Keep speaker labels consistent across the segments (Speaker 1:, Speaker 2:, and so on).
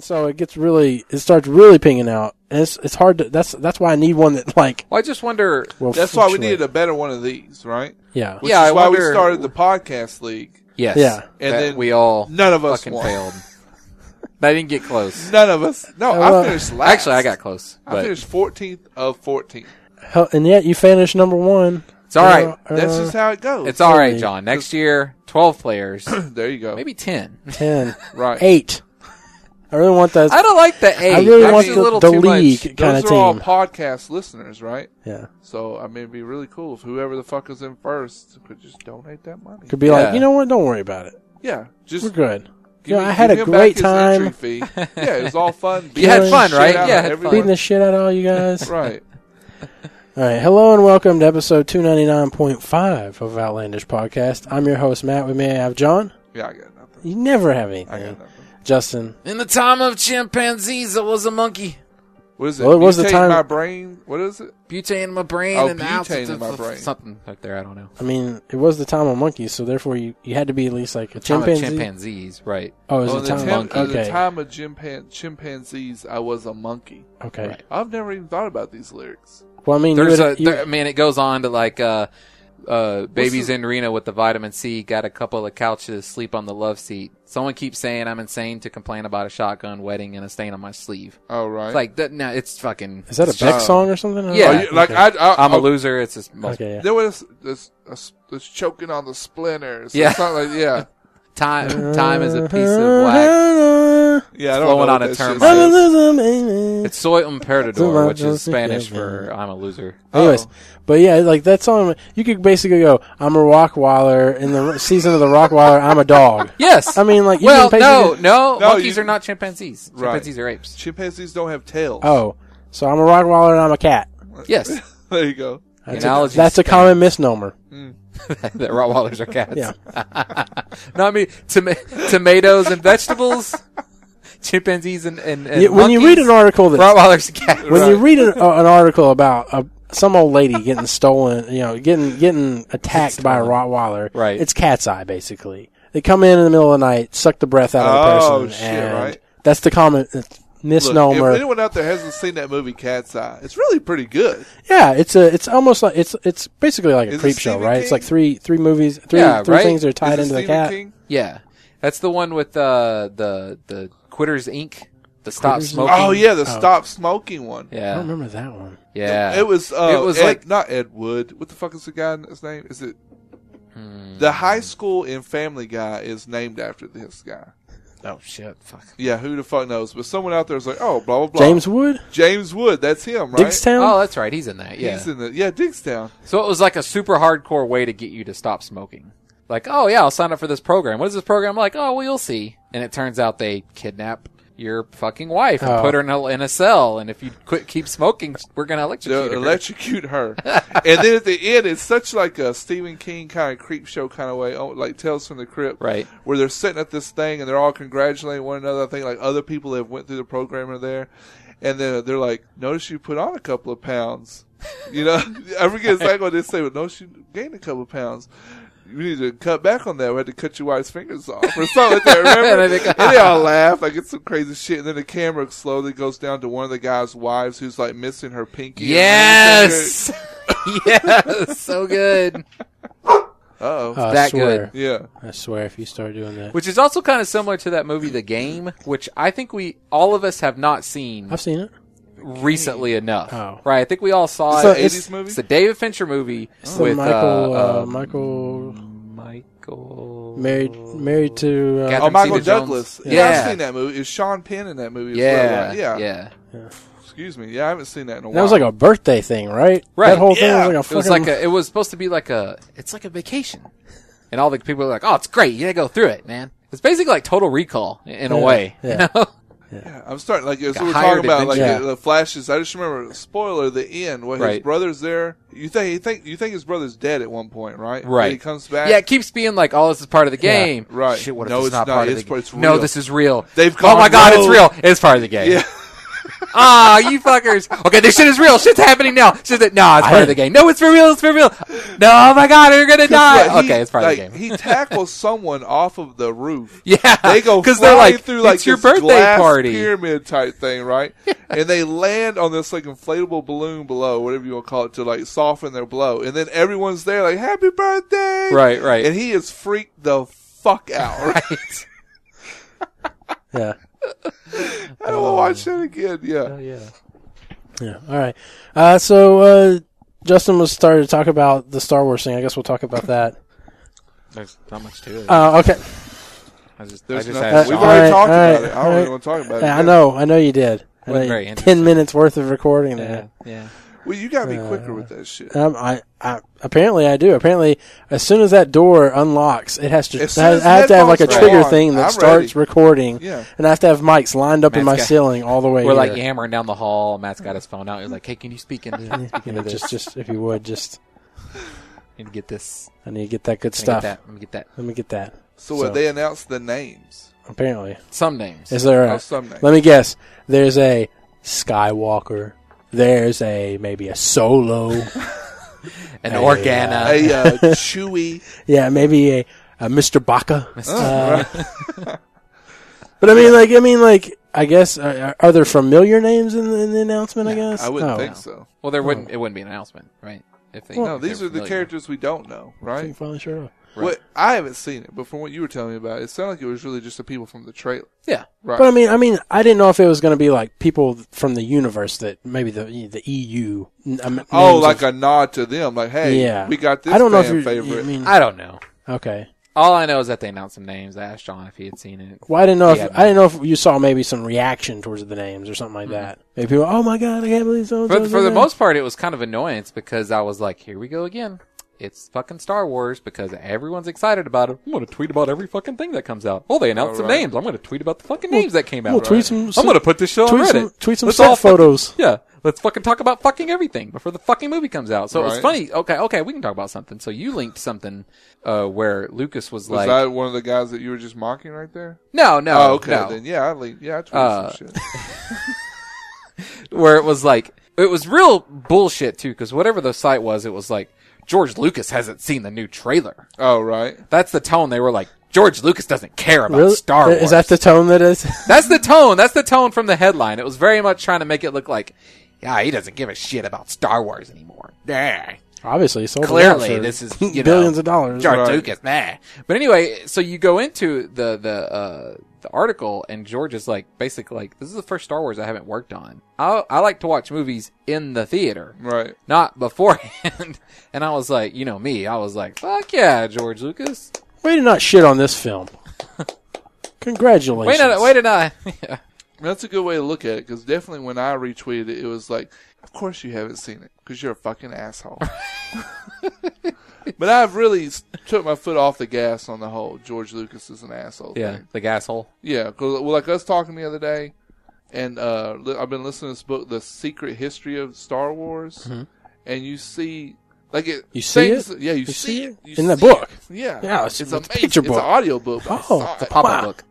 Speaker 1: so it gets really it starts really pinging out, and it's it's hard to that's that's why I need one that like
Speaker 2: Well, I just wonder.
Speaker 1: will
Speaker 3: That's why we
Speaker 1: fluctuate.
Speaker 3: needed a better one of these, right?
Speaker 1: yeah
Speaker 3: Which
Speaker 2: Yeah,
Speaker 3: is
Speaker 2: I
Speaker 3: why
Speaker 2: wonder-
Speaker 3: we started the podcast league.
Speaker 2: Yes.
Speaker 1: Yeah.
Speaker 3: And
Speaker 2: that
Speaker 3: then
Speaker 2: we all
Speaker 3: none of us
Speaker 2: fucking
Speaker 3: won.
Speaker 2: failed. I didn't get close.
Speaker 3: None of us. No,
Speaker 1: Uh, well-
Speaker 3: I finished last.
Speaker 2: Actually, I got close.
Speaker 3: I
Speaker 2: but
Speaker 3: finished 14th of 14th.
Speaker 1: Hell, and yet you finish number one.
Speaker 2: it's all right.
Speaker 1: Uh,
Speaker 3: That's just how it goes.
Speaker 2: It's all right,
Speaker 1: me.
Speaker 2: John. Next year, twelve players,
Speaker 3: there you go.
Speaker 2: maybe ten.
Speaker 1: ten,
Speaker 3: right.
Speaker 1: eight. I really want that.
Speaker 2: I don't like the eight.
Speaker 1: I really
Speaker 2: That's
Speaker 1: want
Speaker 2: a
Speaker 1: the-
Speaker 2: little
Speaker 1: the
Speaker 2: too
Speaker 1: league.
Speaker 2: much.
Speaker 1: kinda
Speaker 3: Those are all
Speaker 1: team.
Speaker 3: podcast listeners, right?
Speaker 1: yeah,
Speaker 3: So I mean, it'd be really cool if whoever the fuck is in first could just donate that money.
Speaker 1: could be
Speaker 2: Yeah.
Speaker 1: like you know what? Don't worry about it.
Speaker 3: Yeah, just
Speaker 1: We're good.
Speaker 3: give
Speaker 1: Yeah,
Speaker 3: me-
Speaker 1: I had
Speaker 3: give
Speaker 1: a
Speaker 3: him back
Speaker 1: great
Speaker 3: his
Speaker 1: time.
Speaker 3: entry fee. Yeah, it was all fun.
Speaker 2: You had
Speaker 3: Beating
Speaker 2: fun,
Speaker 3: the shit
Speaker 2: right?
Speaker 3: out
Speaker 2: Yeah,
Speaker 3: of
Speaker 2: I had
Speaker 3: everyone.
Speaker 1: Beating the shit out of all you guys.
Speaker 3: Right.
Speaker 1: All right. Hello and welcome to episode 299.5 of Outlandish Podcast. I'm your host, Matt. With me, I have John.
Speaker 3: Yeah, I got nothing.
Speaker 1: You never have anything.
Speaker 3: I got nothing.
Speaker 1: Justin.
Speaker 2: In the time of chimpanzees, I was a monkey.
Speaker 3: What is it?
Speaker 1: Well, it was the
Speaker 3: Mutate
Speaker 1: time-
Speaker 3: my brain. What is it?
Speaker 2: Butane in my brain
Speaker 3: Oh,
Speaker 2: and
Speaker 3: butane
Speaker 2: ounces
Speaker 3: in
Speaker 2: of-
Speaker 3: my
Speaker 2: of
Speaker 3: brain.
Speaker 2: something up there. I don't know.
Speaker 1: I mean, it was the time of monkeys, so therefore you, you had to be at least like a
Speaker 2: Time of
Speaker 1: chimpanzee.
Speaker 2: chimpanzees, right?
Speaker 1: Oh, it was
Speaker 3: Oh,
Speaker 1: the
Speaker 3: the,
Speaker 1: time
Speaker 3: time,
Speaker 1: of
Speaker 3: uh,
Speaker 1: monkeys.
Speaker 3: the
Speaker 1: Okay.
Speaker 3: time of chimpan- chimpanzees, I was a monkey.
Speaker 1: okay.
Speaker 2: Right.
Speaker 3: I've never even thought about these lyrics.
Speaker 1: Well, I mean, you
Speaker 2: There's a
Speaker 1: would, you,
Speaker 2: there, I mean, it goes on to like uh, uh, babies
Speaker 3: the-
Speaker 2: in Reno with the vitamin C got a couple of couches sleep on the love seat. Someone keeps saying I'm insane to complain about a shotgun wedding and a stain on my sleeve.
Speaker 3: Oh, right.
Speaker 2: It's like that. No, it's fucking.
Speaker 1: is that a
Speaker 2: it's
Speaker 1: Beck
Speaker 2: just-
Speaker 1: song or something? I don't
Speaker 2: Yeah.
Speaker 3: Are
Speaker 1: know.
Speaker 3: Oh, you- like I, I,
Speaker 2: I'm a
Speaker 3: I-
Speaker 2: loser. It's just
Speaker 1: Okay. Yeah.
Speaker 3: There was this, this, this choking on the splinters.
Speaker 2: Yeah.
Speaker 3: It's not like, yeah.
Speaker 2: time. Time is a piece
Speaker 1: Uh,
Speaker 2: of wax.
Speaker 3: Yeah, I
Speaker 2: Blowing
Speaker 3: what
Speaker 2: on a
Speaker 3: that
Speaker 2: termite.
Speaker 3: shit is.
Speaker 2: It's soy imperador, which is Spanish
Speaker 1: Yeah, man.
Speaker 2: for I'm a loser.
Speaker 3: Oh.
Speaker 1: Anyways, but yeah, like that song, you could basically go, "I'm a Rockwaller in the season of the Rockwaller. I'm a dog."
Speaker 2: Yes.
Speaker 1: I mean, like you
Speaker 2: well,
Speaker 1: can
Speaker 2: no,
Speaker 1: basically-
Speaker 2: no,
Speaker 3: No,
Speaker 2: Monkeys
Speaker 3: you-
Speaker 2: are not chimpanzees.
Speaker 3: Right.
Speaker 2: Chimpanzees are apes.
Speaker 3: Chimpanzees don't have tails.
Speaker 1: Oh, so I'm a Rockwaller and I'm a cat.
Speaker 2: Yes.
Speaker 3: there you go.
Speaker 1: That's,
Speaker 2: Analogy
Speaker 1: a, that's a
Speaker 2: span.
Speaker 1: common misnomer.
Speaker 2: that Rottweilers are cats.
Speaker 1: Yeah.
Speaker 2: no, I mean toma- tomatoes and vegetables, chimpanzees and, and, and
Speaker 1: Yeah, when you read
Speaker 2: monkeys,
Speaker 1: an article that
Speaker 2: Rottweilers are cats.
Speaker 1: when you read an, uh, an article about a, some old lady getting stolen, you know, getting getting attacked by a Rottweiler,
Speaker 2: Right.
Speaker 1: It's cat's eye basically. They come in in the middle of the night, suck the breath out of the
Speaker 3: Oh,
Speaker 1: person,
Speaker 3: shit,
Speaker 1: and
Speaker 3: right.
Speaker 1: that's the common uh,
Speaker 3: Look,
Speaker 1: misnomer.
Speaker 3: if anyone out there hasn't seen that movie Cat's Eye, it's really pretty good.
Speaker 1: Yeah, it's a it's almost like it's it's basically like a
Speaker 3: Is it
Speaker 1: creep show,
Speaker 3: Stephen
Speaker 1: right? It's like
Speaker 3: King?
Speaker 1: three three movies, three
Speaker 2: Yeah,
Speaker 1: three
Speaker 2: right?
Speaker 1: things that are tied
Speaker 3: Is it
Speaker 1: into the
Speaker 3: Stephen
Speaker 1: cat.
Speaker 3: King?
Speaker 2: yeah, that's the one with uh, the the Quitters Inc. The stop
Speaker 1: Quitters Inc.
Speaker 2: smoking.
Speaker 3: Oh yeah, the stop smoking one.
Speaker 1: I don't
Speaker 2: yeah,
Speaker 1: remember that one.
Speaker 2: yeah.
Speaker 3: It was uh,
Speaker 2: It was
Speaker 3: Ed-
Speaker 2: like-
Speaker 3: not Ed Wood. What the fuck is the guy's name? Is it
Speaker 2: Hmm.
Speaker 3: the high school in Family Guy is named after this guy?
Speaker 2: oh shit, fuck.
Speaker 3: Yeah, who the fuck knows? But someone out there is like, oh, blah blah blah.
Speaker 1: James Wood,
Speaker 3: James Wood. That's him, right?
Speaker 1: Digstown.
Speaker 2: Oh, that's right. He's in that. Yeah.
Speaker 3: He's in the yeah Dickstown.
Speaker 2: so it was like a super hardcore way to get you to stop smoking. Like, oh yeah, I'll sign up for this program. What is this program? like, oh, well, you'll see. And it turns out they kidnap your fucking wife and
Speaker 1: Oh.
Speaker 2: put her in a, in a cell. And if you quit, keep smoking, we're gonna
Speaker 3: They'll
Speaker 2: electrocute her.
Speaker 3: electrocute her, and then at the end, it's such like a Stephen King kind of creep show kind of way, oh, like Tales from the Crypt,
Speaker 2: Right.
Speaker 3: Where they're sitting at this thing and they're all congratulating one another. I think like other people that have went through the program are there, and then they're like, "Notice you put on a couple of pounds," you know. I forget exactly what they say, but notice you gained a couple of pounds. You need to cut back on that. We had to cut your wife's fingers off or something like that. Remember?
Speaker 2: And I think-
Speaker 3: and they all laugh like it's some crazy shit. And then the camera slowly goes down to one of the guy's wives who's like missing her pinky.
Speaker 2: Yes. yes. So good.
Speaker 3: Oh.
Speaker 1: I
Speaker 2: that
Speaker 1: swear,
Speaker 3: yeah.
Speaker 1: I swear, if you start doing that,
Speaker 2: Which is also kind of similar to that movie, The Game, which I think we all of us have not seen
Speaker 1: I've seen it.
Speaker 2: recently enough.
Speaker 1: Oh.
Speaker 2: Right? I think we all saw
Speaker 1: So
Speaker 2: it.
Speaker 1: it's-
Speaker 3: 80s movie?
Speaker 2: It's the David Fincher movie
Speaker 1: It's the
Speaker 2: with
Speaker 1: Michael,
Speaker 2: uh,
Speaker 1: uh,
Speaker 2: um,
Speaker 1: Michael
Speaker 2: Michael
Speaker 1: married married to. Uh,
Speaker 2: Catherine-
Speaker 3: Oh, Michael
Speaker 2: Zeta-Jones.
Speaker 3: Douglas. Yeah.
Speaker 2: Yeah.
Speaker 3: I've seen that movie. Is Sean Penn in that movie? as well,
Speaker 2: Yeah,
Speaker 3: right?
Speaker 2: yeah,
Speaker 3: yeah, Excuse me. Yeah, I haven't seen that in a while.
Speaker 1: that was like a birthday thing, right?
Speaker 2: Right,
Speaker 1: That whole thing
Speaker 3: yeah.
Speaker 1: was
Speaker 2: It
Speaker 1: like a
Speaker 2: was
Speaker 1: fucking.
Speaker 2: like a, it was supposed to be like a, it's like a vacation, and all the people were like, "Oh, it's great, you gotta go through it, man." It's basically like Total Recall in, in a way.
Speaker 1: yeah.
Speaker 2: You know?
Speaker 3: Yeah, I'm starting like as
Speaker 2: Like a
Speaker 3: we were
Speaker 2: hired
Speaker 3: talking about like
Speaker 1: adventure.
Speaker 3: the, the flashes. I just remember spoiler the end where his
Speaker 2: Right.
Speaker 3: brother's there. You think you think you think his brother's dead at one point, right?
Speaker 2: Right.
Speaker 3: Then he comes back.
Speaker 2: Yeah, it keeps being like, "Oh, this is part of the game."
Speaker 3: right.
Speaker 2: Shit, what if
Speaker 3: No,
Speaker 2: it's,
Speaker 3: it's
Speaker 2: not,
Speaker 3: not.
Speaker 2: part
Speaker 3: It's
Speaker 2: of the
Speaker 3: part-
Speaker 2: game?
Speaker 3: it's
Speaker 2: No,
Speaker 3: real.
Speaker 2: this is real.
Speaker 3: They've
Speaker 2: oh my
Speaker 3: gone
Speaker 2: god,
Speaker 3: rogue.
Speaker 2: it's real. It's part of the game.
Speaker 3: Yeah.
Speaker 2: Ah, you fuckers. Okay, this shit is real. Shit's happening now. Shit's that no, it's
Speaker 1: I
Speaker 2: part of the game. No, it's for real. It's for real. No, oh my god, you're gonna die.
Speaker 3: Like, he-
Speaker 2: okay, it's part
Speaker 3: like,
Speaker 2: of the game.
Speaker 3: He tackles someone off of the roof.
Speaker 2: yeah,
Speaker 3: They go
Speaker 2: because
Speaker 3: because
Speaker 2: they're like
Speaker 3: through like
Speaker 2: it's your
Speaker 3: this
Speaker 2: birthday
Speaker 3: glass
Speaker 2: party.
Speaker 3: pyramid type thing, right? and they land on this like inflatable balloon below, whatever you want to call it, to like soften their blow. And then everyone's there like "Happy birthday!"
Speaker 2: Right, right.
Speaker 3: And he is freaked the fuck out. Right?
Speaker 2: Right.
Speaker 1: Yeah.
Speaker 3: I don't want to watch that again.
Speaker 1: Oh
Speaker 3: Yeah,
Speaker 1: yeah. Yeah. All right. Uh, so uh, Justin was started to talk about the Star Wars thing. I guess we'll talk about that.
Speaker 2: There's not much to it.
Speaker 1: Uh, okay.
Speaker 2: I just, I
Speaker 3: there's
Speaker 2: just
Speaker 3: nothing.
Speaker 2: had
Speaker 3: We've
Speaker 1: all
Speaker 3: already
Speaker 1: right,
Speaker 3: talked
Speaker 1: all
Speaker 3: about
Speaker 1: right,
Speaker 3: it. I don't
Speaker 1: all
Speaker 3: really
Speaker 1: right.
Speaker 3: want to talk about it.
Speaker 1: Yeah, I
Speaker 3: again.
Speaker 1: know. I know you did. I
Speaker 2: Wasn't
Speaker 1: know you-
Speaker 2: very
Speaker 1: Ten
Speaker 2: interesting.
Speaker 1: minutes worth of recording
Speaker 2: Yeah,
Speaker 1: there.
Speaker 2: yeah.
Speaker 3: Well, you got to be
Speaker 1: Uh,
Speaker 3: quicker with that shit.
Speaker 1: Um, I, I apparently I do. Apparently, as soon as that door unlocks, it has to.
Speaker 3: As soon
Speaker 1: I,
Speaker 3: as
Speaker 1: I have to have like a
Speaker 3: headphones
Speaker 1: trigger
Speaker 3: go on,
Speaker 1: thing that
Speaker 3: I'm
Speaker 1: starts
Speaker 3: ready.
Speaker 1: recording,
Speaker 3: Yeah.
Speaker 1: and I have to have mics lined up in
Speaker 2: Man's
Speaker 1: my
Speaker 2: got-
Speaker 1: ceiling all the way.
Speaker 2: We're like
Speaker 1: here.
Speaker 2: yammering down the hall. Matt's got his phone out. He's like, "Hey, can you speak into, speak
Speaker 1: You
Speaker 2: into
Speaker 1: know,
Speaker 2: this
Speaker 1: just, just if you would, just
Speaker 2: and get this
Speaker 1: I need to get that good
Speaker 2: and get
Speaker 1: stuff.
Speaker 2: that and get that?"
Speaker 1: Let me get that.
Speaker 3: So, what,
Speaker 1: So-
Speaker 3: they announced the names
Speaker 1: Apparently,
Speaker 2: Some names.
Speaker 1: is there? A,
Speaker 3: of some names.
Speaker 1: Let me guess. There's a Skywalker. There's a maybe a Solo.
Speaker 2: An
Speaker 1: Hey,
Speaker 2: Organa.
Speaker 3: a uh, Chewy.
Speaker 1: yeah, maybe a, a Mr. Baca.
Speaker 3: Uh,
Speaker 1: But I mean, like, I mean, like, I guess are, are there familiar names in the, in the announcement? I guess
Speaker 3: I wouldn't
Speaker 1: Oh.
Speaker 3: think so.
Speaker 2: Well, there wouldn't. It wouldn't be an announcement, right? If they,
Speaker 3: No,
Speaker 2: if they
Speaker 3: these
Speaker 2: were
Speaker 3: are the
Speaker 2: familiar.
Speaker 3: characters we don't know,
Speaker 1: So you
Speaker 3: right?
Speaker 1: finally showed up.
Speaker 2: Right.
Speaker 3: What I haven't seen it, but from what you were telling me about, it, it sounded like it was really just the people from the trailer,
Speaker 2: Yeah.
Speaker 3: right?
Speaker 1: But I mean, I mean, I didn't know if it was going to be like people from the universe that maybe the the EU. n- um,
Speaker 3: oh,
Speaker 1: names
Speaker 3: like
Speaker 1: of-
Speaker 3: a nod to them, like, hey,
Speaker 1: yeah,
Speaker 3: we got this
Speaker 1: I don't know
Speaker 3: fan
Speaker 1: if you're,
Speaker 3: favorite.
Speaker 1: I mean,
Speaker 2: I don't know.
Speaker 1: okay.
Speaker 2: All I know is that they announced some names. I asked John if he had seen it.
Speaker 1: Well, I didn't know
Speaker 2: Yeah.
Speaker 1: if I didn't know if you saw maybe some reaction towards the names or something like that. Maybe people, oh my god, I can't believe so.
Speaker 2: Mm-hmm. For, for the most part, it was kind of annoyance because I was like, "Here we go again." It's fucking Star Wars because everyone's excited about it. I'm gonna tweet about every fucking thing that comes out. Oh, they announced some
Speaker 3: Alright.
Speaker 2: names. I'm gonna tweet about the fucking names that came out.
Speaker 1: we'll tweet some-
Speaker 2: I'm gonna put this shit on
Speaker 1: tweet
Speaker 2: Reddit.
Speaker 1: some- tweet some
Speaker 2: Let's
Speaker 1: set
Speaker 2: all fucking-
Speaker 1: photos.
Speaker 2: yeah, let's fucking talk about fucking everything before the fucking movie comes out. So it was
Speaker 3: Right.
Speaker 2: funny. Okay, okay, we can talk about something. So you linked something uh, where Lucas was,
Speaker 3: was
Speaker 2: like,
Speaker 3: that one of the guys that you were just mocking right there?
Speaker 2: "No, no,
Speaker 1: Uh,
Speaker 3: Oh, okay.
Speaker 2: no."
Speaker 3: Then yeah, I le- yeah, I tweeted
Speaker 2: Uh,
Speaker 3: some shit.
Speaker 2: where it was like it was real bullshit too because whatever the site was it was like george lucas hasn't seen the new trailer
Speaker 3: Oh, right.
Speaker 2: that's the tone they were like george lucas doesn't care about
Speaker 1: really?
Speaker 2: star wars
Speaker 1: Is that the tone that is?
Speaker 2: that's the tone that's the tone from the headline it was very much trying to make it look like yeah he doesn't give a shit about star wars anymore nah.
Speaker 1: Obviously, sold it out
Speaker 2: clearly
Speaker 1: for
Speaker 2: this is you know,
Speaker 1: billions of dollars.
Speaker 2: George
Speaker 3: Right.
Speaker 2: Lucas, nah. But anyway, so you go into the the uh, the article, and George is like, basically like, this is the first Star Wars I haven't worked on. I I like to watch movies in the theater,
Speaker 3: Right.
Speaker 2: not beforehand. and I was like, you know me, I was like, fuck yeah, George Lucas.
Speaker 1: Way to not shit on this film. Congratulations.
Speaker 2: Wait a wait a minute. Yeah.
Speaker 3: That's a good way to look at it because definitely when I retweeted it, it was like, of course you haven't seen it because you're a fucking asshole. but I've really s- took my foot off the gas on the whole George Lucas is an asshole
Speaker 2: yeah,
Speaker 3: thing.
Speaker 2: the asshole.
Speaker 3: Yeah, 'cause, well, like us talking the other day, and uh, li- I've been listening to this book, The Secret History of Star Wars, and you see, like it,
Speaker 1: Mm-hmm. You see
Speaker 3: things-
Speaker 1: it?
Speaker 3: Yeah, you,
Speaker 1: You see it?
Speaker 3: you
Speaker 1: In the
Speaker 3: see
Speaker 1: book?
Speaker 3: it. Yeah,
Speaker 1: Yeah, it's- it's a
Speaker 3: amazing.
Speaker 1: picture book.
Speaker 3: It's an audio book. but I
Speaker 1: Oh,
Speaker 3: saw
Speaker 1: it's a
Speaker 3: it.
Speaker 2: Papa
Speaker 1: Wow.
Speaker 2: book.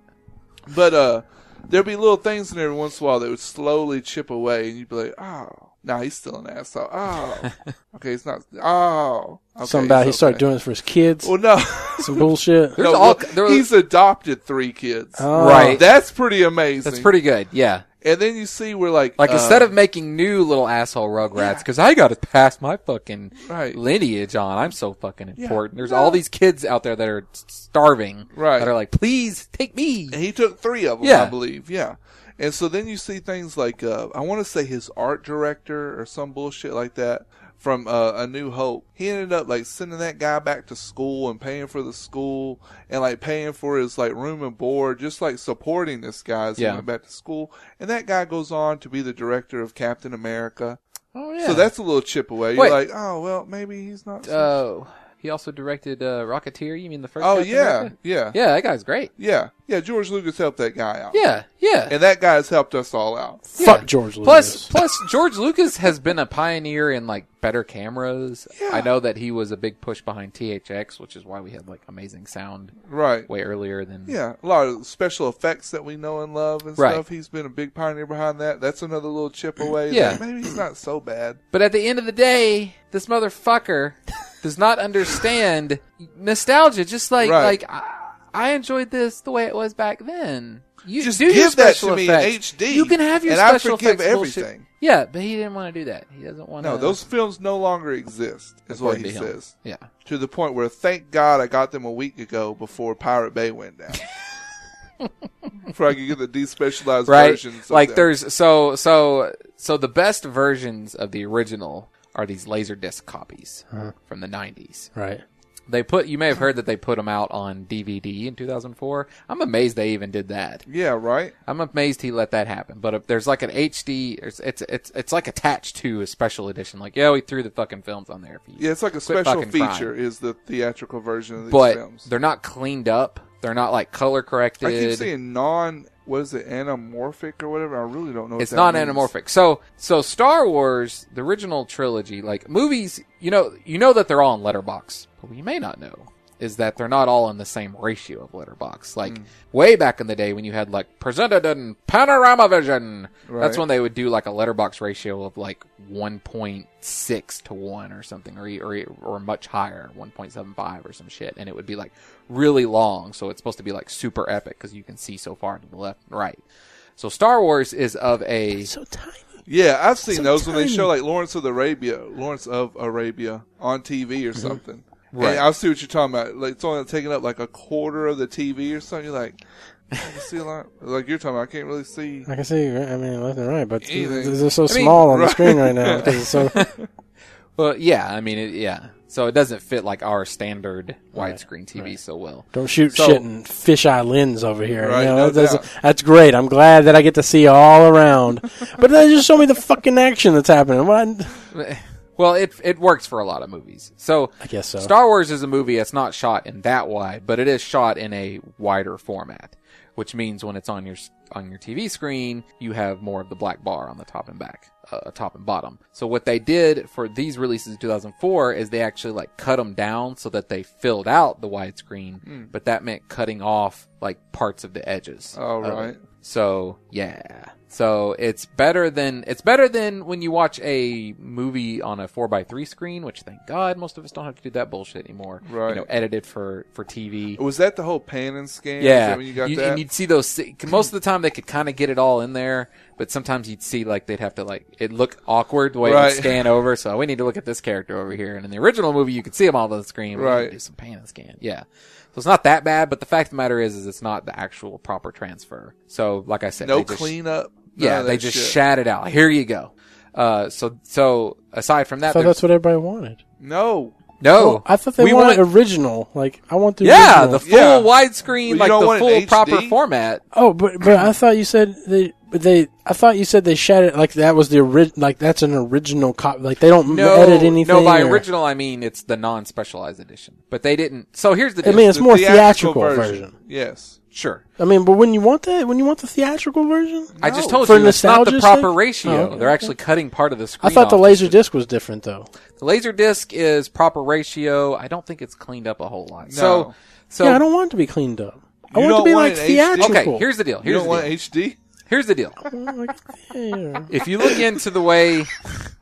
Speaker 3: But uh, there'd be little things in there every once in a while that would slowly chip away, and you'd be like, oh, nah, he's still an asshole. Oh, okay, it's not. Oh, okay,
Speaker 1: Something about
Speaker 3: he's
Speaker 1: he started
Speaker 3: okay.
Speaker 1: doing this for his kids.
Speaker 3: Well, no.
Speaker 1: Some bullshit.
Speaker 2: There's
Speaker 3: no,
Speaker 2: all-
Speaker 3: well,
Speaker 2: there was-
Speaker 3: he's adopted three kids.
Speaker 1: Oh.
Speaker 2: Right.
Speaker 3: That's pretty amazing.
Speaker 2: That's pretty good. Yeah.
Speaker 3: And then you see we're like,
Speaker 2: Like
Speaker 3: uh,
Speaker 2: instead of making new little asshole Rugrats, because I got to pass my fucking
Speaker 3: Right.
Speaker 2: lineage on. I'm so fucking important. There's
Speaker 3: No.
Speaker 2: all these kids out there that are s- starving.
Speaker 3: Right.
Speaker 2: That are like, please take me.
Speaker 3: he took three of them,
Speaker 2: Yeah.
Speaker 3: I believe, yeah. And so then you see things like uh, I want to say his art director or some bullshit like that from uh, A New Hope. He ended up like sending that guy back to school and paying for the school and like paying for his like room and board, just like supporting this guy as
Speaker 2: Yeah.
Speaker 3: he went back to school. And that guy goes on to be the director of Captain America.
Speaker 2: Oh yeah.
Speaker 3: So that's a little chip away. You're
Speaker 2: Wait.
Speaker 3: like, oh well, maybe he's not.
Speaker 2: Oh. He also directed uh, Rocketeer. You mean the first?
Speaker 3: Oh
Speaker 2: Captain
Speaker 3: yeah,
Speaker 2: America?
Speaker 3: yeah, yeah,
Speaker 2: yeah. That guy's great.
Speaker 3: yeah, George Lucas helped that guy out.
Speaker 2: Yeah, yeah.
Speaker 3: and that guy has helped us all out.
Speaker 1: Fuck George
Speaker 2: Plus,
Speaker 1: Lucas.
Speaker 2: plus George Lucas has been a pioneer in like better cameras.
Speaker 3: Yeah.
Speaker 2: I know that he was a big push behind THX, which is why we had like amazing sound
Speaker 3: Right.
Speaker 2: way earlier than
Speaker 3: Yeah, a lot of special effects that we know and love and
Speaker 2: Right.
Speaker 3: stuff. He's been a big pioneer behind that. That's another little chip away.
Speaker 2: Yeah.
Speaker 3: that maybe he's not so bad.
Speaker 2: But at the end of the day, this motherfucker does not understand nostalgia. Just like
Speaker 3: Right.
Speaker 2: like I, I enjoyed this the way it was back then. You
Speaker 3: Just
Speaker 2: do your
Speaker 3: give that
Speaker 2: special
Speaker 3: to me in
Speaker 2: effects.
Speaker 3: HD,
Speaker 2: You can have your
Speaker 3: and I
Speaker 2: special
Speaker 3: forgive
Speaker 2: effects bullshit.
Speaker 3: everything.
Speaker 2: Yeah, but he didn't want to do that. He doesn't want
Speaker 3: No,
Speaker 2: to.
Speaker 3: those films no longer exist, is what he says.
Speaker 2: Yeah.
Speaker 3: To the point where, thank God, I got them a week ago before Pirate Bay went down. Before I could get the despecialized
Speaker 2: right?
Speaker 3: versions. of
Speaker 2: Like
Speaker 3: them.
Speaker 2: there's so so so the best versions of the original are these laserdisc copies from the 90s.
Speaker 1: right.
Speaker 2: They put you may have heard that they put them out on DVD in 2004. I'm amazed they even did that.
Speaker 3: Yeah, right.
Speaker 2: I'm amazed he let that happen. But if there's like an HD, it's it's it's, it's like attached to a special edition. Like yeah, we threw the fucking films on there for you.
Speaker 3: Yeah, it's like a
Speaker 2: Quit
Speaker 3: special
Speaker 2: fucking crying.
Speaker 3: feature is the theatrical version of these
Speaker 2: but
Speaker 3: films.
Speaker 2: they're not cleaned up. They're not like color corrected.
Speaker 3: I keep seeing non, what is it, anamorphic or whatever. I really don't know. what
Speaker 2: it's
Speaker 3: that
Speaker 2: not
Speaker 3: means.
Speaker 2: anamorphic. So so Star Wars, the original trilogy, like movies, you know you know that they're all in letterbox. But what you may not know is that they're not all in the same ratio of letterbox. Like
Speaker 3: Mm.
Speaker 2: way back in the day when you had like presented in panorama vision. That's
Speaker 3: Right.
Speaker 2: when they would do like a letterbox ratio of like one point six to one or something, or or, or much higher, one point seven five or some shit, and it would be like really long. So it's supposed to be like super epic because you can see so far to the left and right. So Star Wars is of a
Speaker 1: So tiny.
Speaker 3: Yeah, I've seen
Speaker 1: So
Speaker 3: those when they
Speaker 1: tiny.
Speaker 3: show like Lawrence of Arabia, Lawrence of Arabia on TV or something.
Speaker 2: Mm-hmm. Right.
Speaker 3: And I see what you're talking about. Like it's only taking up like a quarter of the TV or something. You're like, I can see a lot. Like you're talking about, I can't really see.
Speaker 1: I can see. I mean, left and right, but th-
Speaker 3: Anything.
Speaker 1: th- they're so
Speaker 2: mean,
Speaker 1: small on
Speaker 3: right.
Speaker 1: the screen right now because it's so
Speaker 2: well, yeah. I mean, it, yeah. So it doesn't fit like our standard
Speaker 1: Right,
Speaker 2: widescreen TV so well.
Speaker 1: Don't shoot
Speaker 2: So-
Speaker 1: shit and fisheye lens over here.
Speaker 3: Right,
Speaker 1: you know,
Speaker 3: no
Speaker 1: that's,
Speaker 3: doubt.
Speaker 1: that's great. I'm glad that I get to see all around. but then just show me the fucking action that's happening. What?
Speaker 2: Well, it it works for a lot of movies. So
Speaker 1: I guess so.
Speaker 2: Star Wars is a movie that's not shot in that wide, but it is shot in a wider format, which means when it's on your s- on your TV screen, you have more of the black bar on the top and back, uh, top and bottom. So what they did for these releases in 2004 is they actually like cut them down so that they filled out the widescreen,
Speaker 3: Hmm.
Speaker 2: but that meant cutting off like parts of the edges.
Speaker 3: Oh,
Speaker 2: of it.
Speaker 3: right.
Speaker 2: So yeah. So it's better than it's better than when you watch a movie on a four by three screen, which thank God most of us don't have to do that bullshit anymore. You
Speaker 3: Right.
Speaker 2: know, edited for for TV.
Speaker 3: Was that the whole pan and scan? Is
Speaker 2: Yeah,
Speaker 3: that when you got
Speaker 2: You-
Speaker 3: that.
Speaker 2: and you'd see those. si- Most of the time, they could kind of get it all in there, but sometimes you'd see like they'd have to like it look awkward the way it
Speaker 3: Right.
Speaker 2: would scan over. So we need to look at this character over here. And in the original movie, you could see them all on the screen. We need to
Speaker 3: Right.
Speaker 2: do some pan and scan. Yeah, so it's not that bad. But the fact of the matter is, is it's not the actual proper transfer. So like I said,
Speaker 3: no
Speaker 2: they just-
Speaker 3: cleanup. none
Speaker 2: yeah,
Speaker 3: of
Speaker 2: they
Speaker 3: that
Speaker 2: just
Speaker 3: shit.
Speaker 2: shat it out. Here you go. Uh, so so aside from
Speaker 1: I
Speaker 2: that,
Speaker 1: thought
Speaker 2: there's
Speaker 1: that's what everybody wanted.
Speaker 3: no.
Speaker 2: no.
Speaker 1: Well, Oh, I thought they
Speaker 2: Oh, We
Speaker 1: wanted
Speaker 2: want-
Speaker 1: original. Like I want the
Speaker 2: yeah,
Speaker 1: original.
Speaker 2: the full
Speaker 3: Yeah.
Speaker 2: widescreen,
Speaker 3: Well, you
Speaker 2: like
Speaker 3: don't
Speaker 2: the
Speaker 3: want it
Speaker 2: full
Speaker 3: in
Speaker 2: proper
Speaker 3: HD?
Speaker 2: format.
Speaker 1: oh, but but I thought you said they but they. I thought you said they shot it like that was the ori- Like that's an original copy. Like they don't
Speaker 2: No,
Speaker 1: edit anything.
Speaker 2: no. By
Speaker 1: or-
Speaker 2: original, I mean it's the non-specialized edition. But they didn't. So here's the.
Speaker 1: I
Speaker 2: Deal.
Speaker 1: mean, it's
Speaker 3: The
Speaker 1: more theatrical, version.
Speaker 3: Yes.
Speaker 2: sure.
Speaker 1: I mean, but when you want that, when you want the theatrical version,
Speaker 2: I
Speaker 3: No.
Speaker 2: just told
Speaker 1: For
Speaker 2: you it's not the
Speaker 1: nostalgia's
Speaker 2: proper
Speaker 1: sake?
Speaker 2: ratio.
Speaker 1: Oh, okay,
Speaker 2: They're
Speaker 1: okay.
Speaker 2: actually cutting part of the
Speaker 1: I
Speaker 2: screen.
Speaker 1: thought the
Speaker 2: off.
Speaker 1: laser disc was different though.
Speaker 2: The laser disc is proper ratio. I don't think it's cleaned up a whole lot. So,
Speaker 3: No.
Speaker 2: so
Speaker 1: yeah, I don't want it to be cleaned up. I want
Speaker 3: You
Speaker 1: it to
Speaker 3: don't
Speaker 1: be
Speaker 3: want
Speaker 1: like
Speaker 3: it HD?
Speaker 1: theatrical.
Speaker 2: okay. Here's the deal.
Speaker 3: You
Speaker 2: Here's
Speaker 3: don't
Speaker 2: the
Speaker 3: want
Speaker 2: deal.
Speaker 3: HD?
Speaker 2: Here's the deal.
Speaker 1: Like, yeah.
Speaker 2: If you look into the way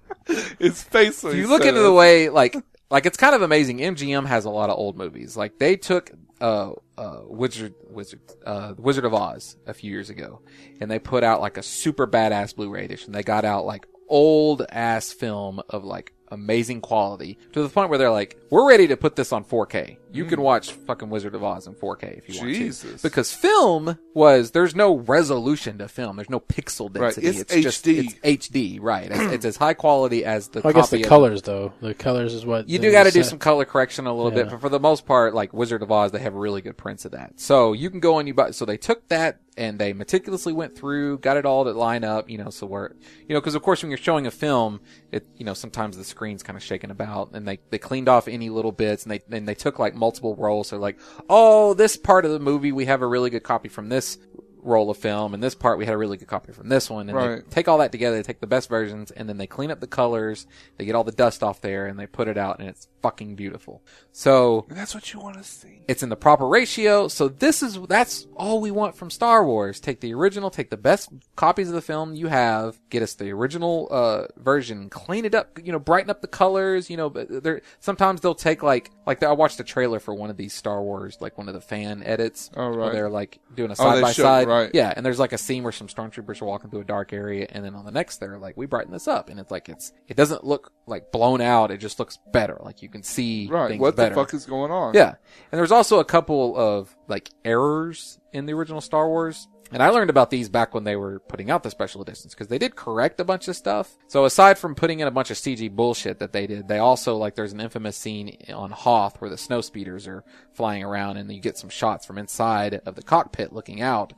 Speaker 3: It's face. when
Speaker 2: If
Speaker 3: he
Speaker 2: you look
Speaker 3: said
Speaker 2: into
Speaker 3: it.
Speaker 2: the way like like it's kind of amazing mgm has a lot of old movies like they took uh uh wizard wizard uh wizard of oz a few years ago and they put out like a super badass blu-ray edition they got out like old ass film of like amazing quality to the point where they're like we're ready to put this on 4k you can watch fucking wizard of oz in 4k if you want
Speaker 3: Hmm. Jesus.
Speaker 2: to because film was there's no resolution to film there's no pixel density
Speaker 3: it's
Speaker 2: just
Speaker 3: HD.
Speaker 2: it's HD, right? It's, it's as high quality as the.
Speaker 1: I guess the
Speaker 2: copy of-
Speaker 1: colors though. The colors is what
Speaker 2: You
Speaker 1: the-
Speaker 2: do got to
Speaker 1: the
Speaker 2: do
Speaker 1: set-
Speaker 2: some color correction a little bit,
Speaker 1: Yeah.
Speaker 2: but for the most part, like Wizard of Oz, they have really good prints of that. So you can go on you buy. So they took that and they meticulously went through, got it all to line up, you know. So where, you know, because of course when you're showing a film, it you know sometimes the screen's kind of shaking about and they, they cleaned off any little bits and they, and they took like multiple rolls. So like, oh, this part of the movie, we have a really good copy from this roll of film and this part we had a really good copy from this one and they
Speaker 3: Right.
Speaker 2: take all that together they take the best versions and then they clean up the colors they get all the dust off there and they put it out and it's fucking beautiful so
Speaker 3: And that's what you want to see.
Speaker 2: it's in the proper ratio. So this is that's all we want from Star Wars. Take the original, take the best copies of the film you have, get us the original uh version, clean it up, you know, brighten up the colors, you know, but there sometimes they'll take like like I watched a trailer for one of these Star Wars like one of the fan edits
Speaker 3: Oh,
Speaker 2: where
Speaker 3: right.
Speaker 2: they're like doing a
Speaker 3: Oh,
Speaker 2: side
Speaker 3: they
Speaker 2: by
Speaker 3: show,
Speaker 2: side.
Speaker 3: right.
Speaker 2: Yeah, and there's like a scene where some stormtroopers are walking through a dark area and then on the next they're like we brighten this up and it's like it's it doesn't look like blown out, it just looks better. Like you can see
Speaker 3: Right.
Speaker 2: things
Speaker 3: What
Speaker 2: better.
Speaker 3: the fuck is going on?
Speaker 2: Yeah. And there's also a couple of like errors in the original Star Wars. And I learned about these back when they were putting out the special editions because they did correct a bunch of stuff. So aside from putting in a bunch of CG bullshit that they did, they also like there's an infamous scene on Hoth where the snow speeders are flying around and you get some shots from inside of the cockpit looking out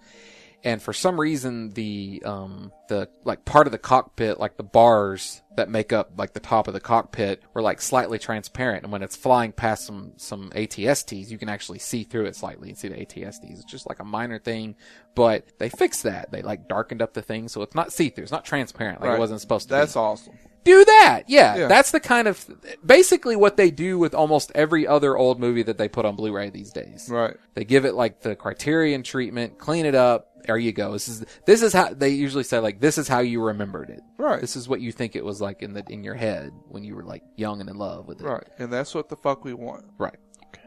Speaker 2: and for some reason the um the like part of the cockpit like the bars that make up like the top of the cockpit were like slightly transparent and when it's flying past some some ATSTs you can actually see through it slightly and see the ATSTs it's just like a minor thing but they fixed that they like darkened up the thing so it's not see through it's not transparent like it
Speaker 3: Right.
Speaker 2: wasn't supposed to be
Speaker 3: That's awesome.
Speaker 2: do that. Yeah,
Speaker 3: Yeah.
Speaker 2: that's the kind of basically what they do with almost every other old movie that they put on Blu-ray these days.
Speaker 3: Right.
Speaker 2: They give it like the Criterion treatment, clean it up. There you go. This is this is how they usually say like this is how you remembered it.
Speaker 3: Right.
Speaker 2: This is what you think it was like in the in your head when you were like young and in love with it.
Speaker 3: Right. And that's what the fuck we want.
Speaker 2: Right.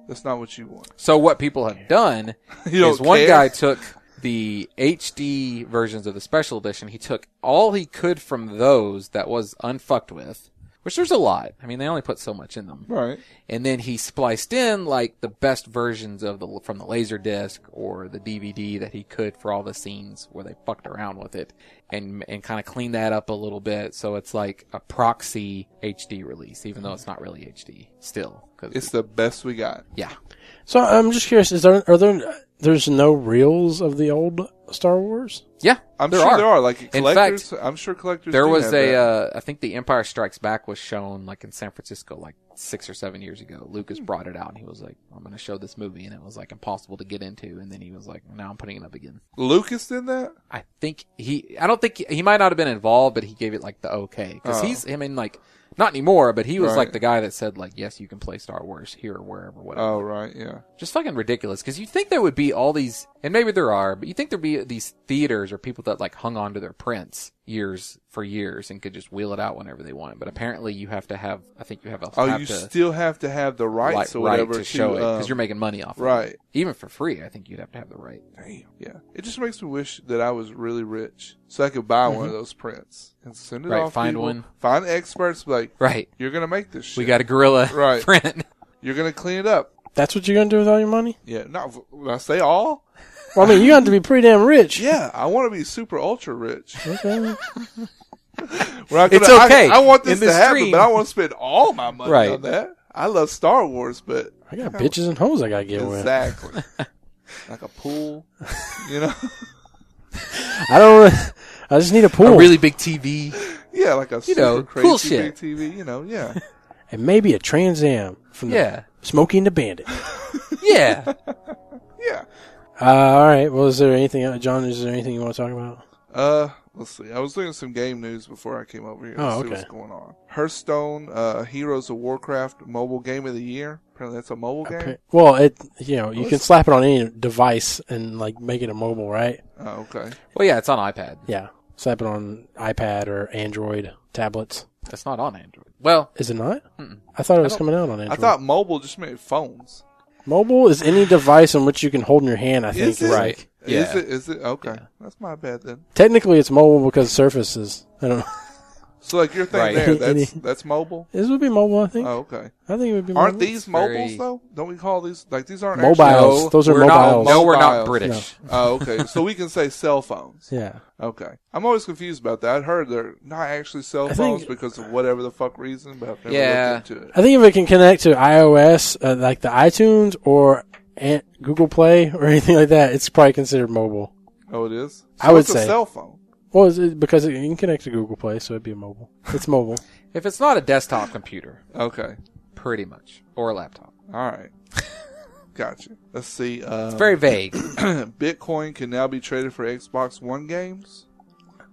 Speaker 3: That's not what you want.
Speaker 2: So what people have done
Speaker 3: You don't
Speaker 2: is one
Speaker 3: care?
Speaker 2: guy took the HD versions of the special edition. He took all he could from those that was unfucked with, which there's a lot. I mean, they only put so much in them.
Speaker 3: Right.
Speaker 2: And then he spliced in like the best versions of the from the laser disc or the DVD that he could for all the scenes where they fucked around with it, and and kind of cleaned that up a little bit. So it's like a proxy HD release, even though it's not really HD still. 'cause-
Speaker 3: It's the best we got.
Speaker 2: yeah.
Speaker 1: So I'm just curious: is there are there there's no reels of the old Star Wars?
Speaker 2: Yeah,
Speaker 3: I'm sure there are. Like
Speaker 2: In
Speaker 3: collectors, I'm sure collectors.
Speaker 2: There
Speaker 3: do
Speaker 2: was
Speaker 3: have
Speaker 2: a,
Speaker 3: that.
Speaker 2: uh, I think The Empire Strikes Back was shown like in San Francisco like six or seven years ago. Lucas
Speaker 3: Hmm.
Speaker 2: brought it out and he was like, I'm going to show this movie. And it was like impossible to get into. And then he was like, now I'm putting it up again.
Speaker 3: Lucas did that.
Speaker 2: I think he, I don't think he, he might not have been involved, but he gave it like the okay. Cause
Speaker 3: Oh.
Speaker 2: he's, I mean, like, not anymore, but he was
Speaker 3: Right.
Speaker 2: like the guy that said like, yes, you can play Star Wars here or wherever, whatever.
Speaker 3: Oh right, yeah.
Speaker 2: Just fucking ridiculous. Cause you think there would be all these, and maybe there are, but you think there'd be these theaters or people that like hung on to their prints years for years and could just wheel it out whenever they wanted. But apparently you have to have, I think you have a,
Speaker 3: Oh,
Speaker 2: have
Speaker 3: you
Speaker 2: to,
Speaker 3: still have to have the
Speaker 2: li-
Speaker 3: rights or
Speaker 2: right
Speaker 3: whatever
Speaker 2: to show it. Cause
Speaker 3: um,
Speaker 2: you're making money off of it.
Speaker 3: right.
Speaker 2: Even for free, I think you'd have to have the right.
Speaker 3: Damn. Yeah. It just makes me wish that I was really rich so I could buy one of those prints and send it
Speaker 2: Mm-hmm. Right,
Speaker 3: off.
Speaker 2: find
Speaker 3: people,
Speaker 2: one.
Speaker 3: Find experts. Like
Speaker 2: Right.
Speaker 3: you're gonna make this shit.
Speaker 2: We got a gorilla
Speaker 3: Right.
Speaker 2: print.
Speaker 3: You're gonna clean it up.
Speaker 1: That's what you're gonna do with all your money?
Speaker 3: Yeah. Not when I say all.
Speaker 1: Well, I mean, you have to be pretty damn rich.
Speaker 3: Yeah. I want to be super ultra rich.
Speaker 1: Okay.
Speaker 3: We're not
Speaker 2: It's
Speaker 3: gonna-
Speaker 2: okay.
Speaker 3: I, I want this
Speaker 2: In this
Speaker 3: to happen,
Speaker 2: dream-
Speaker 3: but I want to spend all my money
Speaker 2: Right.
Speaker 3: on that. I love Star Wars, but
Speaker 1: I got bitches and hoes I gotta get with.
Speaker 3: exactly like a pool. You know.
Speaker 1: I don't. Really, I just need a pool
Speaker 2: A really big TV.
Speaker 3: Yeah, like a super
Speaker 2: know,
Speaker 3: crazy
Speaker 2: cool shit.
Speaker 3: big TV. You know, yeah.
Speaker 1: and maybe a Trans Am from the
Speaker 2: Yeah.
Speaker 1: Smokey and the Bandit.
Speaker 2: Yeah.
Speaker 3: yeah.
Speaker 1: Uh, all right. Well, is there anything, uh, John? Is there anything you want to talk about?
Speaker 3: Uh, let's see. I was doing some game news before I came over here.
Speaker 1: Oh,
Speaker 3: Let's see
Speaker 1: okay.
Speaker 3: what's going on. Hearthstone, uh, Heroes of Warcraft mobile game of the year. Apparently, that's a mobile game.
Speaker 1: Well, it you know you can slap it on any device and like make it a mobile, right?
Speaker 3: Oh, okay.
Speaker 2: Well, yeah, it's on iPad.
Speaker 1: Yeah, slap it on iPad or Android tablets.
Speaker 2: It's not on Android. Well,
Speaker 1: Is it not? I thought it was coming out on Android.
Speaker 3: I thought mobile just meant phones.
Speaker 1: mobile is any device on which you can hold in your hand. I think
Speaker 3: Is it?
Speaker 1: right.
Speaker 2: Right. Yeah.
Speaker 3: Is it? Is it? Okay. That's my bad then.
Speaker 1: Technically, it's mobile because surfaces. I don't. know.
Speaker 3: So, like, your thing
Speaker 2: Right.
Speaker 3: there, that's that's mobile.
Speaker 1: This would be mobile. I think.
Speaker 3: Oh, okay.
Speaker 1: I think it would be.
Speaker 3: Aren't
Speaker 1: mobile.
Speaker 3: these
Speaker 2: very-
Speaker 3: mobiles though? Don't we call these like these aren't
Speaker 1: Mobile.
Speaker 3: Actually,
Speaker 1: Mobiles. Those are
Speaker 2: we're
Speaker 1: mobiles.
Speaker 2: Not, no, we're not
Speaker 3: Mobiles.
Speaker 2: British.
Speaker 3: oh, okay. So we can say cell phones.
Speaker 1: Yeah.
Speaker 3: Okay. I'm always confused about that. I heard they're not actually cell
Speaker 1: think-
Speaker 3: phones because of whatever the fuck reason, but I've never
Speaker 2: Yeah.
Speaker 3: looked into it.
Speaker 1: I think if it can connect to iOS, uh, like the iTunes or an- Google Play or anything like that, it's probably considered mobile.
Speaker 3: Oh, it is.
Speaker 1: I would
Speaker 3: it's a
Speaker 1: say-
Speaker 3: cell phone.
Speaker 1: Well, is it because it, you can connect to Google Play, so it'd be mobile. It's mobile.
Speaker 2: If it's not a desktop computer,
Speaker 3: Okay.
Speaker 2: pretty much, or a laptop.
Speaker 3: All right. Gotcha. Let's see. Uh,
Speaker 2: It's very vague.
Speaker 3: Bitcoin can now be traded for Xbox One games.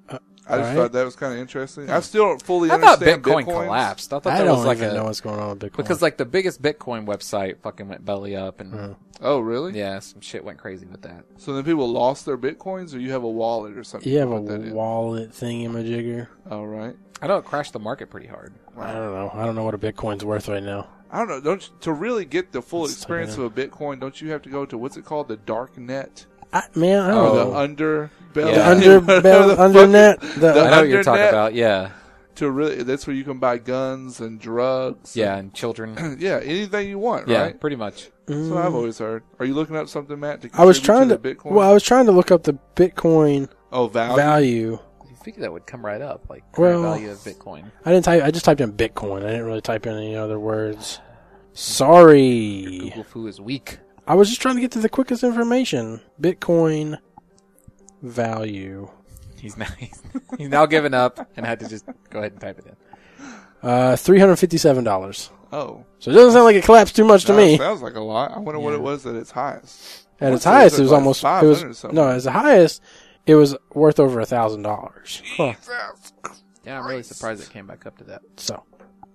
Speaker 1: Uh,
Speaker 3: I just
Speaker 1: alright.
Speaker 3: thought that was kind of interesting. I still don't fully
Speaker 2: Hmm. I thought
Speaker 3: understand
Speaker 2: Bitcoin
Speaker 3: Bitcoins.
Speaker 2: collapsed. I thought
Speaker 1: I
Speaker 2: that was
Speaker 1: don't
Speaker 2: like
Speaker 1: even
Speaker 2: a
Speaker 1: know what's going on with Bitcoin.
Speaker 2: because like the biggest Bitcoin website fucking went belly up and
Speaker 1: Uh-huh.
Speaker 3: Oh, really?
Speaker 2: yeah, some shit went crazy with that.
Speaker 3: So then people lost their Bitcoins, or you have a wallet or something.
Speaker 1: you have
Speaker 3: to
Speaker 1: a
Speaker 3: put that in.
Speaker 1: wallet thingy majigger.
Speaker 3: All right.
Speaker 2: I know it crashed the market pretty hard.
Speaker 1: I don't know. I don't know what a Bitcoin's worth right now.
Speaker 3: I don't know. Don't you- to really get the full
Speaker 1: Let's type
Speaker 3: experience
Speaker 1: it in.
Speaker 3: of a Bitcoin, don't you have to go to what's it called, the dark net
Speaker 1: I, man, I
Speaker 3: or
Speaker 1: don't
Speaker 3: Oh, the
Speaker 1: know.
Speaker 3: underbelly,
Speaker 2: Yeah.
Speaker 1: Oh. The
Speaker 3: Whatever the
Speaker 1: underbell,
Speaker 3: fuck
Speaker 1: undernet. The,
Speaker 3: The-
Speaker 2: I know what you're
Speaker 3: Undernet.
Speaker 2: talking about. Yeah,
Speaker 3: to really that's where you can buy guns and drugs.
Speaker 2: yeah, and children.
Speaker 3: yeah, anything you want,
Speaker 2: Yeah,
Speaker 3: right?
Speaker 2: pretty much.
Speaker 3: That's what I've always heard. Are you looking up something, Matt? To
Speaker 1: Mm. I was trying
Speaker 3: contribute
Speaker 1: to.
Speaker 3: the Bitcoin.
Speaker 1: Well, I was trying to look up the Bitcoin
Speaker 3: oh, value.
Speaker 1: value.
Speaker 2: You think that would come right up, like
Speaker 1: Well-
Speaker 2: current value of Bitcoin?
Speaker 1: I didn't type. I just typed in Bitcoin. I didn't really type in any other words. Sorry.
Speaker 2: Google Foo is weak.
Speaker 1: I was just trying to get to the quickest information. Bitcoin value.
Speaker 2: He's now he's, he's now given up and had to just go ahead and type it in.
Speaker 1: Uh, three hundred fifty-seven dollars.
Speaker 3: Oh,
Speaker 1: So it doesn't sound like it collapsed too much to
Speaker 3: No,
Speaker 1: me.
Speaker 3: it sounds like a lot. I wonder what it was at its highest.
Speaker 1: At
Speaker 3: Once
Speaker 1: its highest, it was
Speaker 3: like
Speaker 1: almost it
Speaker 3: 500 or
Speaker 1: was
Speaker 3: something.
Speaker 1: no. At the highest, it was worth over a thousand dollars.
Speaker 2: Yeah, I'm really surprised it came back up to that.
Speaker 1: So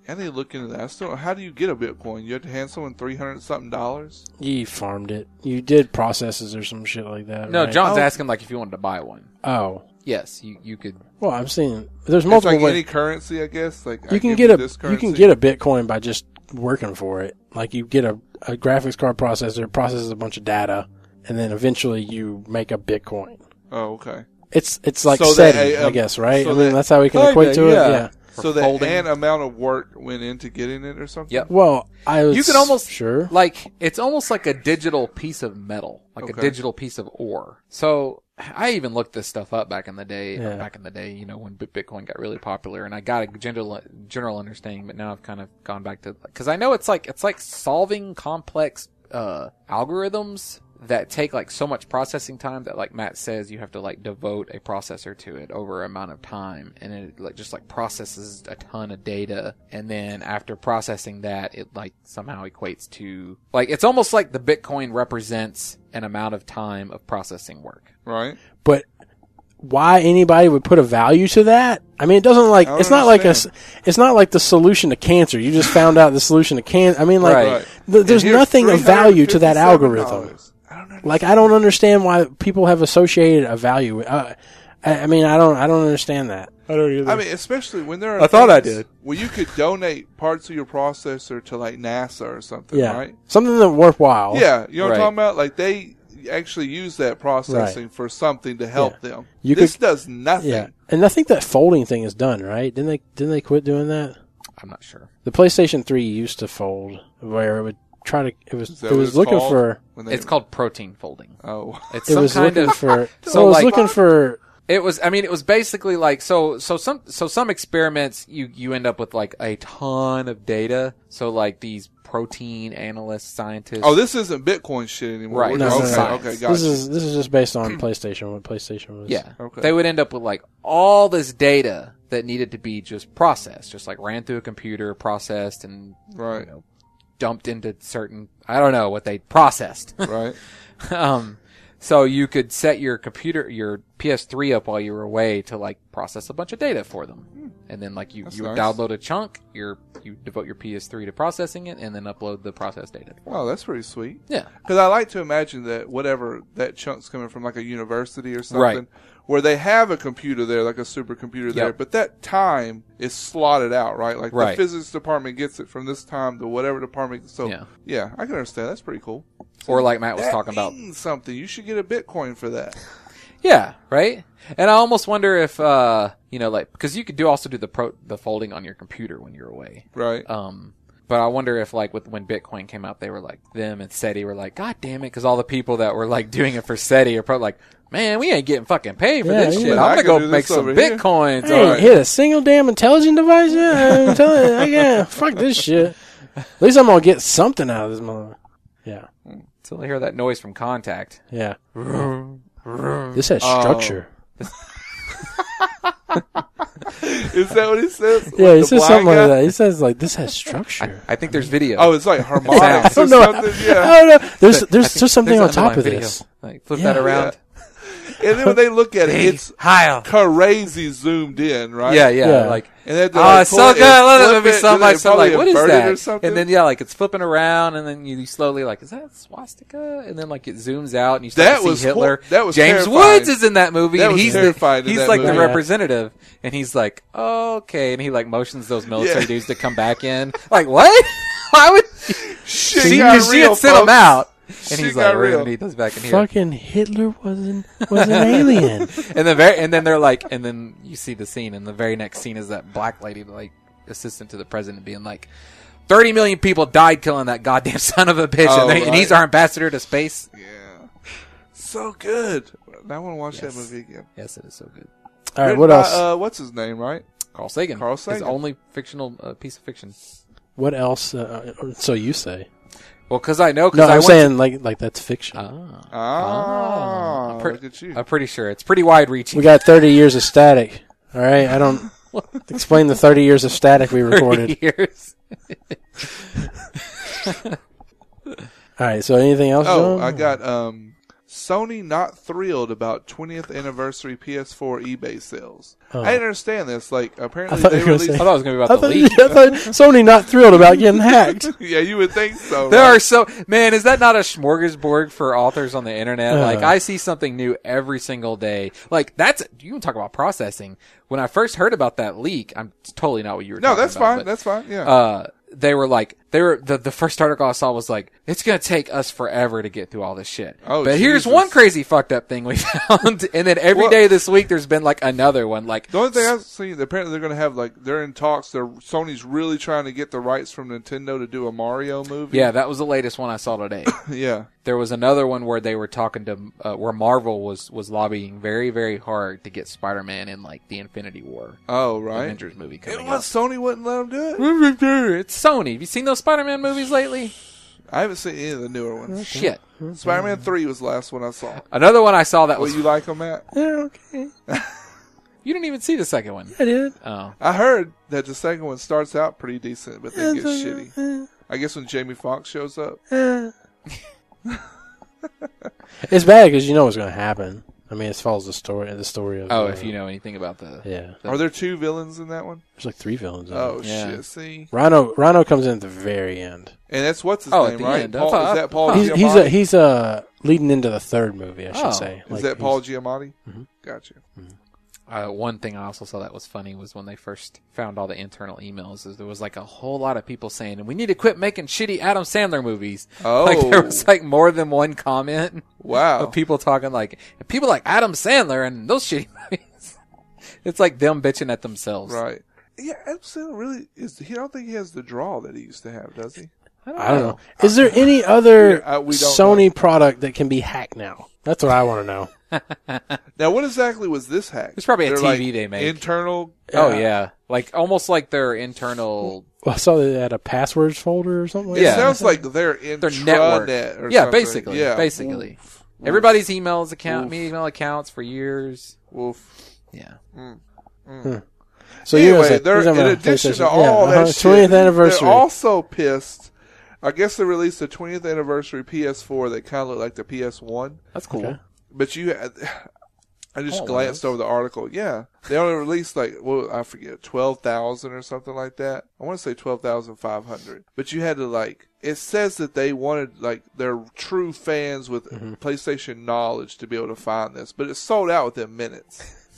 Speaker 3: I need to look into that. I still, how do you get a Bitcoin? You have to hand someone three hundred something dollars.
Speaker 1: you farmed it. You did processes or some shit like that.
Speaker 2: No,
Speaker 1: right?
Speaker 2: John's
Speaker 3: Oh.
Speaker 2: asking like if you wanted to buy one.
Speaker 1: Oh,
Speaker 2: Yes, you you could.
Speaker 1: well, I'm seeing there's
Speaker 3: It's
Speaker 1: multiple
Speaker 3: like
Speaker 1: ways.
Speaker 3: any currency, I guess. Like I
Speaker 1: you can
Speaker 3: give
Speaker 1: get a
Speaker 3: this
Speaker 1: you
Speaker 3: currency.
Speaker 1: can get a Bitcoin by just working for it. Like you get a, a graphics card processor, it processes a bunch of data, and then eventually you make a Bitcoin.
Speaker 3: Oh, okay.
Speaker 1: It's it's like
Speaker 3: So that
Speaker 1: SETI,
Speaker 3: a-
Speaker 1: I guess, right?
Speaker 3: so
Speaker 1: I mean,
Speaker 3: that-
Speaker 1: that's how we can
Speaker 3: Kinda,
Speaker 1: equate to
Speaker 3: yeah.
Speaker 1: it. Yeah.
Speaker 3: So that
Speaker 2: folding.
Speaker 3: an amount of work went into getting it, or something.
Speaker 2: Yep.
Speaker 1: Well, I was
Speaker 2: You could almost
Speaker 1: sure.
Speaker 2: like it's almost like a digital piece of metal, like
Speaker 3: Okay.
Speaker 2: a digital piece of ore. So I even looked this stuff up back in the day.
Speaker 1: Yeah.
Speaker 2: Back in the day, you know, when Bit- Bitcoin got really popular, and I got a general general understanding, but now I've kind of gone back to because I know it's like it's like solving complex uh, algorithms that take like so much processing time that like Matt says you have to like devote a processor to it over an amount of time and it like just like processes a ton of data and then after processing that it like somehow equates to like it's almost like the bitcoin represents an amount of time of processing work.
Speaker 3: Right.
Speaker 1: but why anybody would put a value to that? I mean, it doesn't like
Speaker 3: don't
Speaker 1: it's not like a s- it's not like the solution to cancer. You just found out the solution to cancer. I mean, like
Speaker 2: Right.
Speaker 3: Right.
Speaker 1: th- there's
Speaker 3: And here's
Speaker 1: nothing of value to that
Speaker 3: $357.
Speaker 1: algorithm.
Speaker 3: I don't know.
Speaker 1: Like I don't understand why people have associated a value. with- Uh, I, I mean, I don't. I don't understand that. I don't either.
Speaker 3: I mean, especially when there are.
Speaker 2: I thought I
Speaker 3: things
Speaker 2: did.
Speaker 3: Where you could donate parts of your processor to like NASA or something,
Speaker 1: yeah,
Speaker 3: right?
Speaker 1: something that worthwhile.
Speaker 3: Yeah, you know what I'm
Speaker 2: Right.
Speaker 3: talking about? Like they actually use that processing for something to help
Speaker 1: Yeah.
Speaker 3: them.
Speaker 1: You
Speaker 3: this
Speaker 1: could-
Speaker 3: does nothing.
Speaker 1: yeah. And I think that folding thing is done, right? Didn't they? Didn't they quit doing that?
Speaker 2: I'm not sure.
Speaker 1: The PlayStation Three used to fold, where it would try to. It was.
Speaker 3: Is that
Speaker 1: It
Speaker 3: what
Speaker 1: was
Speaker 3: it's
Speaker 1: looking
Speaker 3: called?
Speaker 1: for.
Speaker 3: When they-
Speaker 2: It's called protein folding.
Speaker 3: Oh,
Speaker 2: It's
Speaker 1: It
Speaker 2: some
Speaker 1: was
Speaker 2: kind
Speaker 1: looking
Speaker 2: of
Speaker 1: for.
Speaker 2: So,
Speaker 1: it was
Speaker 2: like-
Speaker 1: looking for.
Speaker 2: It was. I mean, it was basically like so. So some. So some experiments, you you end up with like a ton of data. So like these protein analysts, scientists.
Speaker 3: oh, this isn't Bitcoin shit anymore.
Speaker 2: Right,
Speaker 3: We're-
Speaker 1: this is
Speaker 3: okay,
Speaker 2: science.
Speaker 3: okay,
Speaker 1: This
Speaker 3: gotcha.
Speaker 1: is this is just based on PlayStation. What PlayStation was.
Speaker 2: yeah.
Speaker 3: okay.
Speaker 2: They would end up with like all this data that needed to be just processed, just like ran through a computer, processed, and
Speaker 3: Right.
Speaker 2: you know, dumped into certain. I don't know what they processed.
Speaker 3: right.
Speaker 2: um, so you could set your computer, your PS3 up while you were away to like process a bunch of data for them. And then like you, you would
Speaker 3: nice.
Speaker 2: download a chunk, your, you devote your PS3 to processing it and then upload the processed data.
Speaker 3: Wow, that's pretty sweet.
Speaker 2: Yeah.
Speaker 3: Because I like to imagine that whatever that chunk's coming from, like a university or something,
Speaker 2: Right.
Speaker 3: where they have a computer there, like a supercomputer there,
Speaker 2: Yep.
Speaker 3: but that time is slotted out, right? Like
Speaker 2: Right.
Speaker 3: the physics department gets it from this time to whatever department. So yeah,
Speaker 2: Yeah.
Speaker 3: I can understand. That's pretty cool.
Speaker 2: Or like Matt was
Speaker 3: That
Speaker 2: talking about.
Speaker 3: means something. You should get a Bitcoin for that.
Speaker 2: Yeah. Right. And I almost wonder if, uh, you know, like, cause you could do also do the pro, the folding on your computer when you're away.
Speaker 3: Right.
Speaker 1: Oh.
Speaker 2: Um, but I wonder if like with when Bitcoin came out, they were like them and SETI were like, God damn it, because all the people that were like doing it for SETI are probably like, man, we ain't getting fucking paid for
Speaker 1: Yeah,
Speaker 2: this
Speaker 1: you
Speaker 2: shit.
Speaker 1: know,
Speaker 2: I'm
Speaker 3: I
Speaker 2: gonna
Speaker 3: can
Speaker 2: go
Speaker 3: do
Speaker 2: make
Speaker 3: this
Speaker 2: some
Speaker 3: over here."
Speaker 2: bitcoins.
Speaker 1: I ain't
Speaker 2: Alright.
Speaker 1: hit a single damn intelligent device yet. I'm telling you, I can't. Fuck this shit. At least I'm gonna get something out of this mother. Yeah,
Speaker 2: Until I hear that noise from Contact. Oh.
Speaker 1: yeah. this has structure.
Speaker 3: Is that what he says?
Speaker 1: Yeah,
Speaker 3: Like
Speaker 1: he
Speaker 3: the
Speaker 1: says
Speaker 3: blind
Speaker 1: something
Speaker 3: guy?
Speaker 1: like that. He says like this has
Speaker 2: I,
Speaker 1: structure.
Speaker 2: I think there's video.
Speaker 3: Oh, it's like
Speaker 1: I
Speaker 3: harmonics or
Speaker 1: don't know.
Speaker 3: something. Yeah.
Speaker 1: I don't know. There's
Speaker 2: But I
Speaker 1: there's
Speaker 2: think
Speaker 1: there's something
Speaker 2: there's
Speaker 1: on
Speaker 2: an
Speaker 1: top
Speaker 2: underlying
Speaker 1: of
Speaker 2: video.
Speaker 1: this.
Speaker 2: Like flip
Speaker 1: Yeah.
Speaker 2: that around.
Speaker 3: And then when they look at it,
Speaker 2: Hey,
Speaker 3: it's
Speaker 2: Heil.
Speaker 3: crazy zoomed in, right?
Speaker 2: Yeah, yeah,
Speaker 1: Yeah.
Speaker 2: Like
Speaker 3: And then
Speaker 2: oh, it's so good. I love that movie so much. So I'm like, what is that? And then yeah, like it's flipping around, and then you slowly like, is that swastika? And then like it zooms out, and you start
Speaker 3: That
Speaker 2: to see
Speaker 3: was hor-
Speaker 2: Hitler.
Speaker 3: that was
Speaker 2: James
Speaker 3: terrifying.
Speaker 2: Woods is in that movie,
Speaker 3: That
Speaker 2: and
Speaker 3: was
Speaker 2: he's the,
Speaker 3: terrifying in
Speaker 2: he's
Speaker 3: that
Speaker 2: like
Speaker 3: movie.
Speaker 2: the
Speaker 1: Yeah.
Speaker 2: representative, and he's like, okay, and he like motions those military
Speaker 3: Yeah.
Speaker 2: dudes to come back in. Like what? Why would
Speaker 3: shit
Speaker 2: she?
Speaker 3: got
Speaker 2: She
Speaker 3: real,
Speaker 2: had sent them
Speaker 3: folks.
Speaker 2: out. And
Speaker 3: She
Speaker 2: he's
Speaker 3: got
Speaker 2: like, we're
Speaker 3: real.
Speaker 2: gonna need those back in here.
Speaker 1: Fucking Hitler was an was an alien.
Speaker 2: and then very, and then they're like, and then you see the scene, and the very next scene is that black lady, like assistant to the president, being like, 30 million people died killing that goddamn son of a bitch,
Speaker 3: Oh,
Speaker 2: and, they, and he's
Speaker 3: right.
Speaker 2: our ambassador to space."
Speaker 3: Yeah. So good. Now I want to watch
Speaker 2: Yes.
Speaker 3: that movie again.
Speaker 2: Yes, it is so good.
Speaker 1: All right,
Speaker 3: Written
Speaker 1: what
Speaker 3: by,
Speaker 1: else?
Speaker 3: Uh, what's his name, right?
Speaker 2: Carl Sagan,
Speaker 3: Carl
Speaker 2: his
Speaker 3: Sagan.
Speaker 2: only fictional uh, piece of fiction.
Speaker 1: What else? Uh, uh, so you say?
Speaker 2: Well, because I know,
Speaker 1: No,
Speaker 2: because I
Speaker 1: I'm
Speaker 2: went
Speaker 1: saying like like that's fiction.
Speaker 2: To, ah,
Speaker 3: Ah,
Speaker 2: I'm pre-
Speaker 3: look at you.
Speaker 2: I'm pretty sure it's pretty wide reaching.
Speaker 1: we got 30 years of static. All right, I don't explain the 30 years of static we
Speaker 2: 30
Speaker 1: recorded.
Speaker 2: years.
Speaker 1: All right, so anything else?
Speaker 3: Oh,
Speaker 1: John?
Speaker 3: I got um, Sony not thrilled about 20th anniversary PS4 eBay sales.
Speaker 1: Oh.
Speaker 3: I didn't understand this. Like, apparently
Speaker 1: thought
Speaker 3: they
Speaker 1: you were gonna
Speaker 3: released.
Speaker 2: I thought it was going to be
Speaker 1: I
Speaker 2: about the
Speaker 1: thought,
Speaker 2: leak.
Speaker 1: I thought Sony not thrilled about getting hacked.
Speaker 3: yeah, you would think so.
Speaker 2: There
Speaker 3: right?
Speaker 2: are so man, is that not a smorgasbord for authors on the internet?
Speaker 1: Uh.
Speaker 2: like I see something new every single day. Like that's you can talk about processing. When I first heard about that leak, I'm it's totally not what you were.
Speaker 3: No,
Speaker 2: talking
Speaker 3: that's
Speaker 2: about,
Speaker 3: fine.
Speaker 2: but,
Speaker 3: That's fine. Yeah.
Speaker 2: uh, they were like they were the the first article I saw was like it's gonna take us forever to get through all this shit.
Speaker 3: Oh,
Speaker 2: but here's
Speaker 3: Jesus.
Speaker 2: one crazy fucked up thing we found, and then every day
Speaker 3: Well-
Speaker 2: this week there's been like another one. Like
Speaker 3: the only thing I've seen, apparently they're going to have like they're in talks. They're Sony's really trying to get the rights from Nintendo to do a Mario movie.
Speaker 2: yeah, that was the latest one I saw today.
Speaker 3: yeah.
Speaker 2: there was another one where they were talking to uh, where Marvel was was lobbying very very hard to get Spider Man in like the Infinity War
Speaker 3: Oh, right.
Speaker 2: Avengers movie
Speaker 3: It
Speaker 2: coming
Speaker 3: was Sony wouldn't let them do it.
Speaker 2: up. It's Sony. Have you seen those Spider Man movies lately?
Speaker 3: I haven't seen any of the newer ones.
Speaker 2: Shit.
Speaker 3: Spider-Man Three was the last one I saw.
Speaker 2: Another one I saw that
Speaker 3: What
Speaker 2: was
Speaker 3: you
Speaker 2: you,
Speaker 3: like on that?
Speaker 1: Yeah, okay,
Speaker 2: didn't even see the second one.
Speaker 1: I did.
Speaker 2: Oh,
Speaker 3: I heard that the second one starts out pretty decent, but then gets shitty.
Speaker 1: shitty.
Speaker 3: I guess when Jamie Foxx shows up.
Speaker 1: it's bad because you know what's going to happen. I mean, it follows the story. The story of.
Speaker 2: oh,
Speaker 1: uh,
Speaker 2: if you know anything about the
Speaker 1: Yeah,
Speaker 3: Are there two villains in that one?
Speaker 1: there's like three villains. in it.
Speaker 3: Oh
Speaker 2: Yeah.
Speaker 3: shit! See,
Speaker 1: Rhino. Rhino comes in at the very end.
Speaker 3: and that's what's his
Speaker 2: Oh, at
Speaker 3: name,
Speaker 2: the
Speaker 3: right?
Speaker 2: end. I
Speaker 3: Paul,
Speaker 2: thought-
Speaker 3: is that Oh, Paul?
Speaker 1: he's
Speaker 3: Giamatti?
Speaker 1: he's a, he's uh leading into the third movie, I should
Speaker 2: Oh.
Speaker 1: say.
Speaker 3: is that
Speaker 1: he's-
Speaker 3: Paul Giamatti?
Speaker 2: Mm-hmm.
Speaker 1: Mhm.
Speaker 3: Gotcha.
Speaker 2: uh, one thing I also saw that was funny was when they first found all the internal emails. Is there was like a whole lot of people saying, "We need to quit making shitty Adam Sandler movies."
Speaker 3: Oh.
Speaker 2: Like there was like more than one comment.
Speaker 3: Wow.
Speaker 2: of people talking like people like Adam Sandler and those shitty movies. It's like them bitching at themselves.
Speaker 3: Right. Yeah, Adam Sandler really is. He I don't think he has the draw that he used to have, does he?
Speaker 1: I don't know. Is there any other
Speaker 3: Yeah, I- we don't
Speaker 1: Sony product that can be hacked now? That's what I want to know.
Speaker 3: Now, what exactly was this hack?
Speaker 2: It's probably a
Speaker 3: They're,
Speaker 2: TV they make.
Speaker 3: Internal.
Speaker 2: Oh yeah, like almost like their internal.
Speaker 1: Well, I saw they had a passwords folder or something. Like
Speaker 3: It
Speaker 2: Yeah.
Speaker 1: that.
Speaker 3: sounds like they're in
Speaker 2: Their network.
Speaker 3: Or
Speaker 2: yeah,
Speaker 3: something.
Speaker 2: basically.
Speaker 3: Yeah.
Speaker 2: Basically. Everybody's emails account, me email accounts for years.
Speaker 3: Wolf.
Speaker 2: Yeah.
Speaker 1: So
Speaker 3: anyway,
Speaker 1: you guys,
Speaker 3: they're, in addition to all that shit,
Speaker 1: uh-huh. twentieth anniversary.
Speaker 3: they're also pissed. I guess they released the 20th anniversary PS4 that kind of looked like the PS1,
Speaker 2: That's cool.
Speaker 1: Okay.
Speaker 3: but you, I just
Speaker 2: Oh,
Speaker 3: glanced
Speaker 2: nice.
Speaker 3: over the article. Yeah, they only released like well, I forget, 12,000 or something like that. I want to say 12,500, but you had to like. It says that they wanted like their true fans with
Speaker 2: Mm-hmm.
Speaker 3: PlayStation knowledge to be able to find this, but it sold out within minutes.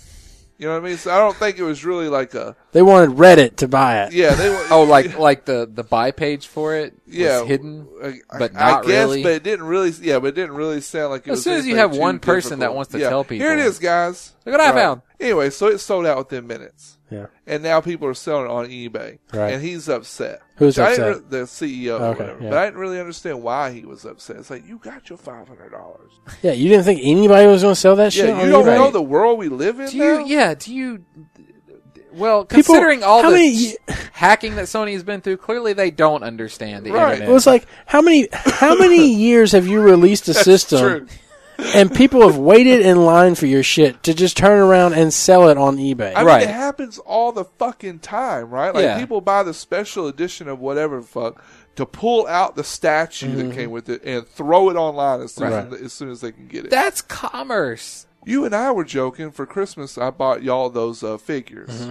Speaker 3: You know what I mean? So I don't think it was really like a
Speaker 1: they wanted Reddit to buy it.
Speaker 3: yeah. They were-
Speaker 2: Oh, like like the the buy page for it was
Speaker 3: Yeah.
Speaker 2: hidden.
Speaker 3: I,
Speaker 2: but
Speaker 3: I- I
Speaker 2: not
Speaker 3: guess,
Speaker 2: really.
Speaker 3: but it didn't really. Yeah, but it didn't really sound like it
Speaker 2: As
Speaker 3: was
Speaker 2: soon as you
Speaker 3: anything
Speaker 2: have
Speaker 3: too
Speaker 2: one person that
Speaker 3: difficult.
Speaker 2: wants to
Speaker 3: Yeah.
Speaker 2: tell
Speaker 3: here it
Speaker 2: people.
Speaker 3: is, guys.
Speaker 2: Look what I found.
Speaker 3: Anyway, so it sold out within minutes,
Speaker 1: Yeah.
Speaker 3: and now people are selling it on eBay,
Speaker 1: Right.
Speaker 3: and he's upset.
Speaker 1: Who's
Speaker 3: Which I
Speaker 1: upset?
Speaker 3: didn't re- the CEO, or
Speaker 1: Okay,
Speaker 3: whatever.
Speaker 1: yeah.
Speaker 3: But I didn't really understand why he was upset. It's like you got your five hundred dollars.
Speaker 1: Yeah, you didn't think anybody was going to sell that shit?
Speaker 3: Yeah,
Speaker 1: on
Speaker 3: you don't
Speaker 1: eBay?
Speaker 3: know the world we live in
Speaker 2: Do
Speaker 3: now.
Speaker 2: you? Yeah. Do you? Well,
Speaker 1: People-
Speaker 2: considering all
Speaker 1: how
Speaker 2: the
Speaker 1: many-
Speaker 2: hacking that Sony has been through, clearly they don't understand the
Speaker 3: Right.
Speaker 2: internet.
Speaker 1: Well, it's like how many how many years have you released a
Speaker 3: That's
Speaker 1: system
Speaker 3: true.
Speaker 1: and people have waited in line for your shit to just turn around and sell it on eBay.
Speaker 3: I
Speaker 2: Right.
Speaker 3: mean, it happens all the fucking time, right? Like
Speaker 2: Yeah.
Speaker 3: people buy the special edition of whatever the fuck to pull out the statue that came with it and throw it online as soon, as, as, soon as they can get it.
Speaker 2: That's commerce.
Speaker 3: you and I were joking for Christmas. I bought y'all those uh, figures,
Speaker 2: Mm-hmm.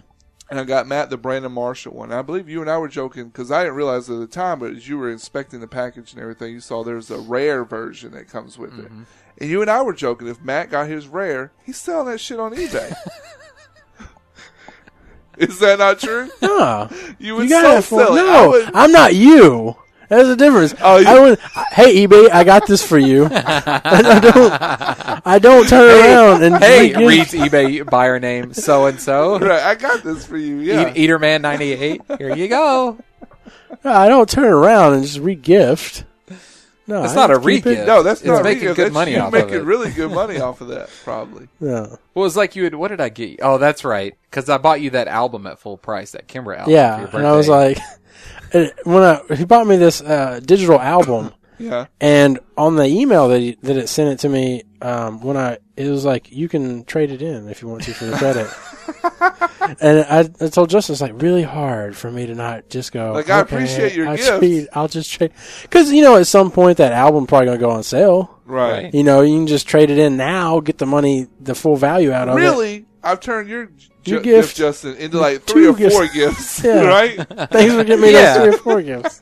Speaker 3: and I got Matt the Brandon Marshall one. I believe you and I were joking because I didn't realize at the time, but as you were inspecting the package and everything, you saw there's a rare version that comes with
Speaker 2: Mm-hmm.
Speaker 3: it. And you and I were joking if Matt got his rare, he's selling that shit on eBay. Is that not true?
Speaker 1: Nah.
Speaker 3: You
Speaker 1: You
Speaker 3: would
Speaker 1: gotta
Speaker 3: so
Speaker 1: for,
Speaker 3: sell it. I
Speaker 1: no,
Speaker 3: would-
Speaker 1: I'm not you. There's a difference.
Speaker 3: Oh, you-
Speaker 1: I would, hey eBay, I got this for you. I don't. I don't turn around and
Speaker 2: Hey,
Speaker 1: read-
Speaker 2: reads eBay buyer name so and so.
Speaker 3: Right, I got this for you. Yeah.
Speaker 2: Eaterman ninety eight. Here you go.
Speaker 1: I don't turn around and just re-gift. No,
Speaker 2: That's
Speaker 1: I
Speaker 2: not a
Speaker 1: just keep it.
Speaker 2: re-gift.
Speaker 3: no, that's
Speaker 2: it's
Speaker 3: not
Speaker 2: making
Speaker 3: real.
Speaker 2: good
Speaker 3: That's-
Speaker 2: money
Speaker 3: you
Speaker 2: off
Speaker 3: making
Speaker 2: of it.
Speaker 3: really good money off of that, probably.
Speaker 1: No.
Speaker 2: Well, it's like you had. What did I get? you? Oh, that's right. Because I bought you that album at full price, that Kimbra album. for
Speaker 1: Yeah,
Speaker 2: your
Speaker 1: and I was
Speaker 2: birthday.
Speaker 1: like, and when I, he bought me this uh, digital album,
Speaker 3: Yeah.
Speaker 1: and on the email that he, that it sent it to me, um, when I it was like you can trade it in if you want to for the credit. and I, I told Justin it's like really hard for me to not just go.
Speaker 3: Like, I appreciate your
Speaker 1: I
Speaker 3: gift."
Speaker 1: I'll just trade because you know at some point that album probably gonna go on sale.
Speaker 3: Right.
Speaker 2: Right.
Speaker 1: You know you can just trade it in now, get the money, the full value out of it.
Speaker 3: really, I've turned your,
Speaker 1: Your
Speaker 3: ju-
Speaker 1: gift.
Speaker 3: gift, Justin, into like three
Speaker 1: two
Speaker 3: or four
Speaker 1: gifts.
Speaker 3: gifts,
Speaker 1: Yeah.
Speaker 3: right?
Speaker 1: Thanks for getting me
Speaker 2: Yeah.
Speaker 1: those three or four gifts.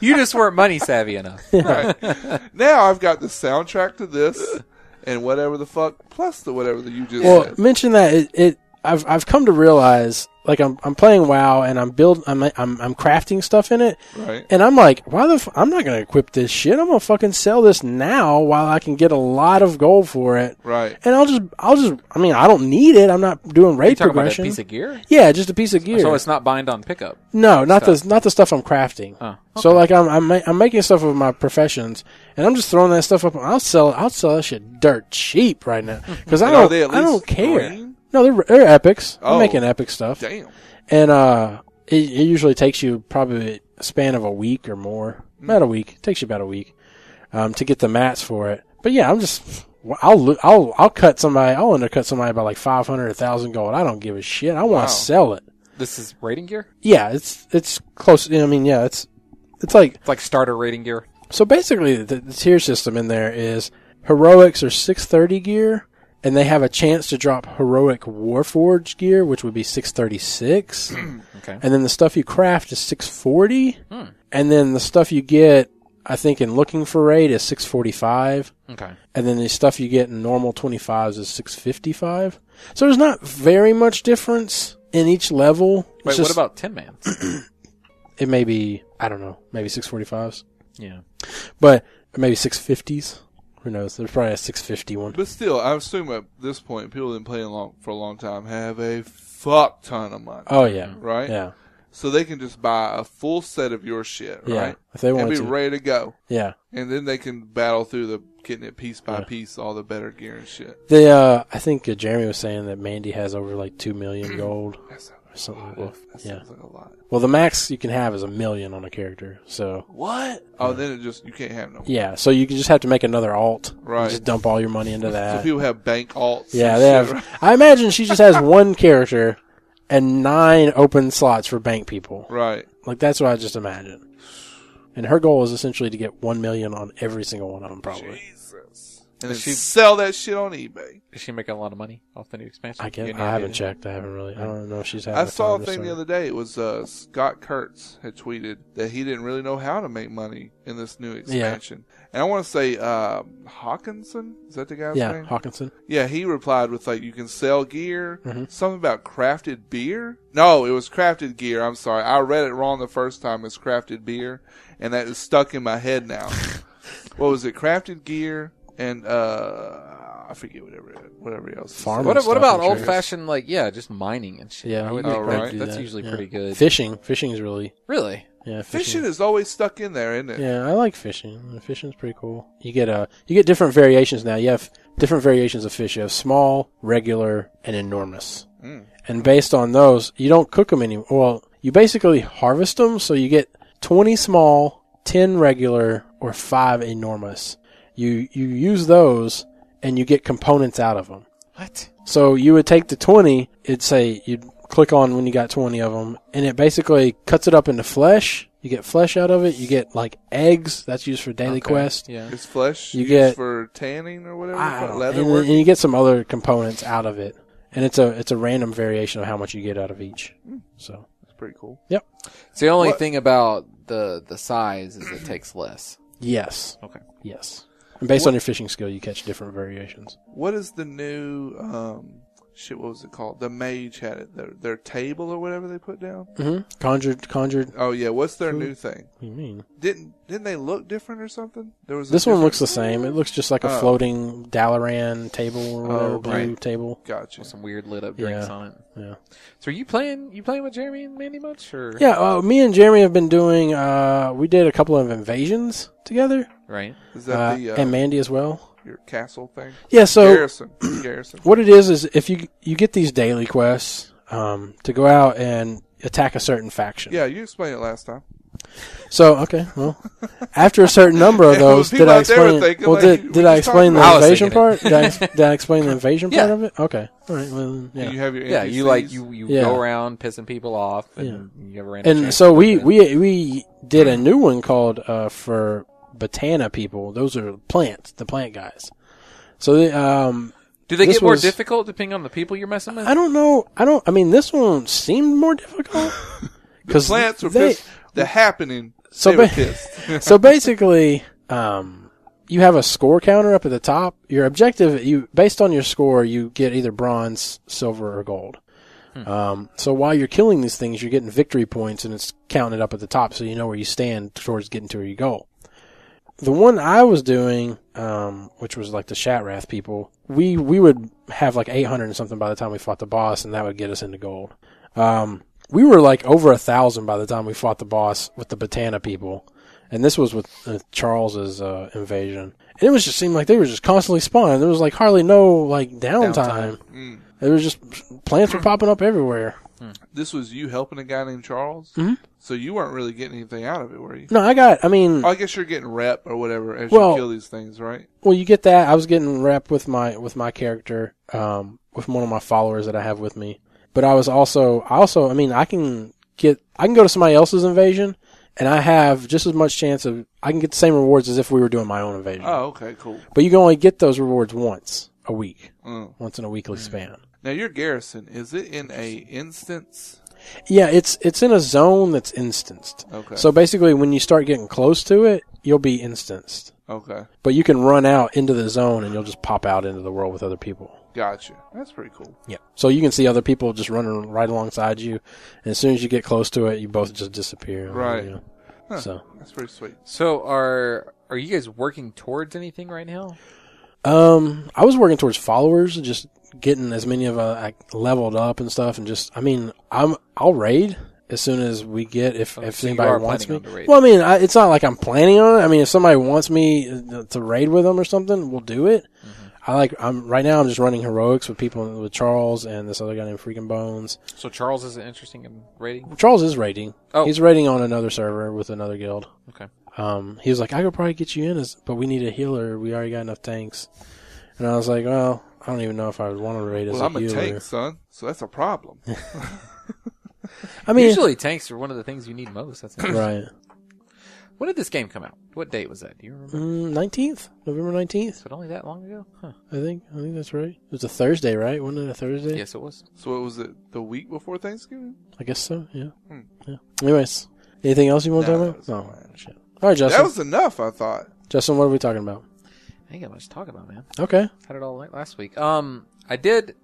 Speaker 2: you just weren't money savvy enough.
Speaker 3: Right. Now I've got the soundtrack to this and whatever the fuck, plus the whatever that you just
Speaker 1: Well,
Speaker 3: said.
Speaker 1: mention that it, it. I've I've come to realize like I'm I'm playing WoW and I'm build I'm I'm I'm crafting stuff in it
Speaker 3: Right.
Speaker 1: and I'm like why the f- I'm not gonna equip this shit I'm gonna fucking sell this now while I can get a lot of gold for it
Speaker 3: Right.
Speaker 1: and I'll just I'll just I mean I don't need it I'm not doing raid
Speaker 2: You talking about that
Speaker 1: progression
Speaker 2: piece of gear?
Speaker 1: yeah just a piece of gear
Speaker 2: So it's not bind on pickup.
Speaker 1: no not the not the stuff I'm crafting
Speaker 2: Oh,
Speaker 1: so like I'm I'm, ma- I'm making stuff of my professions and I'm just throwing that stuff up I'll sell I'll sell that shit dirt cheap right now because I
Speaker 3: And are
Speaker 1: don't
Speaker 3: they at
Speaker 1: I don't
Speaker 3: least
Speaker 1: care.
Speaker 3: green?
Speaker 1: No, they're, they're epics. I'm
Speaker 3: Oh.
Speaker 1: making epic stuff,
Speaker 3: Damn.
Speaker 1: and uh, it, it usually takes you probably a span of a week or more, about a week. It takes you about a week um, to get the mats for it. But yeah, I'm just I'll lo- I'll I'll cut somebody. I'll undercut somebody by like five hundred, a thousand gold. I don't give a shit. I want to
Speaker 3: Wow.
Speaker 1: sell it.
Speaker 2: This is raiding gear.
Speaker 1: Yeah, it's it's close. I mean, yeah, it's it's like
Speaker 2: It's like starter raiding gear.
Speaker 1: so. Basically, the, the tier system in there is heroics are six thirty gear. And they have a chance to drop heroic warforged gear, which would be six thirty six.
Speaker 2: Okay. Hmm.
Speaker 1: and then the stuff you craft is 640 and then the stuff you get i think in looking for raid is 645
Speaker 2: Okay.
Speaker 1: and then the stuff you get in normal 25s is 655 so there's not very much difference in each level It's
Speaker 2: Wait,
Speaker 1: just-
Speaker 2: what about Tin Man?
Speaker 1: it may be i don't know maybe 645s
Speaker 2: yeah.
Speaker 1: but maybe 650s who knows there's probably a 650 one
Speaker 3: But still, I assume at this point, people that been playing long, for a long time have a fuck ton of money,
Speaker 1: oh yeah
Speaker 3: right?
Speaker 1: yeah
Speaker 3: So they can just buy a full set of your shit,
Speaker 1: yeah
Speaker 3: right?
Speaker 1: if they
Speaker 3: And
Speaker 1: want
Speaker 3: be
Speaker 1: to
Speaker 3: ready to go.
Speaker 1: yeah
Speaker 3: And then they can battle through the getting it piece by piece, all the better gear and shit.
Speaker 1: the uh i think uh, jeremy was saying that mandy has over like 2 million gold
Speaker 3: That sounds
Speaker 1: or something like
Speaker 3: Well,
Speaker 1: that.
Speaker 3: that
Speaker 1: Yeah.
Speaker 3: sounds like a lot.
Speaker 1: Well, the max you can have is a million on a character. So
Speaker 3: What? Oh, then it just you can't have no.
Speaker 1: yeah, so you can just have to make another alt.
Speaker 3: Right.
Speaker 1: Just dump all your money into
Speaker 3: So
Speaker 1: that.
Speaker 3: people have bank alts.
Speaker 1: yeah,
Speaker 3: and
Speaker 1: they
Speaker 3: shit,
Speaker 1: have.
Speaker 3: right?
Speaker 1: I imagine she just has one character and nine open slots for bank people.
Speaker 3: Right.
Speaker 1: Like that's what I just imagine. And her goal is essentially to get one million on every single one of them, probably.
Speaker 3: Jesus. And then
Speaker 2: She-
Speaker 3: sell that shit on eBay.
Speaker 2: Is she making a lot of money off the new expansion?
Speaker 1: I guess
Speaker 2: You
Speaker 1: I
Speaker 2: know,
Speaker 1: haven't
Speaker 2: yeah.
Speaker 1: checked. I haven't really. I don't know if she's.
Speaker 3: I saw a thing the other day. It was uh, Scott Kurtz had tweeted that he didn't really know how to make money in this new expansion. And I want to say um, Hawkinson is that the guy's
Speaker 1: Yeah,
Speaker 3: name?
Speaker 1: Hawkinson.
Speaker 3: yeah, he replied with like you can sell gear,
Speaker 1: Mm-hmm.
Speaker 3: something about crafted beer. No, it was crafted gear. I'm sorry, I read it wrong the first time. It's crafted beer, and that is stuck in my head now. what was it? Crafted gear and uh, I forget whatever whatever else. it
Speaker 1: Farm
Speaker 3: said.
Speaker 2: What,
Speaker 1: Stuff
Speaker 2: what about
Speaker 1: I'm sure.
Speaker 2: old fashioned like yeah, just mining and shit?
Speaker 1: Yeah,
Speaker 2: I would
Speaker 1: you
Speaker 2: think
Speaker 3: could
Speaker 2: that-
Speaker 3: probably
Speaker 1: do
Speaker 2: Oh, that's
Speaker 1: that,
Speaker 2: usually
Speaker 1: yeah.
Speaker 2: pretty good.
Speaker 1: Fishing. Fishing is really.
Speaker 2: Really?
Speaker 1: Yeah,
Speaker 3: Fishing is always stuck in there, isn't it?
Speaker 1: Yeah, I like fishing. Fishing's pretty cool. You get uh, you get different variations now. You have different variations of fish. You have small, regular, and enormous.
Speaker 3: Hmm.
Speaker 1: And based on those, you don't cook them anymore. Well, you basically harvest them, so you get twenty small, ten regular, or five enormous. You you use those, and you get components out of them.
Speaker 2: What?
Speaker 1: So you would take the 20, it'd say you'd click on when you got 20 of them, and it basically cuts it up into flesh. You get flesh out of it. You get like eggs. That's used for Daily
Speaker 2: Okay.
Speaker 1: Quest.
Speaker 2: Yeah.
Speaker 3: It's flesh
Speaker 1: You
Speaker 3: used
Speaker 1: get-
Speaker 3: for tanning or whatever,
Speaker 1: I don't
Speaker 3: for
Speaker 1: know.
Speaker 3: Ah, leather
Speaker 1: And,
Speaker 3: work.
Speaker 1: and you get some other components out of it. And it's a it's a random variation of how much you get out of each. So
Speaker 3: It's pretty cool.
Speaker 2: It's the only
Speaker 3: What-
Speaker 2: thing about the the size is it takes less.
Speaker 1: yes,
Speaker 2: Okay.
Speaker 1: yes. And based on your fishing skill, you catch different variations.
Speaker 3: What is the new um shit? What was it called? The mage had it. Their their table or whatever they put down.
Speaker 1: hmm Conjured, conjured. What
Speaker 3: Oh yeah, what's their new thing?
Speaker 1: do you mean?
Speaker 3: Didn't didn't they look different or something? There was a
Speaker 1: This one looks the
Speaker 3: different-
Speaker 1: same. It looks just like a
Speaker 3: Oh.
Speaker 1: floating Dalaran table or whatever,
Speaker 3: Oh,
Speaker 1: blue
Speaker 3: right.
Speaker 1: table.
Speaker 3: Gotcha.
Speaker 2: With some weird lit up drinks
Speaker 1: Yeah.
Speaker 2: on it.
Speaker 1: Yeah.
Speaker 2: So are you playing you playing with Jeremy and Mandy much or
Speaker 1: Yeah, uh, me and Jeremy have been doing. Uh, we did a couple of invasions together,
Speaker 2: right?
Speaker 3: Is that
Speaker 1: uh,
Speaker 3: the uh,
Speaker 1: and Mandy as well.
Speaker 3: your castle thing?
Speaker 1: Yeah. So
Speaker 3: Garrison, Garrison.
Speaker 1: what it is is if you you get these daily quests um, to go out and attack a certain faction.
Speaker 3: Yeah, you explained it last time.
Speaker 1: So okay, well, after a certain number of
Speaker 3: Yeah, well,
Speaker 1: those, did
Speaker 3: people
Speaker 1: I
Speaker 3: out there were
Speaker 1: explain?
Speaker 3: thinking,
Speaker 1: well,
Speaker 3: like, we
Speaker 1: did, did I
Speaker 3: just talked
Speaker 1: explain the
Speaker 2: about- I was
Speaker 1: invasion
Speaker 2: thinking
Speaker 1: part? Did I, ex- did I explain the invasion
Speaker 2: Yeah.
Speaker 1: part of it? Okay. All right. Well, yeah.
Speaker 3: And you have your
Speaker 2: Yeah, you like
Speaker 3: NPCs.
Speaker 2: you, you
Speaker 1: Yeah.
Speaker 2: go around pissing people off and you have a random
Speaker 1: and
Speaker 2: chance
Speaker 1: so
Speaker 2: to
Speaker 1: we
Speaker 2: do that.
Speaker 1: we we did
Speaker 3: Mm-hmm.
Speaker 1: a new one called uh, for Botana people. Those are plants, the plant guys. So they, um,
Speaker 2: do they
Speaker 1: this
Speaker 2: get more
Speaker 1: was-
Speaker 2: difficult depending on the people you're messing with?
Speaker 1: I don't know. I don't. I mean, this one seemed more difficult because
Speaker 3: Plants were pissed. The happening.
Speaker 1: So
Speaker 3: they were
Speaker 1: ba-
Speaker 3: pissed.
Speaker 1: so basically, um, you have a score counter up at the top. Your objective, you based on your score, you get either bronze, silver, or gold. Um, so while you're killing these things, you're getting victory points, and it's counted up at the top, so you know where you stand towards getting to your goal. The one I was doing, um, which was like the Shatrath people, we we would have like 800 and something by the time we fought the boss, and that would get us into gold. Um, we were like over a thousand by the time we fought the boss with the Batana people and this was with uh, Charles's uh, invasion. And it was just seemed like they were just constantly spawning. There was like hardly no like downtime.
Speaker 2: Downtime.
Speaker 3: Mm.
Speaker 1: There was just plants were popping up everywhere.
Speaker 3: This was you helping a guy named Charles.
Speaker 1: Mhm.
Speaker 3: So you weren't really getting anything out of it, were you?
Speaker 1: No, I got. I mean,
Speaker 3: I guess you're getting rep or whatever as
Speaker 1: Well-
Speaker 3: you kill these things, right?
Speaker 1: well, you get that. I was getting rep with my with my character, um, with one of my followers that I have with me. But I was also, I also, I mean, I can get, I can go to somebody else's invasion, and I have just as much chance of, I can get the same rewards as if we were doing my own invasion.
Speaker 3: Oh, okay, cool.
Speaker 1: But you can only get those rewards once a week,
Speaker 3: Mm.
Speaker 1: once in a weekly span.
Speaker 3: Now your garrison is it in a instance?
Speaker 1: Yeah, it's it's in a zone that's instanced.
Speaker 3: Okay.
Speaker 1: So basically, when you start getting close to it, you'll be instanced.
Speaker 3: okay,
Speaker 1: But you can run out into the zone and you'll just pop out into the world with other people.
Speaker 3: gotcha. That's pretty cool.
Speaker 1: Yeah. So you can see other people just running right alongside you, and as soon as you get close to it, you both just disappear.
Speaker 3: Right.
Speaker 1: you know.
Speaker 3: Huh.
Speaker 1: So,
Speaker 3: That's pretty sweet.
Speaker 2: So are are you guys working towards anything right now?
Speaker 1: um, I was working towards followers, just getting as many of uh, like leveled up and stuff, and just I mean, I'm I'll raid as soon as we get if
Speaker 2: Oh,
Speaker 1: if
Speaker 2: so you
Speaker 1: anybody
Speaker 2: are
Speaker 1: wants me.
Speaker 2: planning on the raid.
Speaker 1: Well, I mean, I, it's not like I'm planning on it. I mean, if somebody wants me uh, to raid with them or something, we'll do it.
Speaker 2: Mm-hmm.
Speaker 1: I like I'm right now. I'm just running heroics with people with Charles and this other guy named Freaking Bones.
Speaker 2: So Charles is interesting in rating.
Speaker 1: Charles is raiding.
Speaker 2: Oh.
Speaker 1: He's raiding on another server with another guild.
Speaker 2: Okay.
Speaker 1: Um, he was like, I could probably get you in, as, but we need a healer. We already got enough tanks. And I was like, well, I don't even know if I would want to raid as
Speaker 3: Well,
Speaker 1: a
Speaker 3: I'm a
Speaker 1: healer.
Speaker 3: tank, son, so that's a problem.
Speaker 1: I mean,
Speaker 2: Usually tanks are one of the things you need most. That's interesting.
Speaker 1: right?
Speaker 2: When did this game come out? What date was that? Do you remember?
Speaker 1: Mm, Nineteenth, November nineteenth,
Speaker 2: Was it only that long ago? Huh.
Speaker 1: I think. I think that's right. It was a Thursday, right? Wasn't it a Thursday?
Speaker 2: Yes, it was.
Speaker 3: so what was it? The week before Thanksgiving?
Speaker 1: I guess so. Yeah.
Speaker 3: Hmm.
Speaker 1: yeah. Anyways, anything else you want to
Speaker 3: No,
Speaker 1: talk
Speaker 3: that was
Speaker 1: about? No.
Speaker 3: mine.
Speaker 1: Shit. All right, Justin.
Speaker 3: That was enough, I thought.
Speaker 1: Justin, what are we talking about?
Speaker 2: I ain't got much to talk about, man.
Speaker 1: Okay.
Speaker 2: Had it all la- last week. Um, I did.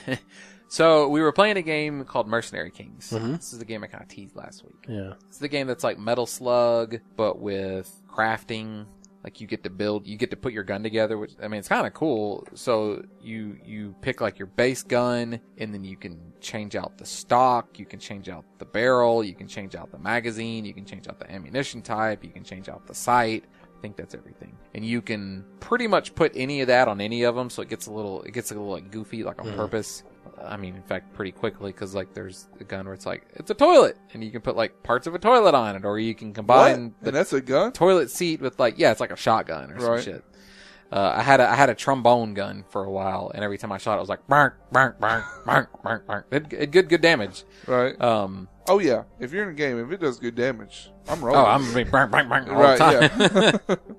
Speaker 2: so we were playing a game called Mercenary Kings.
Speaker 1: Mhm.
Speaker 2: This is the game I kind of teased last week.
Speaker 1: Yeah.
Speaker 2: It's the game that's like Metal Slug, but with crafting. Like you get to build, you get to put your gun together, which I mean, it's kind of cool. So you you pick like your base gun, and then you can change out the stock, you can change out the barrel, you can change out the magazine, you can change out the ammunition type, you can change out the sight. I think that's everything, and you can pretty much put any of that on any of them. So it gets a little, it gets a little like goofy, like on purpose. I mean, in fact, pretty quickly because like there's a gun where it's like it's a toilet, and you can put like parts of a toilet on it, or you can
Speaker 3: What?
Speaker 2: combine
Speaker 3: And
Speaker 2: the
Speaker 3: that's a gun?
Speaker 2: toilet seat with like yeah, it's like a shotgun or some
Speaker 3: Right.
Speaker 2: shit. Uh, I had a, I had a trombone gun for a while, and every time I shot, it was like burn, burn, burn, burn, burn, burn. It, it did good damage.
Speaker 3: Right.
Speaker 2: Um,
Speaker 3: oh yeah. If you're in a game, if it does good damage, I'm rolling.
Speaker 2: oh, I'm gonna be burn, burn, burn all
Speaker 3: Right,
Speaker 2: the time.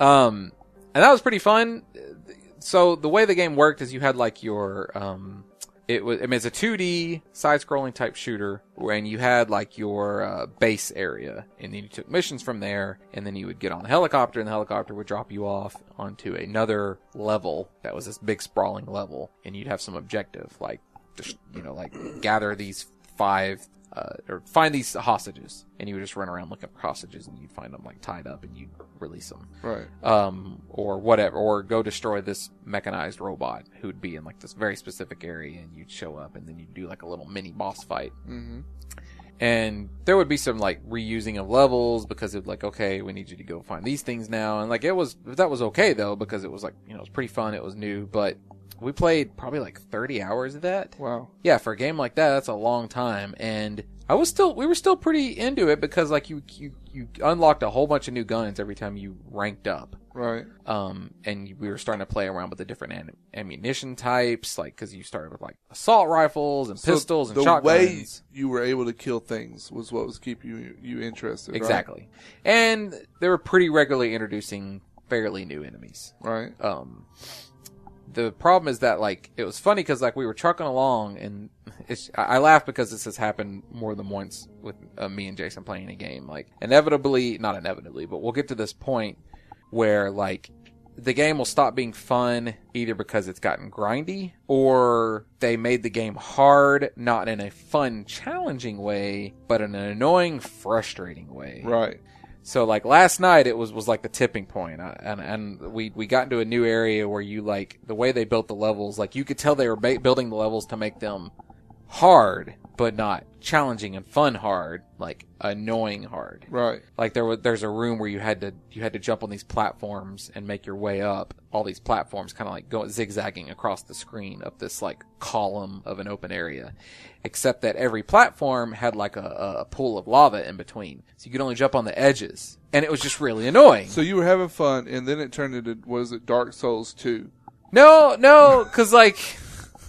Speaker 2: um, and that was pretty fun. So the way the game worked is you had like your um, it was I mean it's a 2D side-scrolling type shooter, and you had like your uh, base area, and then you took missions from there, and then you would get on a helicopter, and the helicopter would drop you off onto another level that was this big sprawling level, and you'd have some objective like just you know like gather these five uh, or find these hostages, and you would just run around looking for hostages, and you'd find them like tied up, and you'd release them,
Speaker 3: right.
Speaker 2: um, or whatever, or go destroy this mechanized robot who'd be in like this very specific area, and you'd show up, and then you'd do like a little mini boss fight
Speaker 3: Mm-hmm.
Speaker 2: and there would be some like reusing of levels because it like okay we need you to go find these things now and like it was that was okay though because it was like you know it was pretty fun it was new but we played probably like 30 hours of that
Speaker 3: Wow.
Speaker 2: yeah for a game like that that's a long time and i was still we were still pretty into it because like you you, you unlocked a whole bunch of new guns every time you ranked up
Speaker 3: Right.
Speaker 2: um, and we were starting to play around with the different am- ammunition types, like because you started with like assault rifles and
Speaker 3: So
Speaker 2: pistols and
Speaker 3: the
Speaker 2: shotguns.
Speaker 3: way you were able to kill things was what was keeping you you interested. right?
Speaker 2: Exactly. And they were pretty regularly introducing fairly new enemies.
Speaker 3: Right.
Speaker 2: Um, the problem is that like it was funny because like we were trucking along and it's, I I laugh because this has happened more than once with uh, me and Jason playing a game. Like inevitably, not inevitably, but we'll get to this point where like the game will stop being fun either because it's gotten grindy or they made the game hard, not in a fun, challenging way, but in an annoying, frustrating way.
Speaker 3: Right.
Speaker 2: So like last night, it was was like the tipping point, I, and and we we got into a new area where you like the way they built the levels, like you could tell they were ba- building the levels to make them hard, but not challenging and fun hard, like annoying hard.
Speaker 3: Right.
Speaker 2: Like there was there's a room where you had to you had to jump on these platforms and make your way up all these platforms, kind of like going zigzagging across the screen up this like column of an open area, except that every platform had like a, a pool of lava in between, so you could only jump on the edges, and it was just really annoying.
Speaker 3: So you were having fun, and then it turned into was it Dark Souls two?
Speaker 2: no, no, because like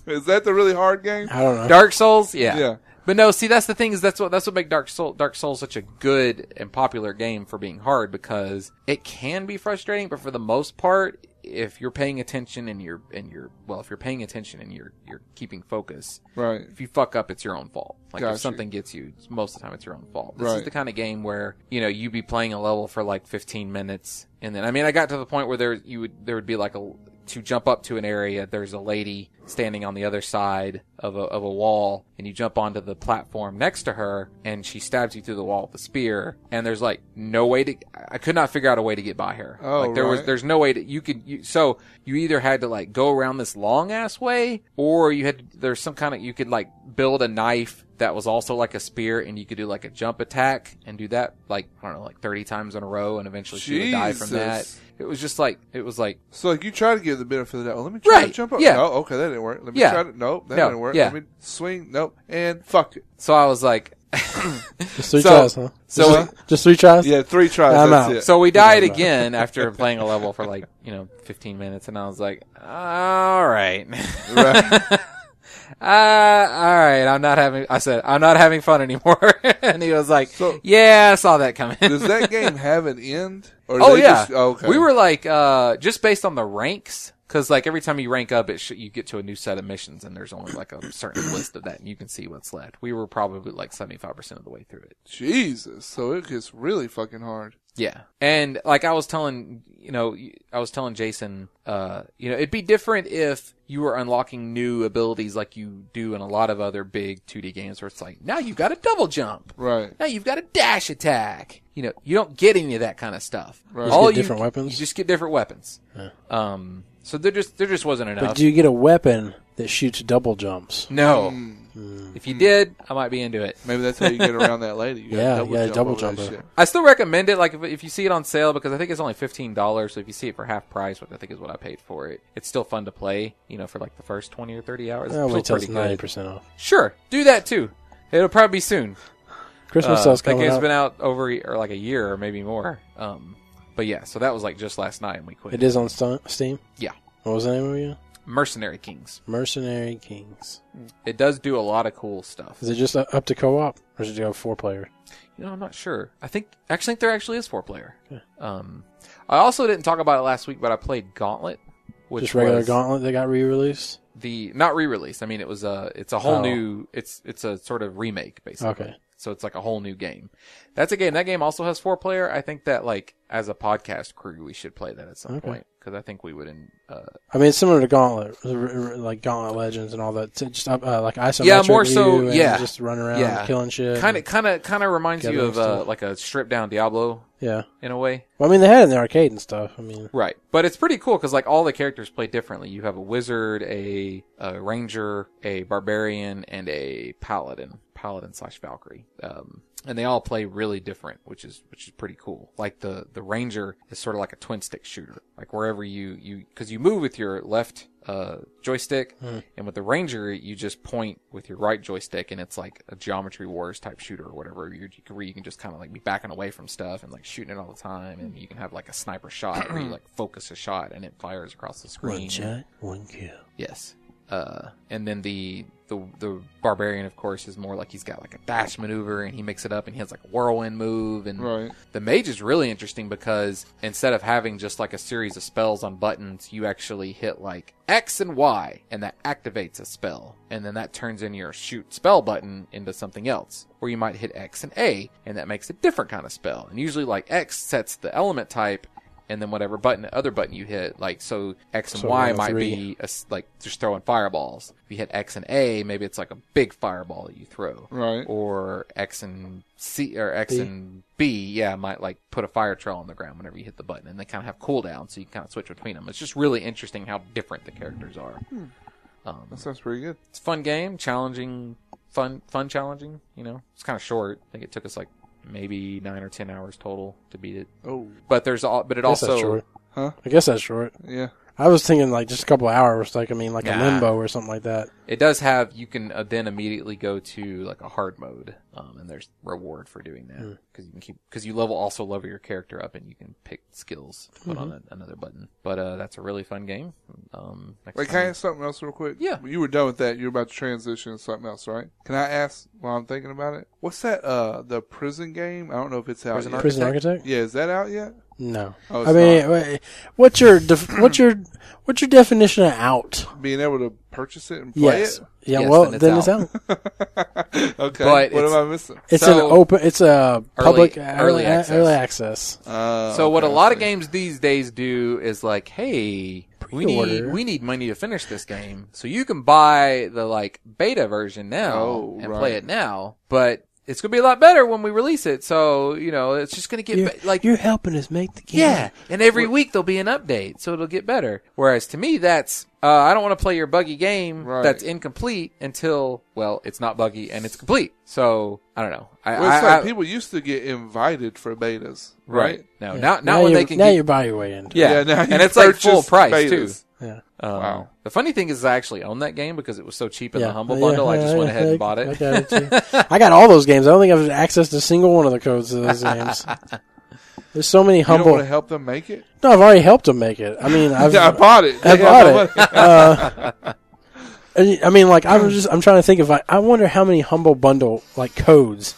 Speaker 3: Is that the really hard game?
Speaker 1: I don't know.
Speaker 2: Dark Souls, yeah.
Speaker 3: Yeah.
Speaker 2: But no, see, that's the thing is that's what that's what make Dark Soul Dark Souls such a good and popular game for being hard because it can be frustrating, but for the most part, if you're paying attention and you're and you're well, if you're paying attention and you're you're keeping focus,
Speaker 3: Right.
Speaker 2: if you fuck up, it's your own fault. Like
Speaker 3: Gotcha.
Speaker 2: if something gets you, it's- most of the time it's your own fault. This is
Speaker 3: Right.
Speaker 2: the kind of game where you know you be playing a level for like 15 minutes, and then I mean I got to the point where there you would there would be like a to jump up to an area. There's a lady standing on the other side of a of a wall, and you jump onto the platform next to her, and she stabs you through the wall with a spear. And there's like no way to. I could not figure out a way to get by her.
Speaker 3: Oh,
Speaker 2: like there was
Speaker 3: right.
Speaker 2: there's no way to you could you, so you either had to like go around this long ass way or you had to, there's some kind of you could like build a knife that was also like a spear and you could do like a jump attack and do that like I don't know like 30 times in a row and eventually she would die from that.
Speaker 3: Jesus.
Speaker 2: It was just like it was like
Speaker 3: So like you try to give the benefit of the doubt. Well, let me try to
Speaker 2: Right.
Speaker 3: jump up.
Speaker 2: Yeah.
Speaker 3: No, okay, that didn't work. Let me
Speaker 2: Yeah.
Speaker 3: try to nope, that
Speaker 2: No.
Speaker 3: didn't work.
Speaker 2: Yeah.
Speaker 3: Let me swing, nope, and fuck it.
Speaker 2: so I was like
Speaker 1: Just three
Speaker 2: So-
Speaker 1: tries, huh?
Speaker 2: so-
Speaker 1: just, just three tries.
Speaker 3: uh, Yeah, three tries,
Speaker 1: I'm
Speaker 3: that's
Speaker 1: out.
Speaker 3: it.
Speaker 2: So we died
Speaker 1: Right.
Speaker 2: again after playing a level for like, you know, 15 minutes and I was like, all right.
Speaker 3: Right.
Speaker 2: Uh, all right. I'm not having, I said, I'm not having fun anymore. and he was like,
Speaker 3: So-
Speaker 2: yeah, I saw that coming.
Speaker 3: Does that game have an end? Or
Speaker 2: oh
Speaker 3: they
Speaker 2: yeah.
Speaker 3: just- oh, okay.
Speaker 2: We were like, uh, just based on the ranks. Cause like every time you rank up, it sh- you get to a new set of missions and there's only like a certain list of that and you can see what's left. We were probably like 75% of the way through it.
Speaker 3: Jesus. So it gets really fucking hard.
Speaker 2: Yeah. And like I was telling, you know, I was telling Jason, uh, you know, it'd be different if you were unlocking new abilities like you do in a lot of other big 2D games where it's like, now you've got a double jump.
Speaker 3: Right.
Speaker 2: Now you've got a dash attack. You know, you don't get any of that kind of stuff.
Speaker 3: Right.
Speaker 1: Just get different weapons?
Speaker 2: You just get different weapons. Um, so there just, there just wasn't enough.
Speaker 1: But do you get a weapon that shoots double jumps?
Speaker 2: no.
Speaker 1: Hmm.
Speaker 2: If you did, I might be into it.
Speaker 3: Maybe that's how you get around that lady. You gotta
Speaker 1: Yeah,
Speaker 3: double
Speaker 1: you gotta
Speaker 3: jump
Speaker 1: double
Speaker 3: over that
Speaker 1: jump her.
Speaker 3: shit.
Speaker 2: I still recommend it. Like if, if you see it on sale, because I think it's only fifteen dollars. So if you see it for half price, which I think is what I paid for it, it's still fun to play. You know, for like the first twenty or thirty hours.
Speaker 1: I'll
Speaker 2: It's
Speaker 1: wait till
Speaker 2: still
Speaker 1: it's
Speaker 2: pretty
Speaker 1: ninety
Speaker 2: good.
Speaker 1: percent off.
Speaker 2: Sure, do that too. It'll probably be soon.
Speaker 1: Christmas
Speaker 2: Uh,
Speaker 1: sales
Speaker 2: that
Speaker 1: coming
Speaker 2: game's
Speaker 1: up.
Speaker 2: been out over a- or like a year or maybe more. Um, But yeah, so that was like just last night and we quit.
Speaker 1: It is on Stu- Steam.
Speaker 2: Yeah.
Speaker 1: What was the name of it? again?
Speaker 2: Mercenary Kings.
Speaker 1: Mercenary Kings.
Speaker 2: It does do a lot of cool stuff.
Speaker 1: Is it just up up to co-op, or is it go four player?
Speaker 2: You know, I'm not sure. I think actually I think there actually is four player. Um, I also didn't talk about it last week, but I played Gauntlet, which
Speaker 1: Just regular
Speaker 2: was
Speaker 1: Gauntlet that got re-released.
Speaker 2: the not re-released. I mean, it was a it's a whole
Speaker 1: Oh.
Speaker 2: new it's it's a sort of remake basically.
Speaker 1: Okay.
Speaker 2: So it's like a whole new game. That's a game. That game also has four player. I think that like as a podcast crew, we should play that at some point. 'Cause
Speaker 1: Okay.
Speaker 2: point because I think we would. In, uh,
Speaker 1: I mean, it's similar to Gauntlet, r- r- r- like Gauntlet Legends and all that. It's just up, uh, like isometric
Speaker 2: Yeah, more so-
Speaker 1: view and
Speaker 2: yeah.
Speaker 1: just run around
Speaker 2: Yeah.
Speaker 1: killing shit.
Speaker 2: Kind of, kind of, kind of reminds you
Speaker 1: Gathering
Speaker 2: of uh,
Speaker 1: stuff.
Speaker 2: like a stripped down Diablo
Speaker 1: yeah.
Speaker 2: in a way.
Speaker 1: Well, I mean, they had it in the arcade and stuff. I mean,
Speaker 2: Right. But it's pretty cool because like all the characters play differently. You have a wizard, a, a ranger, a barbarian, and a paladin, paladin slash Valkyrie. Um, and they all play really different, which is which is pretty cool. Like the the ranger is sort of like a twin stick shooter. Like wherever you you because you move with your left uh joystick and with the ranger you just point with your right joystick and it's like a geometry wars type shooter or whatever you, you can where you can just kind of like be backing away from stuff and like shooting it all the time and you can have like a sniper shot where you like focus a shot and it fires across the screen
Speaker 1: one shot, one kill.
Speaker 2: Yes. Uh, and then the, the the barbarian, of course, is more like he's got like a dash maneuver, and he makes it up, and he has like a whirlwind move. And
Speaker 3: Right.
Speaker 2: the mage is really interesting because instead of having just like a series of spells on buttons, you actually hit like X and Y, and that activates a spell, and then that turns in your shoot spell button into something else. Or you might hit X and A, and that makes a different kind of spell. And usually, like X sets the element type. And then whatever button, other button you hit, like so, X and
Speaker 1: So
Speaker 2: Y
Speaker 1: round
Speaker 2: might
Speaker 1: three.
Speaker 2: be a s like just throwing fireballs. If you hit X and A, maybe it's like a big fireball that you throw.
Speaker 3: Right.
Speaker 2: Or X and C or X
Speaker 1: B.
Speaker 2: and B, yeah, might like put a fire trail on the ground whenever you hit the button, and they kind of have cooldown, so you can kind of switch between them. It's just really interesting how different the characters are. Um,
Speaker 3: That sounds pretty good.
Speaker 2: it's a fun game, challenging, fun, fun challenging. You know, it's kind of short. I think it took us like maybe nine or ten hours total to beat it.
Speaker 3: Oh,
Speaker 2: But there's all, but it
Speaker 1: I guess
Speaker 2: also
Speaker 1: that's short.
Speaker 3: Huh?
Speaker 1: I guess that's short.
Speaker 3: yeah.
Speaker 1: I was thinking like just a couple hours, like I mean, like
Speaker 2: Nah.
Speaker 1: a limbo or something like that.
Speaker 2: It does have you can uh, then immediately go to like a hard mode, um, and there's reward for doing that because you can keep because you level also level your character up and you can pick skills to put on a, another button. But uh, that's a really fun game. Um, next
Speaker 3: Wait, can I
Speaker 2: time-
Speaker 3: ask something else real quick?
Speaker 2: Yeah.
Speaker 3: You were done with that. You were about to transition to something else, right? Can I ask while I'm thinking about it? What's that? Uh, the prison game. I don't know if it's out.
Speaker 2: Prison
Speaker 3: yet.
Speaker 1: Prison
Speaker 2: Architect?
Speaker 1: Architect.
Speaker 3: Yeah, is that out yet?
Speaker 1: No,
Speaker 3: Oh,
Speaker 1: I
Speaker 3: it's
Speaker 1: mean, wait, what's your def- what's your what's your definition of out?
Speaker 3: Being able to purchase it and play
Speaker 1: yes.
Speaker 3: it.
Speaker 1: Yeah.
Speaker 2: Yes,
Speaker 1: well,
Speaker 2: then
Speaker 1: then
Speaker 2: it's
Speaker 1: it's, out.
Speaker 3: okay.
Speaker 2: But
Speaker 3: what
Speaker 2: it's-
Speaker 3: am I missing?
Speaker 1: It's
Speaker 2: So-
Speaker 1: an open. It's a public early
Speaker 2: early access.
Speaker 1: access. early access.
Speaker 3: Uh,
Speaker 2: So what a
Speaker 3: okay,
Speaker 2: lot of
Speaker 3: okay.
Speaker 2: games these days do is like, hey, we need
Speaker 1: Pre-order.
Speaker 2: we need money to finish this game, so you can buy the like beta version now
Speaker 3: Oh,
Speaker 2: and
Speaker 3: right.
Speaker 2: play it now, but. It's gonna be a lot better when we release it, so you know it's just gonna get
Speaker 1: You're,
Speaker 2: ba- like
Speaker 1: you're helping us make the game.
Speaker 2: Yeah, and every week there'll be an update, so it'll get better. Whereas to me, that's uh, I don't want to play your buggy game
Speaker 3: Right.
Speaker 2: that's incomplete until well, it's not buggy and it's complete. So I don't know. I,
Speaker 3: Well, it's
Speaker 2: I-
Speaker 3: like
Speaker 2: I-
Speaker 3: people used to get invited for betas,
Speaker 2: right.
Speaker 3: right?
Speaker 2: No,
Speaker 1: Yeah.
Speaker 2: not not
Speaker 1: now
Speaker 2: when
Speaker 1: you-
Speaker 2: they can.
Speaker 1: Now
Speaker 2: get-
Speaker 1: you buy your way into. it.
Speaker 2: yeah,
Speaker 3: now
Speaker 2: and
Speaker 3: you
Speaker 2: it's like full
Speaker 3: purchase
Speaker 2: price
Speaker 3: betas.
Speaker 2: too.
Speaker 1: Yeah.
Speaker 2: Um,
Speaker 3: Wow.
Speaker 2: The funny thing is, I actually own that game because it was so cheap in
Speaker 1: yeah.
Speaker 2: the humble
Speaker 1: yeah,
Speaker 2: bundle. I
Speaker 1: yeah,
Speaker 2: just went
Speaker 1: yeah,
Speaker 2: ahead
Speaker 1: I-
Speaker 2: and bought
Speaker 1: I
Speaker 2: it.
Speaker 1: got, it too. I got all those games. I don't think I've accessed a single one of the codes to those games. There's so many
Speaker 3: You don't
Speaker 1: humble.
Speaker 3: want to help them make it?
Speaker 1: No, I've already helped them make it. I mean, I've
Speaker 3: Yeah, I bought it.
Speaker 1: I
Speaker 3: They
Speaker 1: bought
Speaker 3: had
Speaker 1: it. Uh,
Speaker 3: the money.
Speaker 1: I I mean, like I'm just I'm trying to think if I I wonder how many humble bundle like codes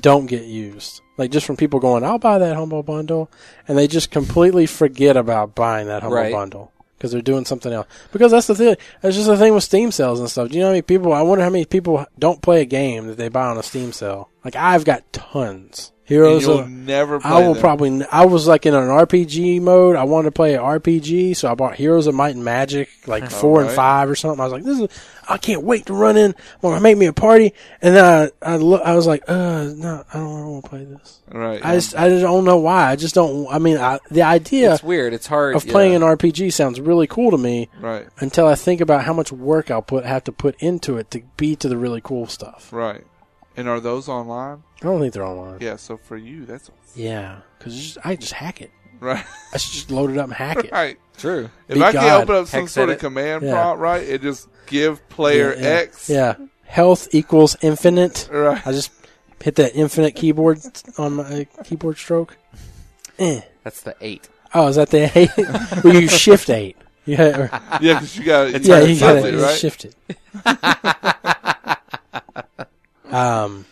Speaker 1: don't get used. Like just from people going, I'll buy that humble bundle, and they just completely forget about buying that humble
Speaker 2: Right.
Speaker 1: bundle because they're doing something else. Because that's the thing. That's just the thing with Steam sales and stuff. Do you know how many people? I wonder how many people don't play a game that they buy on a Steam sale. Like I've got tons.
Speaker 3: And
Speaker 1: Heroes.
Speaker 3: You'll
Speaker 1: of-
Speaker 3: never play
Speaker 1: I will
Speaker 3: them.
Speaker 1: probably. n- I was like in an RPG mode. I wanted to play an RPG, so I bought Heroes of Might and Magic,
Speaker 2: Oh,
Speaker 1: like four and
Speaker 3: Alright.
Speaker 1: five or something. I was like, "This is. I can't wait to run in. I'm gonna make me a party." And then I, I, lo- I was like, "Uh, no, I don't want to play this.
Speaker 3: Right.
Speaker 1: I just, I just don't know why. I just don't. I mean, I, the idea
Speaker 2: It's weird. It's hard
Speaker 1: of playing
Speaker 2: yeah.
Speaker 1: an RPG sounds really cool to me
Speaker 3: right.
Speaker 1: until I think about how much work I'll put have to put into it to be to the really cool stuff.
Speaker 3: Right. And are those online?
Speaker 1: I don't think they're online.
Speaker 3: Yeah. So for you, that's
Speaker 1: Yeah, because I just hack it.
Speaker 3: right.
Speaker 1: I should just load it up and hack it.
Speaker 3: Right.
Speaker 2: true.
Speaker 3: If
Speaker 1: Be
Speaker 3: I
Speaker 1: God.
Speaker 3: can open up some
Speaker 2: Hex
Speaker 3: sort of
Speaker 2: edit.
Speaker 3: command
Speaker 1: Yeah.
Speaker 3: prompt, right, and just give player
Speaker 1: yeah, yeah.
Speaker 3: X.
Speaker 1: Yeah. Health equals infinite.
Speaker 3: Right.
Speaker 1: I just hit that infinite keyboard on my keyboard uh, stroke. Eh.
Speaker 2: That's the eight.
Speaker 1: Oh, is that the eight? well, you shift eight. Yeah,
Speaker 3: Yeah, because you got
Speaker 1: yeah,
Speaker 3: got
Speaker 1: you gotta
Speaker 3: something,
Speaker 1: you
Speaker 3: right?
Speaker 1: shift it. um,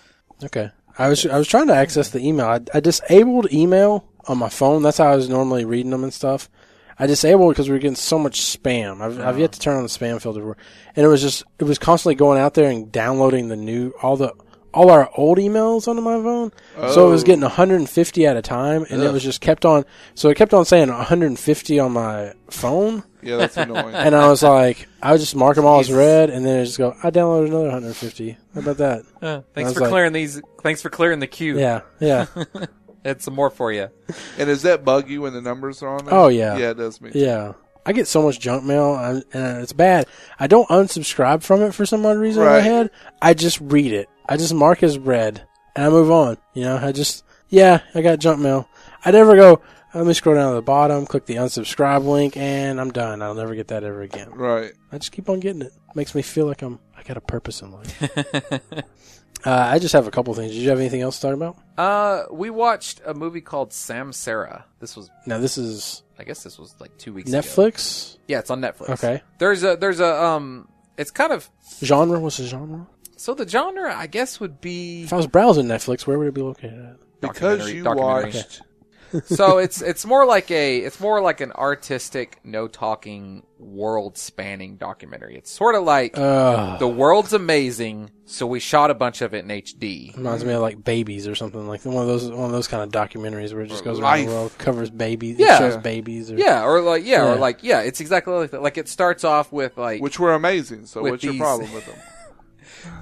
Speaker 1: okay. I was I was trying to access the email. I, I disabled email on my phone. That's how I was normally reading them and stuff. I disabled because we were getting so much spam. I've, I've yet to turn on the spam filter, and it was just it was constantly going out there and downloading the new all the all our old emails onto my phone. So it was
Speaker 3: Oh.
Speaker 1: getting 150 at a time, and it was just kept on. So it kept on saying 150 on my phone,
Speaker 3: Yeah, that's annoying.
Speaker 1: and I was like, I would just mark them all as
Speaker 2: Jeez.
Speaker 1: red, and then I just go, I downloaded another 150. How about that?
Speaker 2: Uh, thanks
Speaker 1: was
Speaker 2: for
Speaker 1: like-
Speaker 2: clearing these. Thanks for clearing the queue.
Speaker 1: Yeah, yeah,
Speaker 2: Had some more for you.
Speaker 3: And does that bug you when the numbers are on there?
Speaker 1: Oh, yeah.
Speaker 3: Yeah, it does me.
Speaker 1: yeah. I get so much junk mail, and and it's bad. I don't unsubscribe from it for some odd reason in
Speaker 3: Right.
Speaker 1: my head. I just read it. I just mark as red, and I move on. You know, I just, yeah, I got junk mail. I never go, let me scroll down to the bottom, click the unsubscribe link, and I'm done. I'll never get that ever again.
Speaker 3: Right.
Speaker 1: I just keep on getting it. Makes me feel like I'm I got a purpose in life. uh, I just have a couple things. Did you have anything else to talk about?
Speaker 2: Uh, we watched a movie called Sam Sarah. This was,
Speaker 1: Now this is
Speaker 2: I guess, this was like two weeks ago.
Speaker 1: Netflix.
Speaker 2: Yeah, it's on Netflix.
Speaker 1: Okay.
Speaker 2: There's a there's a um. It's kind of
Speaker 1: Genre was the genre.
Speaker 2: so the genre I guess would be
Speaker 1: If I was browsing Netflix, where would it be located? At?
Speaker 3: Because you
Speaker 2: documentary.
Speaker 3: watched.
Speaker 2: so it's it's more like a it's more like an artistic no talking world spanning documentary. It's sort of like
Speaker 1: Uh,
Speaker 2: the world's amazing, so we shot a bunch of it in HD.
Speaker 1: reminds me of like babies or something like one of those one of those kind of documentaries where it just
Speaker 3: Or
Speaker 1: goes around
Speaker 3: life.
Speaker 1: the world, covers babies, it
Speaker 2: Yeah.
Speaker 1: shows babies. Or,
Speaker 2: Yeah, or like yeah, or
Speaker 1: Yeah.
Speaker 2: like yeah, it's exactly like that. Like it starts off with like
Speaker 3: Which were amazing. So
Speaker 2: With
Speaker 3: what's
Speaker 2: these-
Speaker 3: your problem with them?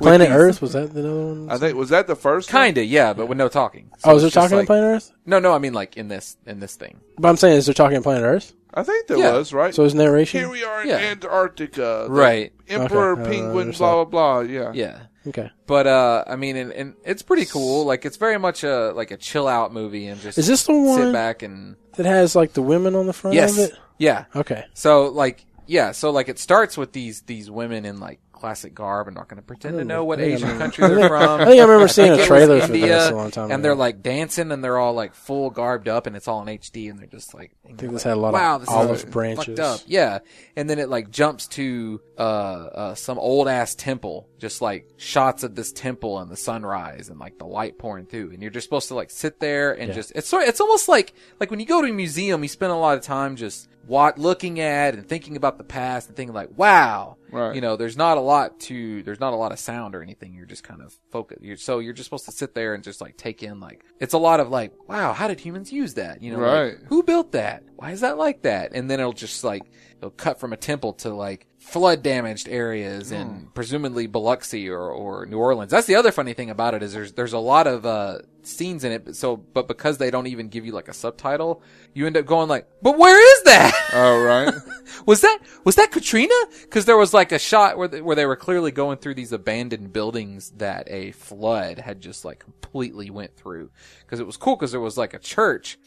Speaker 1: Planet
Speaker 2: these-
Speaker 1: Earth was that the other one?
Speaker 3: I think was that the first one?
Speaker 2: kinda yeah, but with no talking. So
Speaker 1: oh, is there
Speaker 2: it's just
Speaker 1: talking
Speaker 2: like,
Speaker 1: on Planet Earth?
Speaker 2: No, no, I mean like in this in this thing.
Speaker 1: But I'm saying, is there talking on Planet Earth?
Speaker 3: I think there
Speaker 2: Yeah.
Speaker 3: was right.
Speaker 1: So is narration?
Speaker 3: here we are in
Speaker 2: Yeah.
Speaker 3: Antarctica. the
Speaker 2: Right.
Speaker 3: Emperor
Speaker 1: Okay. Uh,
Speaker 3: penguin.
Speaker 1: there's
Speaker 3: blah blah blah. Yeah.
Speaker 2: Yeah.
Speaker 1: okay.
Speaker 2: But uh I mean and, and it's pretty cool. Like it's very much a like a chill out movie and just
Speaker 1: Is this the
Speaker 2: sit
Speaker 1: one
Speaker 2: back and
Speaker 1: that has like the women on the front
Speaker 2: Yes.
Speaker 1: of it?
Speaker 2: Yeah.
Speaker 1: Okay.
Speaker 2: So like yeah, so like it starts with these these women in like classic garb. I'm not going to pretend to know what
Speaker 1: I don't
Speaker 2: Asian
Speaker 1: know.
Speaker 2: country they're from.
Speaker 1: Oh, I think I remember seeing
Speaker 2: think it
Speaker 1: a
Speaker 2: was
Speaker 1: trailer for
Speaker 2: India,
Speaker 1: this a long time ago.
Speaker 2: and they're like dancing and they're all like full garbed up and it's all in HD and they're just like
Speaker 1: I think this had a lot
Speaker 2: wow,
Speaker 1: of
Speaker 2: this
Speaker 1: olive
Speaker 2: is
Speaker 1: branches.
Speaker 2: fucked up. Yeah. And then it like jumps to uh, uh some old ass temple, just like shots of this temple and the sunrise and like the light pouring through. And you're just supposed to like sit there and just it's sort it's almost like like when you go to a museum, you spend a lot of time just what looking at and thinking about the past and thinking like, wow,
Speaker 3: Right.
Speaker 2: you know, there's not a lot to there's not a lot of sound or anything. You're just kind of focused. You're, so you're just supposed to sit there and just like take in like it's a lot of like, wow, how did humans use that? You know, like,
Speaker 3: Right.
Speaker 2: who built that? Why is that like that? And then it'll just like it'll cut from a temple to like flood damaged areas and presumably Biloxi or, or New Orleans. That's the other funny thing about it is there's there's a lot of uh scenes in it but so but because they don't even give you like a subtitle, you end up going like, "But where is that?"
Speaker 3: All right.
Speaker 2: was that was that Katrina? Because there was like a shot where they, where they were clearly going through these abandoned buildings that a flood had just like completely went through. Because it was cool because there was like a church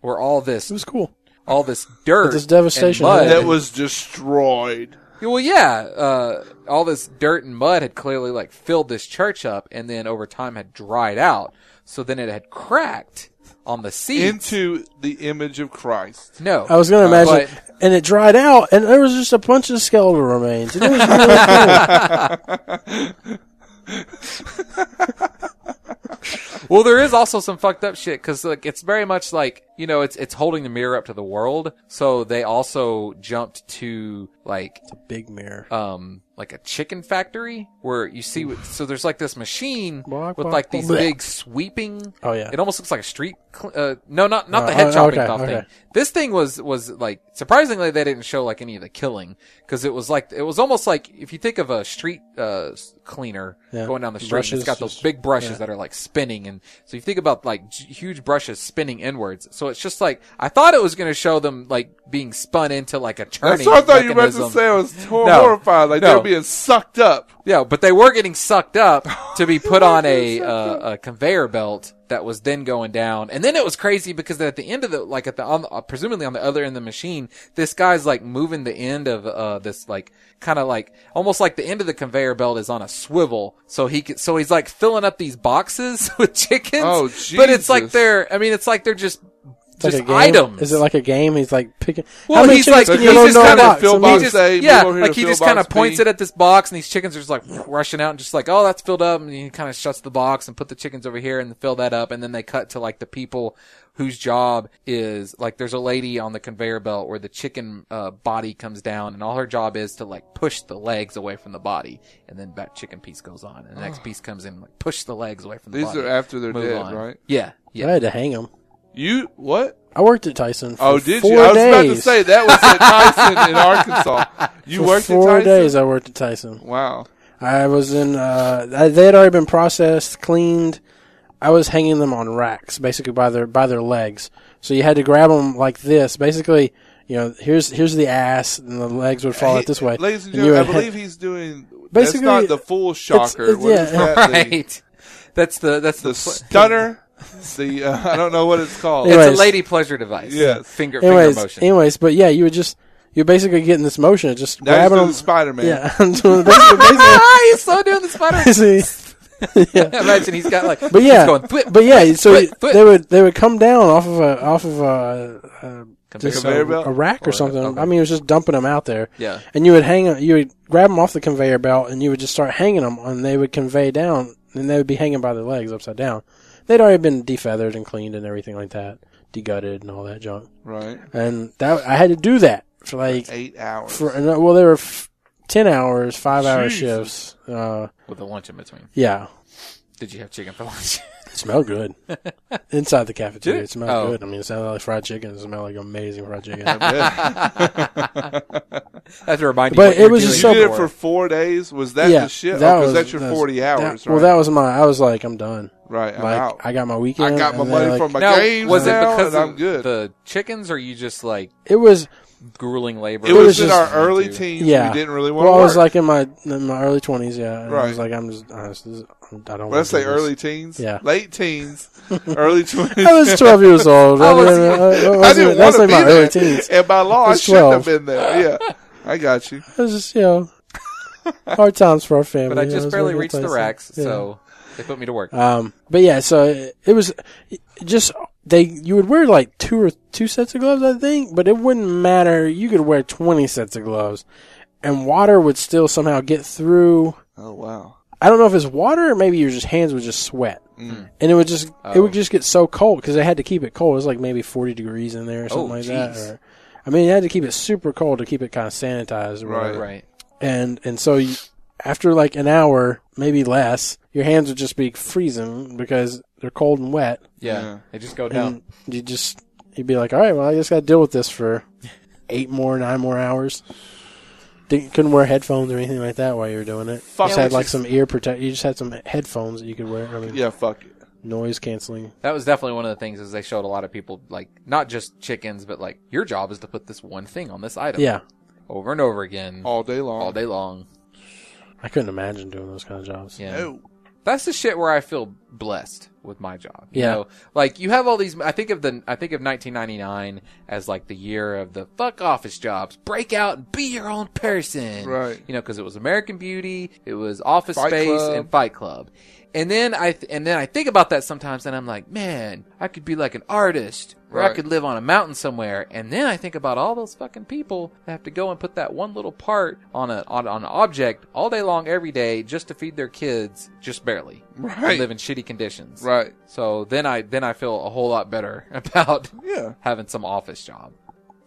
Speaker 2: where all this
Speaker 1: It was cool.
Speaker 2: all this dirt,
Speaker 1: this devastation,
Speaker 2: and mud.
Speaker 1: yeah.
Speaker 3: that was destroyed.
Speaker 2: well, yeah, uh, all this dirt and mud had clearly like filled this church up, and then over time had dried out. So then it had cracked on the seats.
Speaker 3: into the image of Christ.
Speaker 2: no, Uh,
Speaker 1: I was going to imagine,
Speaker 2: but-
Speaker 1: and it dried out, and there was just a bunch of skeletal remains. And it was really cool.
Speaker 2: Well, there is also some fucked up shit because like it's very much like you know it's it's holding the mirror up to the world. So they also jumped to like
Speaker 1: Big mirror.
Speaker 2: um like a chicken factory where you see what- so there's like this machine
Speaker 1: Walk,
Speaker 2: with
Speaker 1: walk,
Speaker 2: like these
Speaker 1: walk.
Speaker 2: big sweeping.
Speaker 1: Oh, yeah.
Speaker 2: it almost looks like a street. Cl- uh, no, not not the
Speaker 1: Oh,
Speaker 2: head
Speaker 1: oh,
Speaker 2: chopping
Speaker 1: okay,
Speaker 2: off thing.
Speaker 1: okay.
Speaker 2: This thing was was like surprisingly they didn't show like any of the killing because it was like it was almost like if you think of a street uh s- cleaner
Speaker 1: Yeah.
Speaker 2: going down the street, and
Speaker 1: Brushes,
Speaker 2: it's got those
Speaker 1: just-
Speaker 2: big brushes that are like spinning and so you think about like j- huge brushes spinning inwards. So it's just like I thought it was going to show them like being spun into like a
Speaker 3: That's
Speaker 2: turning.
Speaker 3: what I thought you were about to
Speaker 2: mechanism.
Speaker 3: say. I was hor-
Speaker 2: No.
Speaker 3: horrified. Like
Speaker 2: No.
Speaker 3: they were being sucked up.
Speaker 2: Yeah, but they were getting sucked up to be put on a uh, a conveyor belt that was then going down. And then it was crazy because at the end of the like at the on, uh, presumably on the other end of the machine, this guy's like moving the end of uh this like kind of like almost like the end of the conveyor belt is on a swivel. So he could, so he's like filling up these boxes with chickens.
Speaker 3: Oh,
Speaker 2: But it's like
Speaker 3: Jesus.
Speaker 2: they're I mean it's like they're just
Speaker 1: It's like
Speaker 2: just
Speaker 1: a game.
Speaker 2: items.
Speaker 1: Is it like a game? He's like picking.
Speaker 2: Well,
Speaker 1: how many
Speaker 2: he's
Speaker 1: chickens
Speaker 2: like-
Speaker 1: can you
Speaker 2: he's
Speaker 1: load
Speaker 2: just
Speaker 1: on a
Speaker 2: kinda
Speaker 1: box?
Speaker 3: fill
Speaker 1: I mean,
Speaker 2: he
Speaker 3: box
Speaker 2: just,
Speaker 3: A, move
Speaker 2: yeah,
Speaker 3: over here
Speaker 2: like
Speaker 3: to
Speaker 2: he
Speaker 3: fill
Speaker 2: just kind of
Speaker 3: box B.
Speaker 2: points it at this box, and these chickens are just like rushing out and just like, oh, that's filled up, and he kind of shuts the box and put the chickens over here and fill that up, and then they cut to like the people whose job is like there's a lady on the conveyor belt where the chicken uh, body comes down, and all her job is to like push the legs away from the body, and then that chicken piece goes on, and the next piece comes in like push the legs away from the
Speaker 3: Oh. These
Speaker 2: body.
Speaker 3: are after they're
Speaker 2: move
Speaker 3: dead,
Speaker 2: on.
Speaker 3: right?
Speaker 2: Yeah, yeah.
Speaker 1: I had to hang him.
Speaker 3: You what?
Speaker 1: I worked at Tyson. For
Speaker 3: Oh, did
Speaker 1: four
Speaker 3: you? I was
Speaker 1: days.
Speaker 3: about to say that was at Tyson in Arkansas. You
Speaker 1: For
Speaker 3: worked
Speaker 1: four
Speaker 3: at Tyson.
Speaker 1: days. I worked at Tyson.
Speaker 3: Wow.
Speaker 1: I was in. Uh, I- they had already been processed, cleaned. I was hanging them on racks, basically by their by their legs. So you had to grab them like this, basically. You know, here's here's the ass, and the legs would fall out this way.
Speaker 3: Ladies and
Speaker 1: you
Speaker 3: gentlemen, I
Speaker 1: would-
Speaker 3: believe he's doing.
Speaker 1: Basically,
Speaker 3: Basically, that's not the full shocker.
Speaker 1: it's-
Speaker 3: What is
Speaker 1: yeah.
Speaker 3: that? The-
Speaker 2: right. That's the that's
Speaker 3: The,
Speaker 2: the, pl-
Speaker 3: stunner. the uh, I don't know what it's called.
Speaker 1: Anyway.
Speaker 2: It's
Speaker 1: Anyways.
Speaker 2: a lady pleasure device.
Speaker 3: Yes.
Speaker 2: Finger
Speaker 1: anyways,
Speaker 2: finger motion.
Speaker 1: anyways, but yeah, you would just you're basically getting this motion, of just
Speaker 3: Now he's
Speaker 1: grabbing
Speaker 3: doing
Speaker 1: them.
Speaker 3: Spider Man.
Speaker 1: Yeah, I'm doing basically, basically,
Speaker 2: he's so doing the spider.
Speaker 1: basically- yeah.
Speaker 2: Imagine he's got like,
Speaker 1: But yeah,
Speaker 2: he's going thwip.
Speaker 1: but yeah, so
Speaker 2: thwip, thwip.
Speaker 1: they would they would come down off of a off of a, a, just
Speaker 3: Conveyor
Speaker 1: a,
Speaker 3: belt?
Speaker 1: a rack or,
Speaker 2: Or a-
Speaker 1: something.
Speaker 2: okay.
Speaker 1: I mean, it was just dumping them out there.
Speaker 2: Yeah.
Speaker 1: and you would hang 'em- you would grab them off the conveyor belt, and you would just start hanging them, and they would convey down, and they would be hanging by their legs upside down. They'd already been defeathered and cleaned and everything like that, degutted and all that junk.
Speaker 3: Right.
Speaker 1: And that I had to do that for like
Speaker 3: Eight hours.
Speaker 1: for no, well, they were f- ten hours, five hour
Speaker 3: Jesus.
Speaker 1: shifts. Uh,
Speaker 2: with a lunch in between.
Speaker 1: yeah,
Speaker 2: Did you have chicken for lunch?
Speaker 1: it smelled good inside the cafeteria.
Speaker 2: Did it?
Speaker 1: It smelled
Speaker 2: Oh.
Speaker 1: good. I mean, it sounded like fried chicken. It smelled like amazing fried chicken.
Speaker 2: That's a reminder.
Speaker 1: But
Speaker 2: what
Speaker 1: it
Speaker 2: you're
Speaker 1: was
Speaker 2: doing
Speaker 1: just
Speaker 3: you
Speaker 1: so-
Speaker 3: did it for four days. Was that
Speaker 1: yeah,
Speaker 3: the shit? That that's your
Speaker 1: that
Speaker 3: forty hours,
Speaker 1: that-
Speaker 3: right?
Speaker 1: Well, that was my. I was like, I'm done.
Speaker 3: right. I'm
Speaker 1: like,
Speaker 3: out.
Speaker 1: I got my
Speaker 3: I
Speaker 1: weekend.
Speaker 3: got my
Speaker 1: and then,
Speaker 3: money
Speaker 1: like,
Speaker 3: from my
Speaker 2: now,
Speaker 3: games.
Speaker 2: was it
Speaker 3: now,
Speaker 2: because
Speaker 3: and
Speaker 2: of
Speaker 3: I'm good?
Speaker 2: the chickens, or you just like
Speaker 1: It was.
Speaker 2: grueling labor?
Speaker 3: it was,
Speaker 1: was
Speaker 3: in
Speaker 1: just-
Speaker 3: our early teens.
Speaker 1: yeah.
Speaker 3: We didn't really want
Speaker 1: Well,
Speaker 3: to
Speaker 1: I was
Speaker 3: work.
Speaker 1: like in my in my early twenties. Yeah, and I was
Speaker 3: Right.
Speaker 1: like, I'm just. I, just, I don't.
Speaker 3: when I
Speaker 1: wanna
Speaker 3: say
Speaker 1: do
Speaker 2: Oh
Speaker 1: this.
Speaker 3: early teens,
Speaker 1: Yeah.
Speaker 3: late teens, early twenties.
Speaker 1: I was 12 years old.
Speaker 2: I
Speaker 1: I,
Speaker 2: was-
Speaker 1: wasn't- I- I
Speaker 3: I
Speaker 1: wasn't-
Speaker 3: didn't
Speaker 1: that's
Speaker 3: want to
Speaker 1: like
Speaker 3: be
Speaker 1: my
Speaker 3: there.
Speaker 1: early teens.
Speaker 3: And by law, I
Speaker 1: was
Speaker 3: shouldn't have
Speaker 1: 12.
Speaker 3: been there. Yeah, I got you.
Speaker 1: It was just you know hard times for our family.
Speaker 2: but I
Speaker 1: you know, it
Speaker 2: just
Speaker 1: was
Speaker 2: barely
Speaker 1: really
Speaker 2: reached the
Speaker 1: enticing.
Speaker 2: racks,
Speaker 1: Yeah.
Speaker 2: so they put me to
Speaker 3: Uh,
Speaker 2: work.
Speaker 1: Um, but yeah, so it, it was it just they. You would wear like two or two sets of gloves, I think, but it wouldn't matter. You could wear twenty sets of gloves, and water would still somehow get through.
Speaker 3: Oh wow. Mm.
Speaker 1: I don't know if it's water or maybe your just hands would just sweat,
Speaker 2: Hmm.
Speaker 1: and it would just it
Speaker 2: Oh.
Speaker 1: would just get so cold because they had to keep it cold. It was like maybe forty degrees in there or something like that.
Speaker 2: Oh, jeez.
Speaker 1: Or, I mean, they had to keep it super cold to keep it kind of sanitized, or
Speaker 3: Right.
Speaker 1: whatever
Speaker 2: right.
Speaker 1: and and so you, after like an hour, maybe less, your hands would just be freezing because they're cold and wet,
Speaker 2: Yeah.
Speaker 3: Yeah.
Speaker 2: They just go down.
Speaker 1: and you just you'd be like, all right, well, I just got to deal with this for eight more, nine more hours. Didn't, couldn't wear headphones or anything like that while you were doing it.
Speaker 3: Fuck
Speaker 1: just
Speaker 3: it.
Speaker 1: had like some ear protect. You just had some headphones that you could wear. I mean,
Speaker 3: Yeah, fuck it.
Speaker 1: noise canceling.
Speaker 2: That was definitely one of the things is they showed a lot of people like not just chickens, but like your job is to put this one thing on this item.
Speaker 1: Yeah,
Speaker 2: Over and over again.
Speaker 3: All day long.
Speaker 2: all day long.
Speaker 1: I couldn't imagine doing those kind of jobs.
Speaker 2: Yeah.
Speaker 3: No.
Speaker 2: That's the shit where I feel blessed with my job. You
Speaker 1: Yeah.
Speaker 2: know, like you have all these. I think of the. I think of 1999 as like the year of the fuck office jobs. Break out and be your own person.
Speaker 3: Right.
Speaker 2: You know, because it was American Beauty, it was Office
Speaker 3: Fight
Speaker 2: Space,
Speaker 3: Club.
Speaker 2: and Fight Club. And then I th- and then I think about that sometimes, and I'm like, man, I could be like an artist, or I
Speaker 3: Right.
Speaker 2: could live on a mountain somewhere. And then I think about all those fucking people that have to go and put that one little part on a on, on an object all day long, every day, just to feed their kids, just barely,
Speaker 3: Right.
Speaker 2: and live in shitty conditions.
Speaker 3: Right.
Speaker 2: So then I then I feel a whole lot better about
Speaker 3: Yeah.
Speaker 2: having some office job.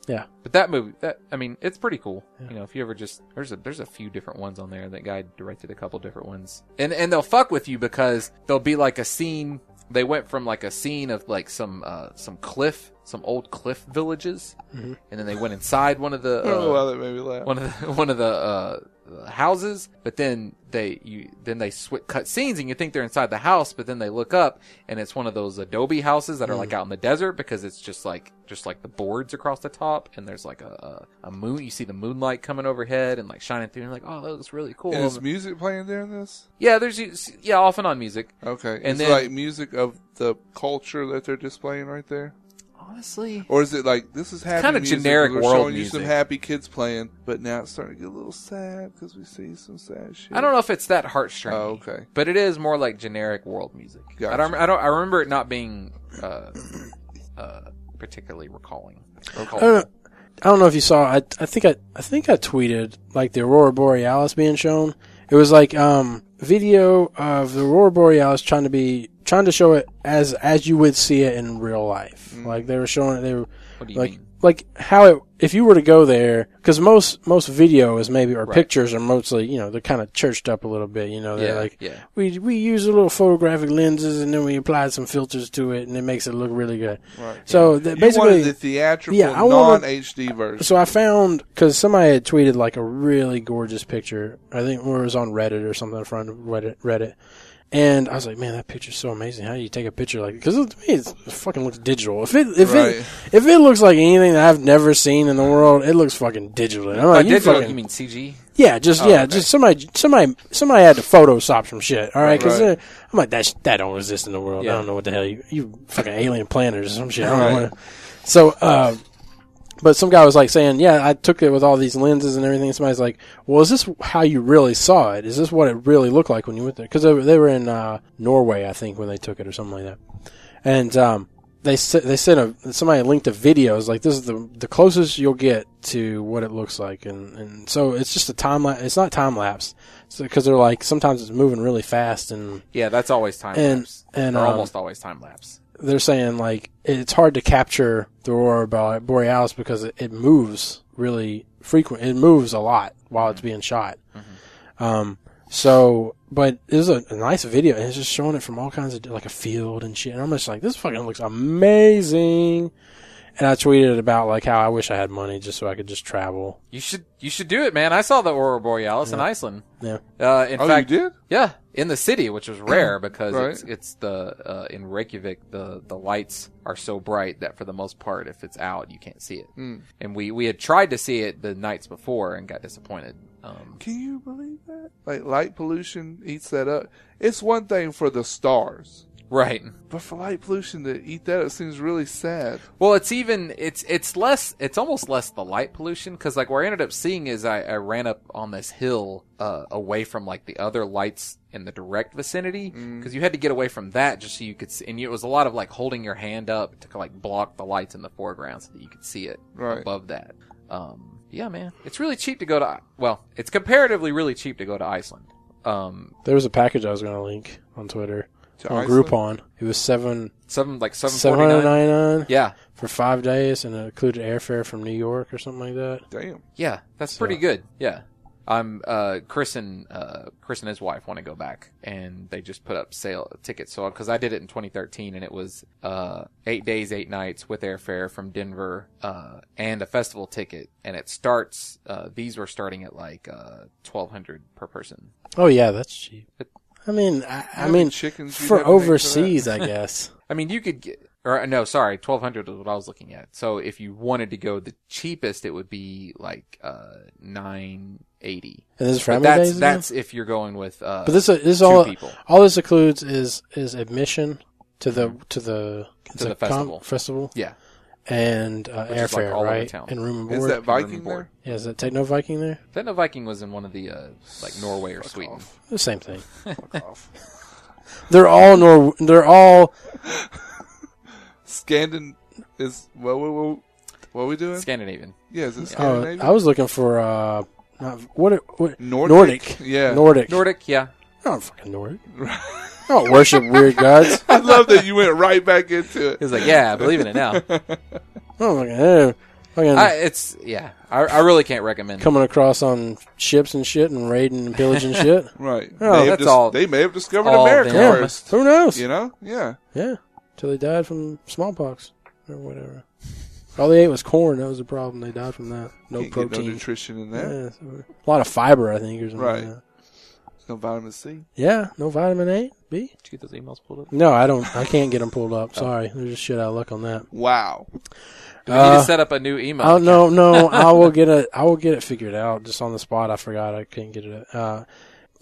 Speaker 1: Yeah.
Speaker 2: But that movie, that I mean, it's pretty cool. You know, if you ever just there's a there's a few different ones on there. That guy directed a couple different ones, and and they'll fuck with you because there'll be like a scene. They went from like a scene of like some uh some cliff, some old cliff villages, and then they went inside one of the.
Speaker 3: I don't know
Speaker 2: uh,
Speaker 3: why that made me laugh.
Speaker 2: one of the one of the uh, houses, but then they you then they sw- cut scenes and you think they're inside the house, but then they look up and it's one of those adobe houses that are
Speaker 3: Hmm.
Speaker 2: like out in the desert because it's just like just like the boards across the top and there's like a a, a moon you see the moonlight coming overhead and like shining through and you're like oh that looks really cool.
Speaker 3: And is music playing during this?
Speaker 2: yeah, there's you see- yeah off and on music.
Speaker 3: Okay.
Speaker 2: And
Speaker 3: is
Speaker 2: then-
Speaker 3: it like music of the culture that they're displaying right there?
Speaker 2: Honestly,
Speaker 3: Or is it like this is happy
Speaker 2: kinda
Speaker 3: music,
Speaker 2: generic
Speaker 3: we're
Speaker 2: world
Speaker 3: showing you
Speaker 2: music.
Speaker 3: some happy kids playing, but now it's starting to get a little sad because we see some sad shit.
Speaker 2: I don't know if it's that heartstring.
Speaker 3: Oh, okay.
Speaker 2: But it is more like generic world music. I
Speaker 3: Gotcha.
Speaker 2: don't. I don't. I remember it not being uh, uh, particularly recalling.
Speaker 1: I don't, know, I don't know if you saw. I, I think I, I think I tweeted like the aurora borealis being shown. It was like um video of the aurora borealis trying to be trying to show it as as you would see it in real life. Like they were showing it. They were
Speaker 2: What do you
Speaker 1: like
Speaker 2: mean?
Speaker 1: like how it if you were to go there because most most video is maybe or pictures are mostly you know they're kind of churched up a little bit. You know they're
Speaker 2: Yeah,
Speaker 1: uh, like
Speaker 2: yeah.
Speaker 1: we we use a little photographic lenses and then we applied some filters to it and it makes it look really good.
Speaker 3: Right.
Speaker 1: So that
Speaker 3: You wanted
Speaker 1: basically
Speaker 3: the theatrical,
Speaker 1: Yeah, I
Speaker 3: non
Speaker 1: wanted-
Speaker 3: HD version.
Speaker 1: so I found because somebody had tweeted like a really gorgeous picture. I think it was on Reddit or something from Reddit. Reddit, and I was like, man, that picture's so amazing. How do you take a picture like? Because to me, it's, it fucking looks digital. If it if
Speaker 3: Right.
Speaker 1: it if it looks like anything that I've never seen in the world, it looks fucking digital. And I'm
Speaker 2: By
Speaker 1: like, you
Speaker 2: digital,
Speaker 1: fucking-
Speaker 2: you mean CG?
Speaker 1: yeah, just
Speaker 2: Oh,
Speaker 1: yeah,
Speaker 2: okay.
Speaker 1: just somebody, somebody, somebody had to Photoshop some shit. All right, because
Speaker 3: Right.
Speaker 1: I'm like that. sh- That don't exist in the world.
Speaker 2: Yeah.
Speaker 1: I don't know what the hell you, you fucking alien planners or some shit. I don't
Speaker 3: Right.
Speaker 1: wanna- So, uh, but some guy was like saying, "Yeah, I took it with all these lenses and everything." Somebody's like, "Well, is this how you really saw it? Is this what it really looked like when you went there?" Because they, were- they were in uh, Norway, I think, when they took it or something like that. And um, they se- they sent a somebody linked a video. It's like this is the the closest you'll get to what it looks like, and and so it's just a time lapse. It's not time lapse because they're like sometimes it's moving really fast, and
Speaker 2: Yeah, that's always time
Speaker 1: And-
Speaker 2: lapse.
Speaker 1: and,
Speaker 2: or
Speaker 1: um,
Speaker 2: almost always time lapse.
Speaker 1: they're saying like it's hard to capture the aurora Bo- borealis because it, it moves really frequent. It moves a lot while it's being shot. Um, so, but it was a, a nice video, and it's just showing it from all kinds of like a field and shit. And I'm just like, this fucking looks amazing. And I tweeted about like how I wish I had money just so I could just travel.
Speaker 2: You should you should do it, man. I saw the aurora borealis in Iceland.
Speaker 1: Yeah.
Speaker 2: Uh, in
Speaker 3: oh,
Speaker 2: fact,
Speaker 3: you did?
Speaker 2: yeah, in the city, which was rare because
Speaker 3: Right.
Speaker 2: it's, it's the uh, in Reykjavik the the lights are so bright that for the most part, if it's out, you can't see it.
Speaker 3: Mm.
Speaker 2: And we we had tried to see it the nights before and got disappointed. Um,
Speaker 3: Can you believe that? Like light pollution eats that up. It's one thing for the stars,
Speaker 2: right.
Speaker 3: but for light pollution to eat that, it seems really sad.
Speaker 2: Well, it's even it's it's less it's almost less the light pollution because like where I ended up seeing is I, I ran up on this hill uh, away from like the other lights in the direct vicinity because you had to get away from that just so you could see and it was a lot of like holding your hand up to like block the lights in the foreground so that you could see it
Speaker 3: Right.
Speaker 2: above that. Um, yeah, man, it's really cheap to go to. Well, it's comparatively really cheap to go to Iceland. Um,
Speaker 1: There was a package I was going to link on Twitter
Speaker 3: To
Speaker 1: on
Speaker 3: Iceland?
Speaker 1: Groupon. It was seven
Speaker 2: seven like seven
Speaker 1: seven
Speaker 2: forty
Speaker 1: hundred
Speaker 2: nine.
Speaker 1: ninety nine
Speaker 2: Yeah,
Speaker 1: for five days, and it included airfare from New York or something like that.
Speaker 3: Damn.
Speaker 2: Yeah, that's pretty good. Yeah. I'm uh Chris and uh Chris and his wife want to go back and they just put up sale tickets so cuz I did it in 2013 and it was uh 8 days 8 nights with airfare from Denver uh and a festival ticket and it starts uh these were starting at like uh 1200 per person.
Speaker 1: Oh yeah, that's cheap. I mean, I, I
Speaker 3: many
Speaker 1: mean,
Speaker 3: chickens you'd
Speaker 1: for
Speaker 3: have to make for that?
Speaker 1: overseas, I guess.
Speaker 2: I mean, you could get or uh, no, sorry, 1200 is what I was looking at. So if you wanted to go the cheapest it would be like uh 980.
Speaker 1: And this is for how
Speaker 2: But
Speaker 1: many
Speaker 2: that's
Speaker 1: days? again?
Speaker 2: that's if you're going with uh
Speaker 1: But this this is
Speaker 2: two
Speaker 1: all
Speaker 2: people.
Speaker 1: all this includes is is admission to the to the it's
Speaker 2: Mm-hmm. the
Speaker 1: a
Speaker 2: festival.
Speaker 1: festival
Speaker 2: Yeah.
Speaker 1: and uh,
Speaker 2: Which is like
Speaker 1: airfare
Speaker 2: all over
Speaker 1: right
Speaker 2: town.
Speaker 1: and room and board.
Speaker 3: Is that
Speaker 2: Board.
Speaker 3: Viking there?
Speaker 1: yeah, is that Techno Viking there?
Speaker 2: Fenna Viking was in one of the uh, like Norway or Sweden.
Speaker 3: Off.
Speaker 1: The same thing.
Speaker 3: Fuck off.
Speaker 1: They're all Nor. They're all
Speaker 3: Scandin is what, what, what, what are we doing?
Speaker 2: Scandinavian.
Speaker 3: yeah, is it
Speaker 1: Oh,
Speaker 3: Scandinavia?
Speaker 1: I was looking for uh, not, what, what
Speaker 3: Nordic?
Speaker 1: Nordic.
Speaker 3: Yeah.
Speaker 1: Nordic.
Speaker 2: Nordic, yeah.
Speaker 1: I don't fucking Nordic. I don't worship weird gods.
Speaker 3: I love that you went right back into
Speaker 2: He
Speaker 3: it.
Speaker 2: was like, yeah, I believe in it now.
Speaker 1: I don't fucking. know. Fucking-
Speaker 2: I, it's yeah. I, I really can't recommend.
Speaker 1: coming across on ships and shit and raiding and pillaging shit.
Speaker 3: Right.
Speaker 1: Oh,
Speaker 3: they, have
Speaker 2: that's all-
Speaker 3: they may have discovered
Speaker 2: all
Speaker 3: America
Speaker 2: them.
Speaker 3: first.
Speaker 1: Who knows?
Speaker 3: You know? Yeah.
Speaker 1: Yeah. Till they died from smallpox or whatever. All they ate was corn. That was the problem. They died from that. No
Speaker 3: Can't get no
Speaker 1: protein.
Speaker 3: nutrition in there.
Speaker 1: yeah, so- a lot of fiber, I think, or something.
Speaker 3: Right.
Speaker 1: Like that.
Speaker 3: No vitamin C.
Speaker 1: Yeah. No vitamin A, B.
Speaker 2: Did you get those emails pulled up?
Speaker 1: No, I don't. I can't get them pulled up.
Speaker 3: Oh.
Speaker 1: Sorry, they're just shit out of luck on that.
Speaker 3: Wow.
Speaker 2: Do we need
Speaker 1: Uh,
Speaker 2: to set up a new email?
Speaker 1: Oh
Speaker 2: account?
Speaker 1: no, no, I will get it. I will get it figured out. Just on the spot, I forgot I couldn't get it. Uh,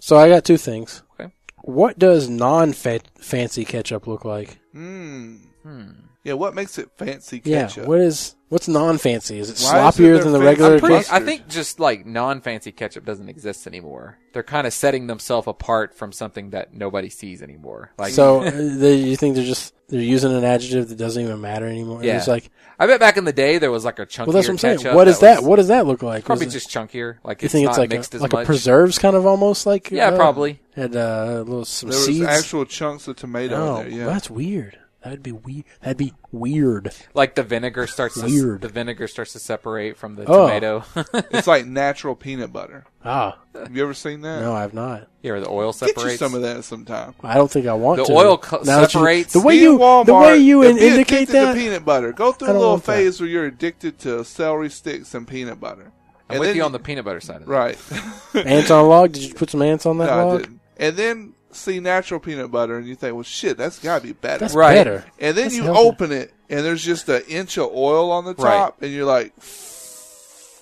Speaker 1: so I got two things.
Speaker 2: Okay.
Speaker 1: What does non-fancy ketchup look like?
Speaker 3: Mm.
Speaker 2: Hmm.
Speaker 3: Yeah, what makes it fancy
Speaker 1: Yeah,
Speaker 3: ketchup?
Speaker 1: what is what's non-fancy? Is it
Speaker 3: Why is it
Speaker 1: sloppier
Speaker 3: they're
Speaker 1: than the
Speaker 3: fancy?
Speaker 1: regular?
Speaker 2: I'm pretty,
Speaker 1: ketchup?
Speaker 2: I think just like non-fancy ketchup doesn't exist anymore. They're kind of setting themselves apart from something that nobody sees anymore. Like
Speaker 1: so uh, they, you think they're just they're using an adjective that doesn't even matter anymore.
Speaker 2: Yeah.
Speaker 1: It's like,
Speaker 2: I bet back in the day there was like a chunkier.
Speaker 1: well, that's what I'm saying.
Speaker 2: ketchup
Speaker 1: What does that?
Speaker 2: was
Speaker 1: What does that look like?
Speaker 2: Probably
Speaker 1: Was it-
Speaker 2: just chunkier. Like
Speaker 1: you
Speaker 2: it's
Speaker 1: think
Speaker 2: not
Speaker 1: it's like
Speaker 2: mixed
Speaker 1: a,
Speaker 2: as
Speaker 1: like
Speaker 2: much.
Speaker 1: a preserves kind of almost like
Speaker 2: Yeah,
Speaker 1: uh,
Speaker 2: probably.
Speaker 1: had uh, a little some
Speaker 3: There was
Speaker 1: seeds.
Speaker 3: actual chunks of tomato
Speaker 1: oh,
Speaker 3: in there. Yeah.
Speaker 1: that's weird. That'd be weird. That'd be weird.
Speaker 2: Like the vinegar starts to,
Speaker 1: Weird.
Speaker 2: the vinegar starts to separate from the
Speaker 1: Oh.
Speaker 2: tomato.
Speaker 3: it's like natural peanut butter.
Speaker 1: Ah,
Speaker 3: Have you ever seen that?
Speaker 1: no, I've not.
Speaker 2: yeah, or the oil
Speaker 3: Get
Speaker 2: separates.
Speaker 3: you some of that sometime.
Speaker 1: I don't think I want
Speaker 2: The
Speaker 1: to.
Speaker 2: oil co-
Speaker 1: Now that you-
Speaker 2: separates-
Speaker 1: the way
Speaker 3: Be
Speaker 1: you
Speaker 3: at Walmart
Speaker 1: the way you
Speaker 3: and
Speaker 1: in-
Speaker 3: be
Speaker 1: indicate
Speaker 3: addicted
Speaker 1: that.
Speaker 3: to peanut butter. Go through
Speaker 1: I
Speaker 3: a
Speaker 1: don't
Speaker 3: little
Speaker 1: want that.
Speaker 3: phase where you're addicted to celery sticks and peanut butter.
Speaker 2: I'm
Speaker 3: and
Speaker 2: with
Speaker 3: then
Speaker 2: you on the peanut butter side of it.
Speaker 3: right.
Speaker 1: ants on log. Did you put some ants on that
Speaker 3: no, I
Speaker 1: log?
Speaker 3: didn't. And then see natural peanut butter, and you think, well, shit, that's got to be better.
Speaker 1: That's
Speaker 2: Right.
Speaker 1: better.
Speaker 3: and then
Speaker 1: that's
Speaker 3: you
Speaker 1: healthy.
Speaker 3: open it, and there's just an inch of oil on the
Speaker 2: Right.
Speaker 3: top, and you're like,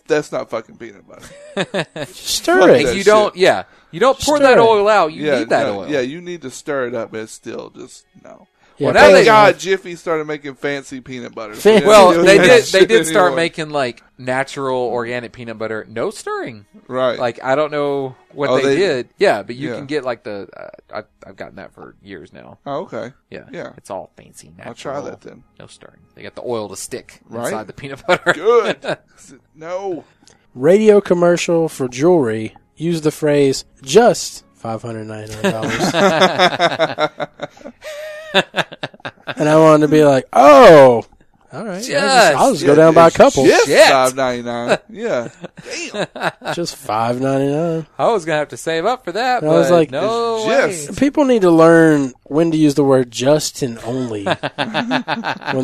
Speaker 3: that's not fucking peanut butter.
Speaker 1: Stir
Speaker 3: Look,
Speaker 2: If
Speaker 1: it.
Speaker 3: that
Speaker 2: you don't,
Speaker 3: shit.
Speaker 2: yeah, you don't pour
Speaker 1: Stir
Speaker 2: that
Speaker 1: it.
Speaker 2: oil out. You
Speaker 3: yeah,
Speaker 2: need that
Speaker 3: no,
Speaker 2: oil.
Speaker 3: Yeah, you need to stir it up, but it's still just no.
Speaker 1: Yeah,
Speaker 2: Well, now
Speaker 1: thank
Speaker 2: they-
Speaker 3: Thank God Jiffy started making fancy peanut butter. So
Speaker 1: Fancy-
Speaker 3: we don't
Speaker 2: Well,
Speaker 3: do
Speaker 2: they
Speaker 3: that
Speaker 2: did. They
Speaker 3: shit
Speaker 2: did start
Speaker 3: anymore.
Speaker 2: making like natural organic peanut butter, no stirring.
Speaker 3: right.
Speaker 2: Like I don't know what
Speaker 3: Oh,
Speaker 2: they,
Speaker 3: they-
Speaker 2: did. Yeah, but you
Speaker 3: Yeah.
Speaker 2: can get like the. Uh, I, I've gotten that for years now.
Speaker 3: oh, okay.
Speaker 2: Yeah,
Speaker 3: Yeah.
Speaker 2: It's all fancy natural.
Speaker 3: I'll try that then.
Speaker 2: No stirring. They got the oil to stick
Speaker 3: Right.
Speaker 2: inside the peanut butter.
Speaker 3: Good. no.
Speaker 1: radio commercial for jewelry used the phrase just $599. and I wanted to be like, oh, all right. I'll just, I'll just go down by a couple.
Speaker 3: Yes,
Speaker 2: Shit.
Speaker 3: five ninety nine. Yeah.
Speaker 1: Just five ninety nine.
Speaker 2: I was gonna have to save up for that.
Speaker 1: I
Speaker 2: but
Speaker 1: was like,
Speaker 2: no
Speaker 3: Yes.
Speaker 2: way.
Speaker 1: People need to learn when to use the word just and only when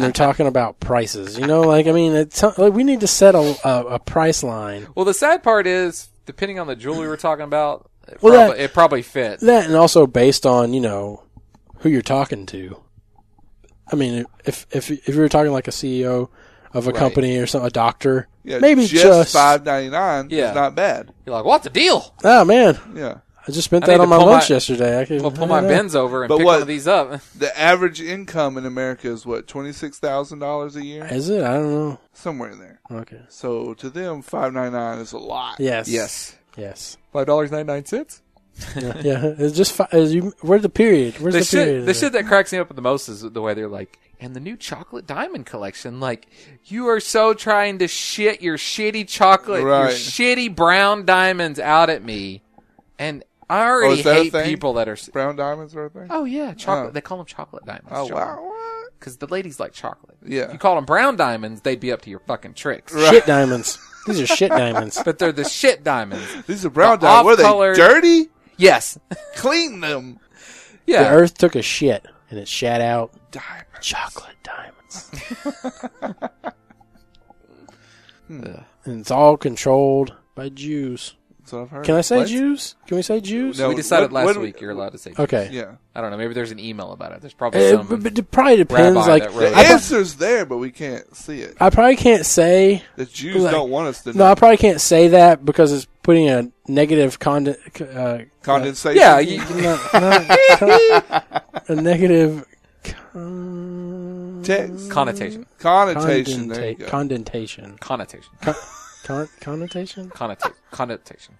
Speaker 1: they're talking about prices. You know, like I mean, it's, like we need to set a, a, a price line.
Speaker 2: Well, the sad part is, depending on the jewelry we're talking about, it,
Speaker 1: Well,
Speaker 2: probably, it probably fit.
Speaker 1: That and also based on you know who you're talking to. I mean, if if if you were talking like a CEO of a
Speaker 2: Right.
Speaker 1: company or some a doctor,
Speaker 3: Yeah.
Speaker 1: maybe
Speaker 3: just,
Speaker 1: just,
Speaker 3: five ninety nine
Speaker 2: Yeah.
Speaker 3: is not bad.
Speaker 2: You're like, what's the deal?
Speaker 1: oh man,
Speaker 3: Yeah.
Speaker 1: I just spent
Speaker 2: I
Speaker 1: that
Speaker 2: need
Speaker 1: on
Speaker 2: to
Speaker 1: my
Speaker 2: pull
Speaker 1: lunch
Speaker 2: my-
Speaker 1: yesterday. I could,
Speaker 2: Well, pull
Speaker 1: I
Speaker 2: my
Speaker 1: don't know.
Speaker 2: bins over and
Speaker 3: But
Speaker 2: pick
Speaker 3: what-
Speaker 2: one of these up.
Speaker 3: The average income in America is what twenty six thousand dollars a year,
Speaker 1: Is it? I don't know.
Speaker 3: somewhere in there.
Speaker 1: Okay.
Speaker 3: So to them, five ninety nine is a lot.
Speaker 1: Yes. Yes.
Speaker 2: five dollars ninety nine cents.
Speaker 1: Yeah. yeah. It's just fi- is you, where's the period? Where's
Speaker 2: The,
Speaker 1: the period?
Speaker 2: shit,
Speaker 1: in
Speaker 2: the
Speaker 1: there?
Speaker 2: shit that cracks me up the most is the way they're like, and the new chocolate diamond collection. Like, you are so trying to shit your shitty chocolate, your
Speaker 3: Right.
Speaker 2: shitty brown diamonds out at me, and I
Speaker 3: Oh,
Speaker 2: already
Speaker 3: is that a
Speaker 2: hate
Speaker 3: thing?
Speaker 2: people that are. s-
Speaker 3: Brown diamonds or anything.
Speaker 2: Oh yeah, chocolate.
Speaker 3: Oh.
Speaker 2: They call them chocolate diamonds.
Speaker 3: Oh wow. What?
Speaker 2: Because the ladies like chocolate.
Speaker 3: Yeah.
Speaker 2: If you call them brown diamonds, they'd be up to your fucking tricks.
Speaker 1: Shit diamonds. These are shit diamonds.
Speaker 2: But they're the shit diamonds.
Speaker 3: These are brown
Speaker 2: The
Speaker 3: diamonds. What are
Speaker 2: off-colored-
Speaker 3: they? Dirty?
Speaker 2: Yes.
Speaker 3: Clean them.
Speaker 1: The
Speaker 2: Yeah.
Speaker 1: earth took a shit and it shat out
Speaker 3: Diamond.
Speaker 1: chocolate diamonds.
Speaker 3: Hmm.
Speaker 1: and it's all controlled by Jews.
Speaker 3: That's what I've heard.
Speaker 1: Can I say
Speaker 3: What?
Speaker 1: Jews? Can we say Jews?
Speaker 3: No.
Speaker 2: we decided
Speaker 3: What-
Speaker 2: last
Speaker 3: what-
Speaker 2: week you're allowed to say.
Speaker 1: Okay.
Speaker 3: Yeah.
Speaker 2: I don't know. Maybe there's an email about it. There's probably
Speaker 1: It,
Speaker 2: some.
Speaker 1: but it probably depends.
Speaker 2: rabbi
Speaker 1: Like
Speaker 2: that
Speaker 1: I,
Speaker 2: wrote
Speaker 3: The
Speaker 2: I thought-
Speaker 3: answer's there, but we can't see it.
Speaker 1: pro- I probably can't say.
Speaker 3: The Jews
Speaker 1: Like-
Speaker 3: don't want us to
Speaker 1: No, I
Speaker 3: know.
Speaker 1: probably can't say that because it's putting a negative conden- uh,
Speaker 3: Condensation.
Speaker 2: yeah. You,
Speaker 1: no, no, a negative con-
Speaker 3: Text.
Speaker 2: connotation.
Speaker 3: Connotation. There you
Speaker 1: condenta-
Speaker 3: go.
Speaker 1: condentation.
Speaker 2: Connotation.
Speaker 1: Con- connotation?
Speaker 2: Connotation. Connotation.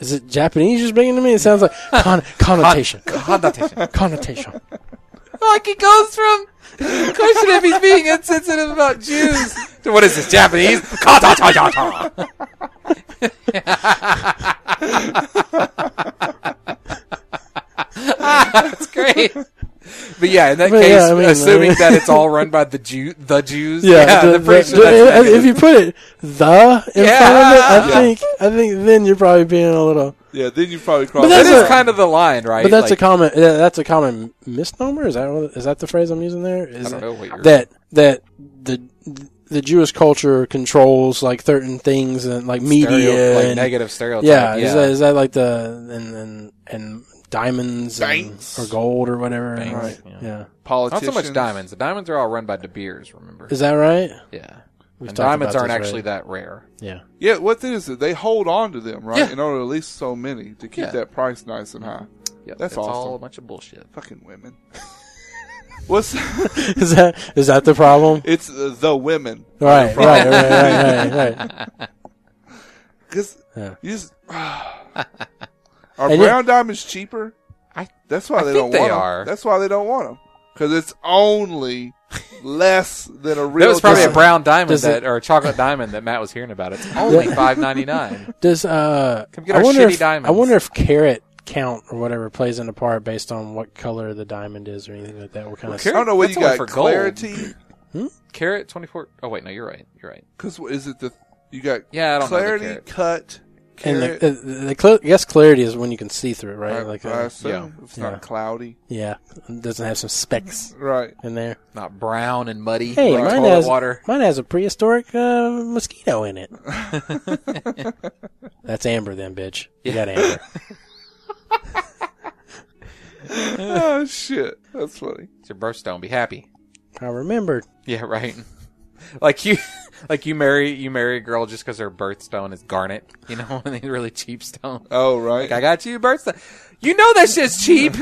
Speaker 1: Is it Japanese you're speaking to me? It sounds like con- connotation.
Speaker 2: Connotation.
Speaker 1: Connotation.
Speaker 2: like Oh, it goes from question if he's being insensitive about Jews to what is this Japanese? Connotation. That's great. But yeah, in that
Speaker 1: But
Speaker 2: case,
Speaker 1: yeah, I mean,
Speaker 2: assuming
Speaker 1: I mean-
Speaker 2: that it's all run by the Jew, the Jews.
Speaker 1: Yeah, the-
Speaker 2: they're pretty
Speaker 1: the-
Speaker 2: sure that's
Speaker 1: the- if you put it the in
Speaker 2: Yeah.
Speaker 1: front of it, I
Speaker 2: Yeah.
Speaker 1: think I think then you're probably being a little.
Speaker 3: Yeah, then you probably cross.
Speaker 1: But
Speaker 2: That
Speaker 1: that's
Speaker 2: is
Speaker 1: a-
Speaker 2: kind of the line, right?
Speaker 1: But that's a
Speaker 2: Like,
Speaker 1: common yeah, that's a common misnomer. Is that what- is that the phrase I'm using there? Is
Speaker 2: I don't know what you're.
Speaker 1: that that the the Jewish culture controls like certain things and like media
Speaker 2: stereo- like
Speaker 1: and
Speaker 2: negative stereotype.
Speaker 1: yeah,
Speaker 2: Yeah,
Speaker 1: Is, that, is that like the and and and diamonds and,
Speaker 3: Banks.
Speaker 1: or gold or whatever?
Speaker 2: Banks,
Speaker 1: Right.
Speaker 2: yeah.
Speaker 1: Yeah.
Speaker 2: not so
Speaker 3: Politicians.
Speaker 2: much diamonds. The diamonds are all run by De Beers. Remember?
Speaker 1: Is that right?
Speaker 2: yeah,
Speaker 1: We've
Speaker 2: and
Speaker 1: talked
Speaker 2: diamonds
Speaker 1: about
Speaker 2: aren't
Speaker 1: this,
Speaker 2: actually
Speaker 1: right?
Speaker 2: that rare.
Speaker 1: Yeah.
Speaker 3: Yeah, what it is it? They hold on to them, right?
Speaker 2: Yeah.
Speaker 3: In order to release so many to keep
Speaker 2: Yeah.
Speaker 3: that price nice and high.
Speaker 2: Yeah,
Speaker 3: That's
Speaker 2: it's all
Speaker 3: awesome.
Speaker 2: a bunch of bullshit.
Speaker 3: Fucking women. What's
Speaker 1: Is that is that the problem?
Speaker 3: it's uh, the women?
Speaker 1: Right, right, right, right, right, right.
Speaker 3: Because
Speaker 1: Yeah.
Speaker 3: you just are
Speaker 1: And
Speaker 3: brown diamonds cheaper.
Speaker 2: I-
Speaker 3: That's why
Speaker 2: I
Speaker 3: they
Speaker 2: think
Speaker 3: don't
Speaker 2: they
Speaker 3: want 'em.
Speaker 2: are.
Speaker 3: That's why they don't want them. because it's only less than a real.
Speaker 2: That was probably a
Speaker 3: diamond.
Speaker 2: brown diamond
Speaker 1: does
Speaker 2: that,
Speaker 1: it-
Speaker 2: or a chocolate diamond that Matt was hearing about. It's only five ninety nine.
Speaker 1: Does uh,
Speaker 2: Come get
Speaker 1: I
Speaker 2: our
Speaker 1: wonder
Speaker 2: shitty
Speaker 1: if
Speaker 2: diamonds.
Speaker 1: I wonder if carrot count or whatever plays into part based on what color the diamond is or anything like that. What kind of
Speaker 3: I don't know what
Speaker 2: That's
Speaker 3: you
Speaker 2: only
Speaker 3: got.
Speaker 2: for gold.
Speaker 3: clarity,
Speaker 2: Carrot twenty four. Oh wait, no, you're right. You're right.
Speaker 3: because is it the you got
Speaker 2: Yeah, I don't
Speaker 3: clarity
Speaker 2: know. The carrot.
Speaker 3: cut?
Speaker 1: and the,
Speaker 3: Carrot,
Speaker 1: the, the, cl- I guess clarity is when you can see through it, right?
Speaker 3: I,
Speaker 1: like
Speaker 3: I
Speaker 1: uh,
Speaker 3: assume it's
Speaker 1: Yeah.
Speaker 3: not cloudy,
Speaker 1: yeah, it doesn't have some specks
Speaker 3: right?
Speaker 1: in there.
Speaker 2: Not brown and muddy.
Speaker 1: Hey,
Speaker 2: like
Speaker 1: mine
Speaker 2: toilet
Speaker 1: has
Speaker 2: water.
Speaker 1: mine has a prehistoric uh, mosquito in it. That's amber, then, bitch. You got amber.
Speaker 3: oh shit, that's funny.
Speaker 2: It's your birthstone. Be happy.
Speaker 1: I remembered.
Speaker 2: Yeah, right. Like you, like you marry you marry a girl just because her birthstone is garnet. You know, and they really cheap stone.
Speaker 3: Oh right,
Speaker 2: Like, I got you birthstone. You know that shit's cheap.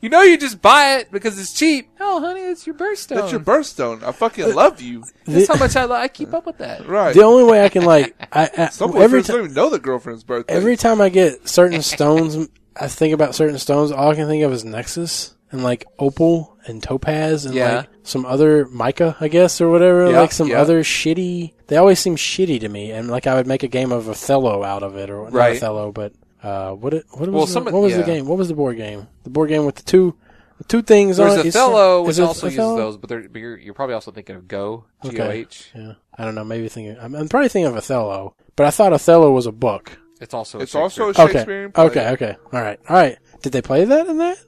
Speaker 2: You know you just buy it because it's cheap. No, honey, it's your birthstone.
Speaker 3: that's your birthstone. I fucking love you.
Speaker 2: That's how much I, lo- I keep up with that.
Speaker 3: Right.
Speaker 1: The only way I can like I, I
Speaker 3: Some
Speaker 1: every
Speaker 3: boyfriends
Speaker 1: time.
Speaker 3: don't even know the girlfriend's birthday.
Speaker 1: Every time I get certain stones, I think about certain stones. All I can think of is Nexus and like opal and topaz and
Speaker 2: Yeah.
Speaker 1: like some other mica, I guess, or whatever.
Speaker 2: Yeah,
Speaker 1: like some
Speaker 2: yeah.
Speaker 1: other shitty. They always seem shitty to me, and like I would make a game of Othello out of it, or not
Speaker 2: Right.
Speaker 1: Othello, but uh, what it, what was
Speaker 2: Well,
Speaker 1: the,
Speaker 2: some of-
Speaker 1: what was
Speaker 2: yeah.
Speaker 1: the game? What was the board game? The board game with the two the two things on
Speaker 2: There's
Speaker 1: it. Is-
Speaker 2: Othello,
Speaker 1: is
Speaker 2: which
Speaker 1: it
Speaker 2: also
Speaker 1: Othello?
Speaker 2: uses those, but, they're- but you're, you're probably also thinking of Go, G O H.
Speaker 1: Yeah, I don't know. Maybe thinking I'm, I'm probably thinking of Othello, but I thought Othello was a book.
Speaker 2: It's also a
Speaker 3: it's also a
Speaker 2: Shakespeare-
Speaker 3: Shakespearean play.
Speaker 1: Okay, okay. All right, all right. Did they play that in that?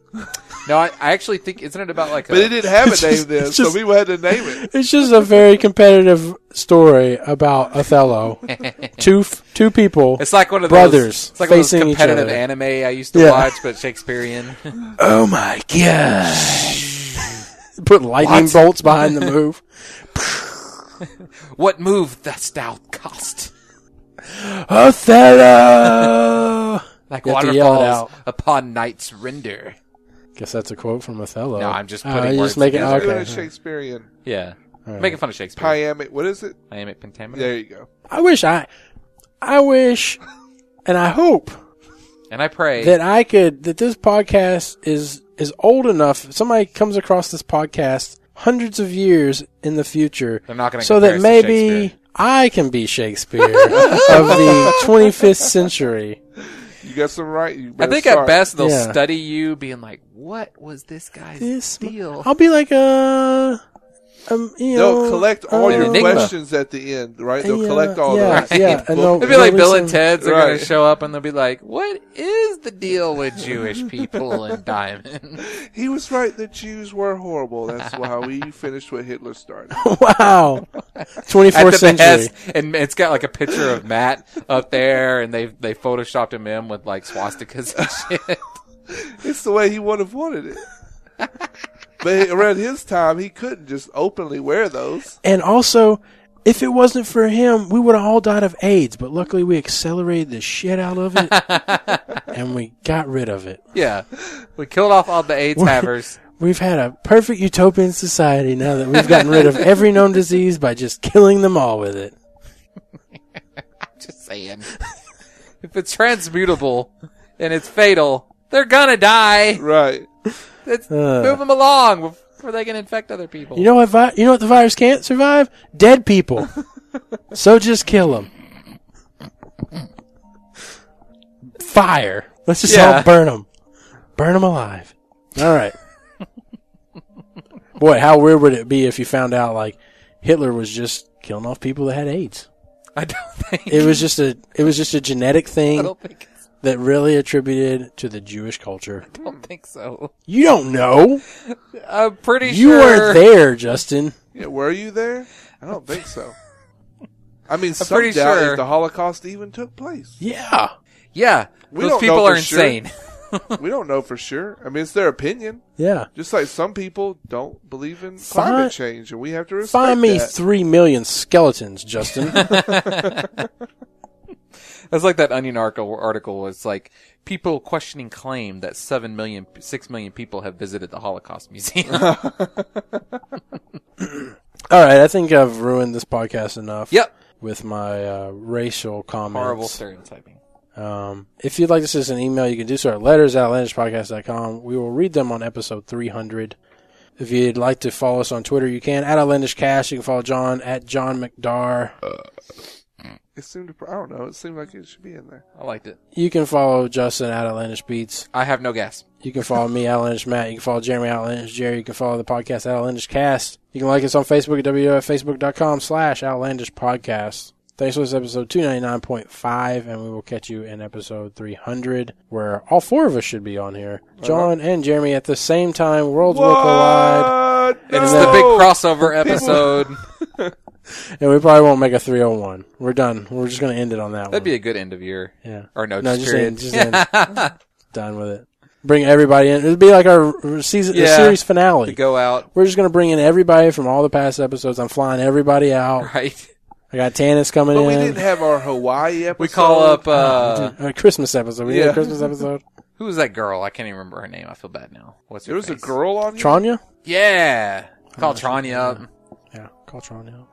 Speaker 2: no. I, I actually think isn't it about like a,
Speaker 3: But it didn't have a
Speaker 1: It's
Speaker 3: name
Speaker 1: just-
Speaker 3: then,
Speaker 1: it's
Speaker 3: so
Speaker 1: just-
Speaker 3: we had to name it.
Speaker 1: It's just a very competitive story about Othello. two f- two people.
Speaker 2: it's like one of
Speaker 1: Brothers
Speaker 2: those it's like one of those
Speaker 1: facing each
Speaker 2: competitive
Speaker 1: other.
Speaker 2: anime I used to
Speaker 1: Yeah.
Speaker 2: watch, but Shakespearean.
Speaker 1: oh my god! Put lightning bolts behind the move.
Speaker 2: what move dost thou cost?
Speaker 1: Othello.
Speaker 2: Like
Speaker 1: You have to yell it out.
Speaker 2: waterfalls upon night's render.
Speaker 1: Guess that's a quote from Othello.
Speaker 2: No, I'm just
Speaker 1: Oh,
Speaker 2: putting
Speaker 1: you're
Speaker 2: words
Speaker 1: just making
Speaker 2: together.
Speaker 3: Doing
Speaker 1: okay.
Speaker 3: a Shakespearean
Speaker 2: Yeah,
Speaker 1: Alright.
Speaker 2: making fun of Shakespeare.
Speaker 3: piamic. What is it?
Speaker 2: I am at pentameter,
Speaker 3: There you go.
Speaker 1: I wish I, I wish, and I hope
Speaker 2: and I pray.
Speaker 1: that I could that this podcast is is old enough. Somebody comes across this podcast hundreds of years in the future,
Speaker 2: They're not gonna
Speaker 1: so
Speaker 2: compare
Speaker 1: that
Speaker 2: us to
Speaker 1: maybe
Speaker 2: Shakespeare.
Speaker 1: I can be Shakespeare of the 25th century.
Speaker 3: You got some right. You
Speaker 2: I
Speaker 3: better
Speaker 2: think at
Speaker 3: start.
Speaker 2: best they'll
Speaker 1: Yeah.
Speaker 2: study you, being like, "What was this guy's
Speaker 1: This
Speaker 2: deal?"
Speaker 1: I'll be like a. Um, you know,
Speaker 3: They'll collect all
Speaker 1: uh,
Speaker 3: your
Speaker 2: Enigma.
Speaker 3: questions at the end, right? They'll
Speaker 1: yeah,
Speaker 3: collect all
Speaker 1: yeah,
Speaker 3: those.
Speaker 1: Yeah, and they'll
Speaker 2: It'd be like
Speaker 1: release
Speaker 2: Bill and
Speaker 1: them.
Speaker 2: Ted's are going
Speaker 3: Right.
Speaker 2: to show up and they'll be like, "What is the deal with Jewish people and diamonds?"
Speaker 3: He was right. The Jews were horrible. That's how we finished what Hitler started.
Speaker 1: Wow,
Speaker 2: At
Speaker 1: 24th
Speaker 2: the
Speaker 1: century.
Speaker 2: behest, and it's got like a picture of Matt up there, and they they photoshopped him in with like swastikas and shit.
Speaker 3: It's the way he would have wanted it. But around his time, he couldn't just openly wear those.
Speaker 1: And also, if it wasn't for him, we would have all died of AIDS. But luckily, we accelerated the shit out of it, and we got rid of it.
Speaker 2: Yeah, we killed off all the AIDS havers.
Speaker 1: We've had a perfect utopian society now that we've gotten rid of every known disease by just killing them all with it.
Speaker 2: Just saying, if it's transmutable and it's fatal, they're gonna die.
Speaker 3: Right.
Speaker 2: Let's
Speaker 1: Uh.
Speaker 2: move them along before they can infect other people.
Speaker 1: You know what? Vi- you know what the virus can't survive? Dead people. so just kill them. Fire. Let's just
Speaker 2: Yeah.
Speaker 1: all burn them. Burn them alive. All right. Boy, how weird would it be if you found out like Hitler was just killing off people that had AIDS?
Speaker 2: I don't think.
Speaker 1: It was just a it was just a genetic
Speaker 2: I
Speaker 1: thing
Speaker 2: don't think.
Speaker 1: that really attributed to the Jewish culture.
Speaker 2: I don't think so.
Speaker 1: You don't know.
Speaker 2: I'm pretty
Speaker 1: You
Speaker 2: sure
Speaker 1: weren't there, Justin.
Speaker 3: Yeah, were you there? I don't think so. I mean, some
Speaker 2: pretty
Speaker 3: doubt
Speaker 2: sure.
Speaker 3: if the Holocaust even took place.
Speaker 1: Yeah.
Speaker 2: Yeah,
Speaker 3: We
Speaker 2: those
Speaker 3: don't
Speaker 2: people
Speaker 3: know
Speaker 2: are
Speaker 3: for sure.
Speaker 2: insane.
Speaker 3: We don't know for sure. I mean, it's their opinion.
Speaker 1: Yeah.
Speaker 3: Just like some people don't believe in climate change, and we have to respect
Speaker 1: Find me
Speaker 3: that.
Speaker 1: three million skeletons, Justin.
Speaker 2: That's like that Onion article. Article was like people questioning claim that seven million, six million people have visited the Holocaust Museum.
Speaker 1: All right, I think I've ruined this podcast enough.
Speaker 2: yep,
Speaker 1: With my uh, racial comments.
Speaker 2: horrible stereotyping.
Speaker 1: Um, if you'd like to send us an email, you can do so at letters at outlandishpodcast.com. We will read them on episode 300. If you'd like to follow us on Twitter, you can at Outlandish Cash. You can follow John at John McDar.
Speaker 3: It seemed, to, I don't know. It seemed like it should be in there.
Speaker 2: I liked it.
Speaker 1: You can follow Justin at Outlandish Beats.
Speaker 2: I have no gas.
Speaker 1: You can follow me, Outlandish Matt. You can follow Jeremy Outlandish Jerry. You can follow the podcast Outlandish Cast. You can like us on Facebook at www.facebook.com slash Outlandish Podcast. Thanks for this episode 299.5, and we will catch you in episode 300, where all four of us should be on here. John and Jeremy at the same time. Worlds will collide.
Speaker 2: It's
Speaker 1: No.
Speaker 2: the big crossover episode.
Speaker 1: And we probably won't make a 301. We're done. We're just going to end it on that one.
Speaker 2: That'd be a good end of year.
Speaker 1: yeah.
Speaker 2: Or no,
Speaker 1: No,
Speaker 2: just
Speaker 1: just
Speaker 2: period.
Speaker 1: end. Just end. Done with it. Bring everybody in. It'd be like our season, the
Speaker 2: Yeah.
Speaker 1: series
Speaker 2: To
Speaker 1: finale.
Speaker 2: go out.
Speaker 1: We're just gonna bring in everybody from all the past episodes. I'm flying everybody out.
Speaker 2: Right.
Speaker 1: I got Tannis coming
Speaker 3: But
Speaker 1: in.
Speaker 3: we didn't have our Hawaii episode.
Speaker 2: We call up uh
Speaker 1: a Christmas episode. We yeah.
Speaker 3: Yeah.
Speaker 1: a Christmas episode.
Speaker 2: who was that girl? I can't even remember her name. I feel bad now. What's her
Speaker 3: There was a
Speaker 2: face?
Speaker 3: girl Oh, on here?
Speaker 1: Tranya.
Speaker 2: Yeah. Call Tranya up.
Speaker 1: Yeah, call Tranya. out.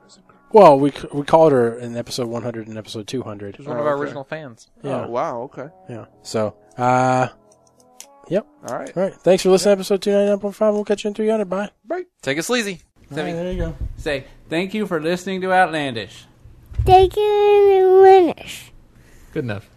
Speaker 1: Well, we c- we called her in episode 100 and episode 200.
Speaker 2: She's one
Speaker 3: Oh,
Speaker 2: of our
Speaker 3: okay.
Speaker 2: original fans.
Speaker 1: Yeah,
Speaker 3: Oh, wow. Okay.
Speaker 1: yeah. So, uh,
Speaker 3: All right.
Speaker 1: all right. Thanks for listening, to episode 299.5. We'll catch you in 300. Bye.
Speaker 2: Take it sleazy.
Speaker 1: All right, there you go.
Speaker 4: Say, thank you for listening to Outlandish.
Speaker 5: Take it in the winners.
Speaker 2: Good enough.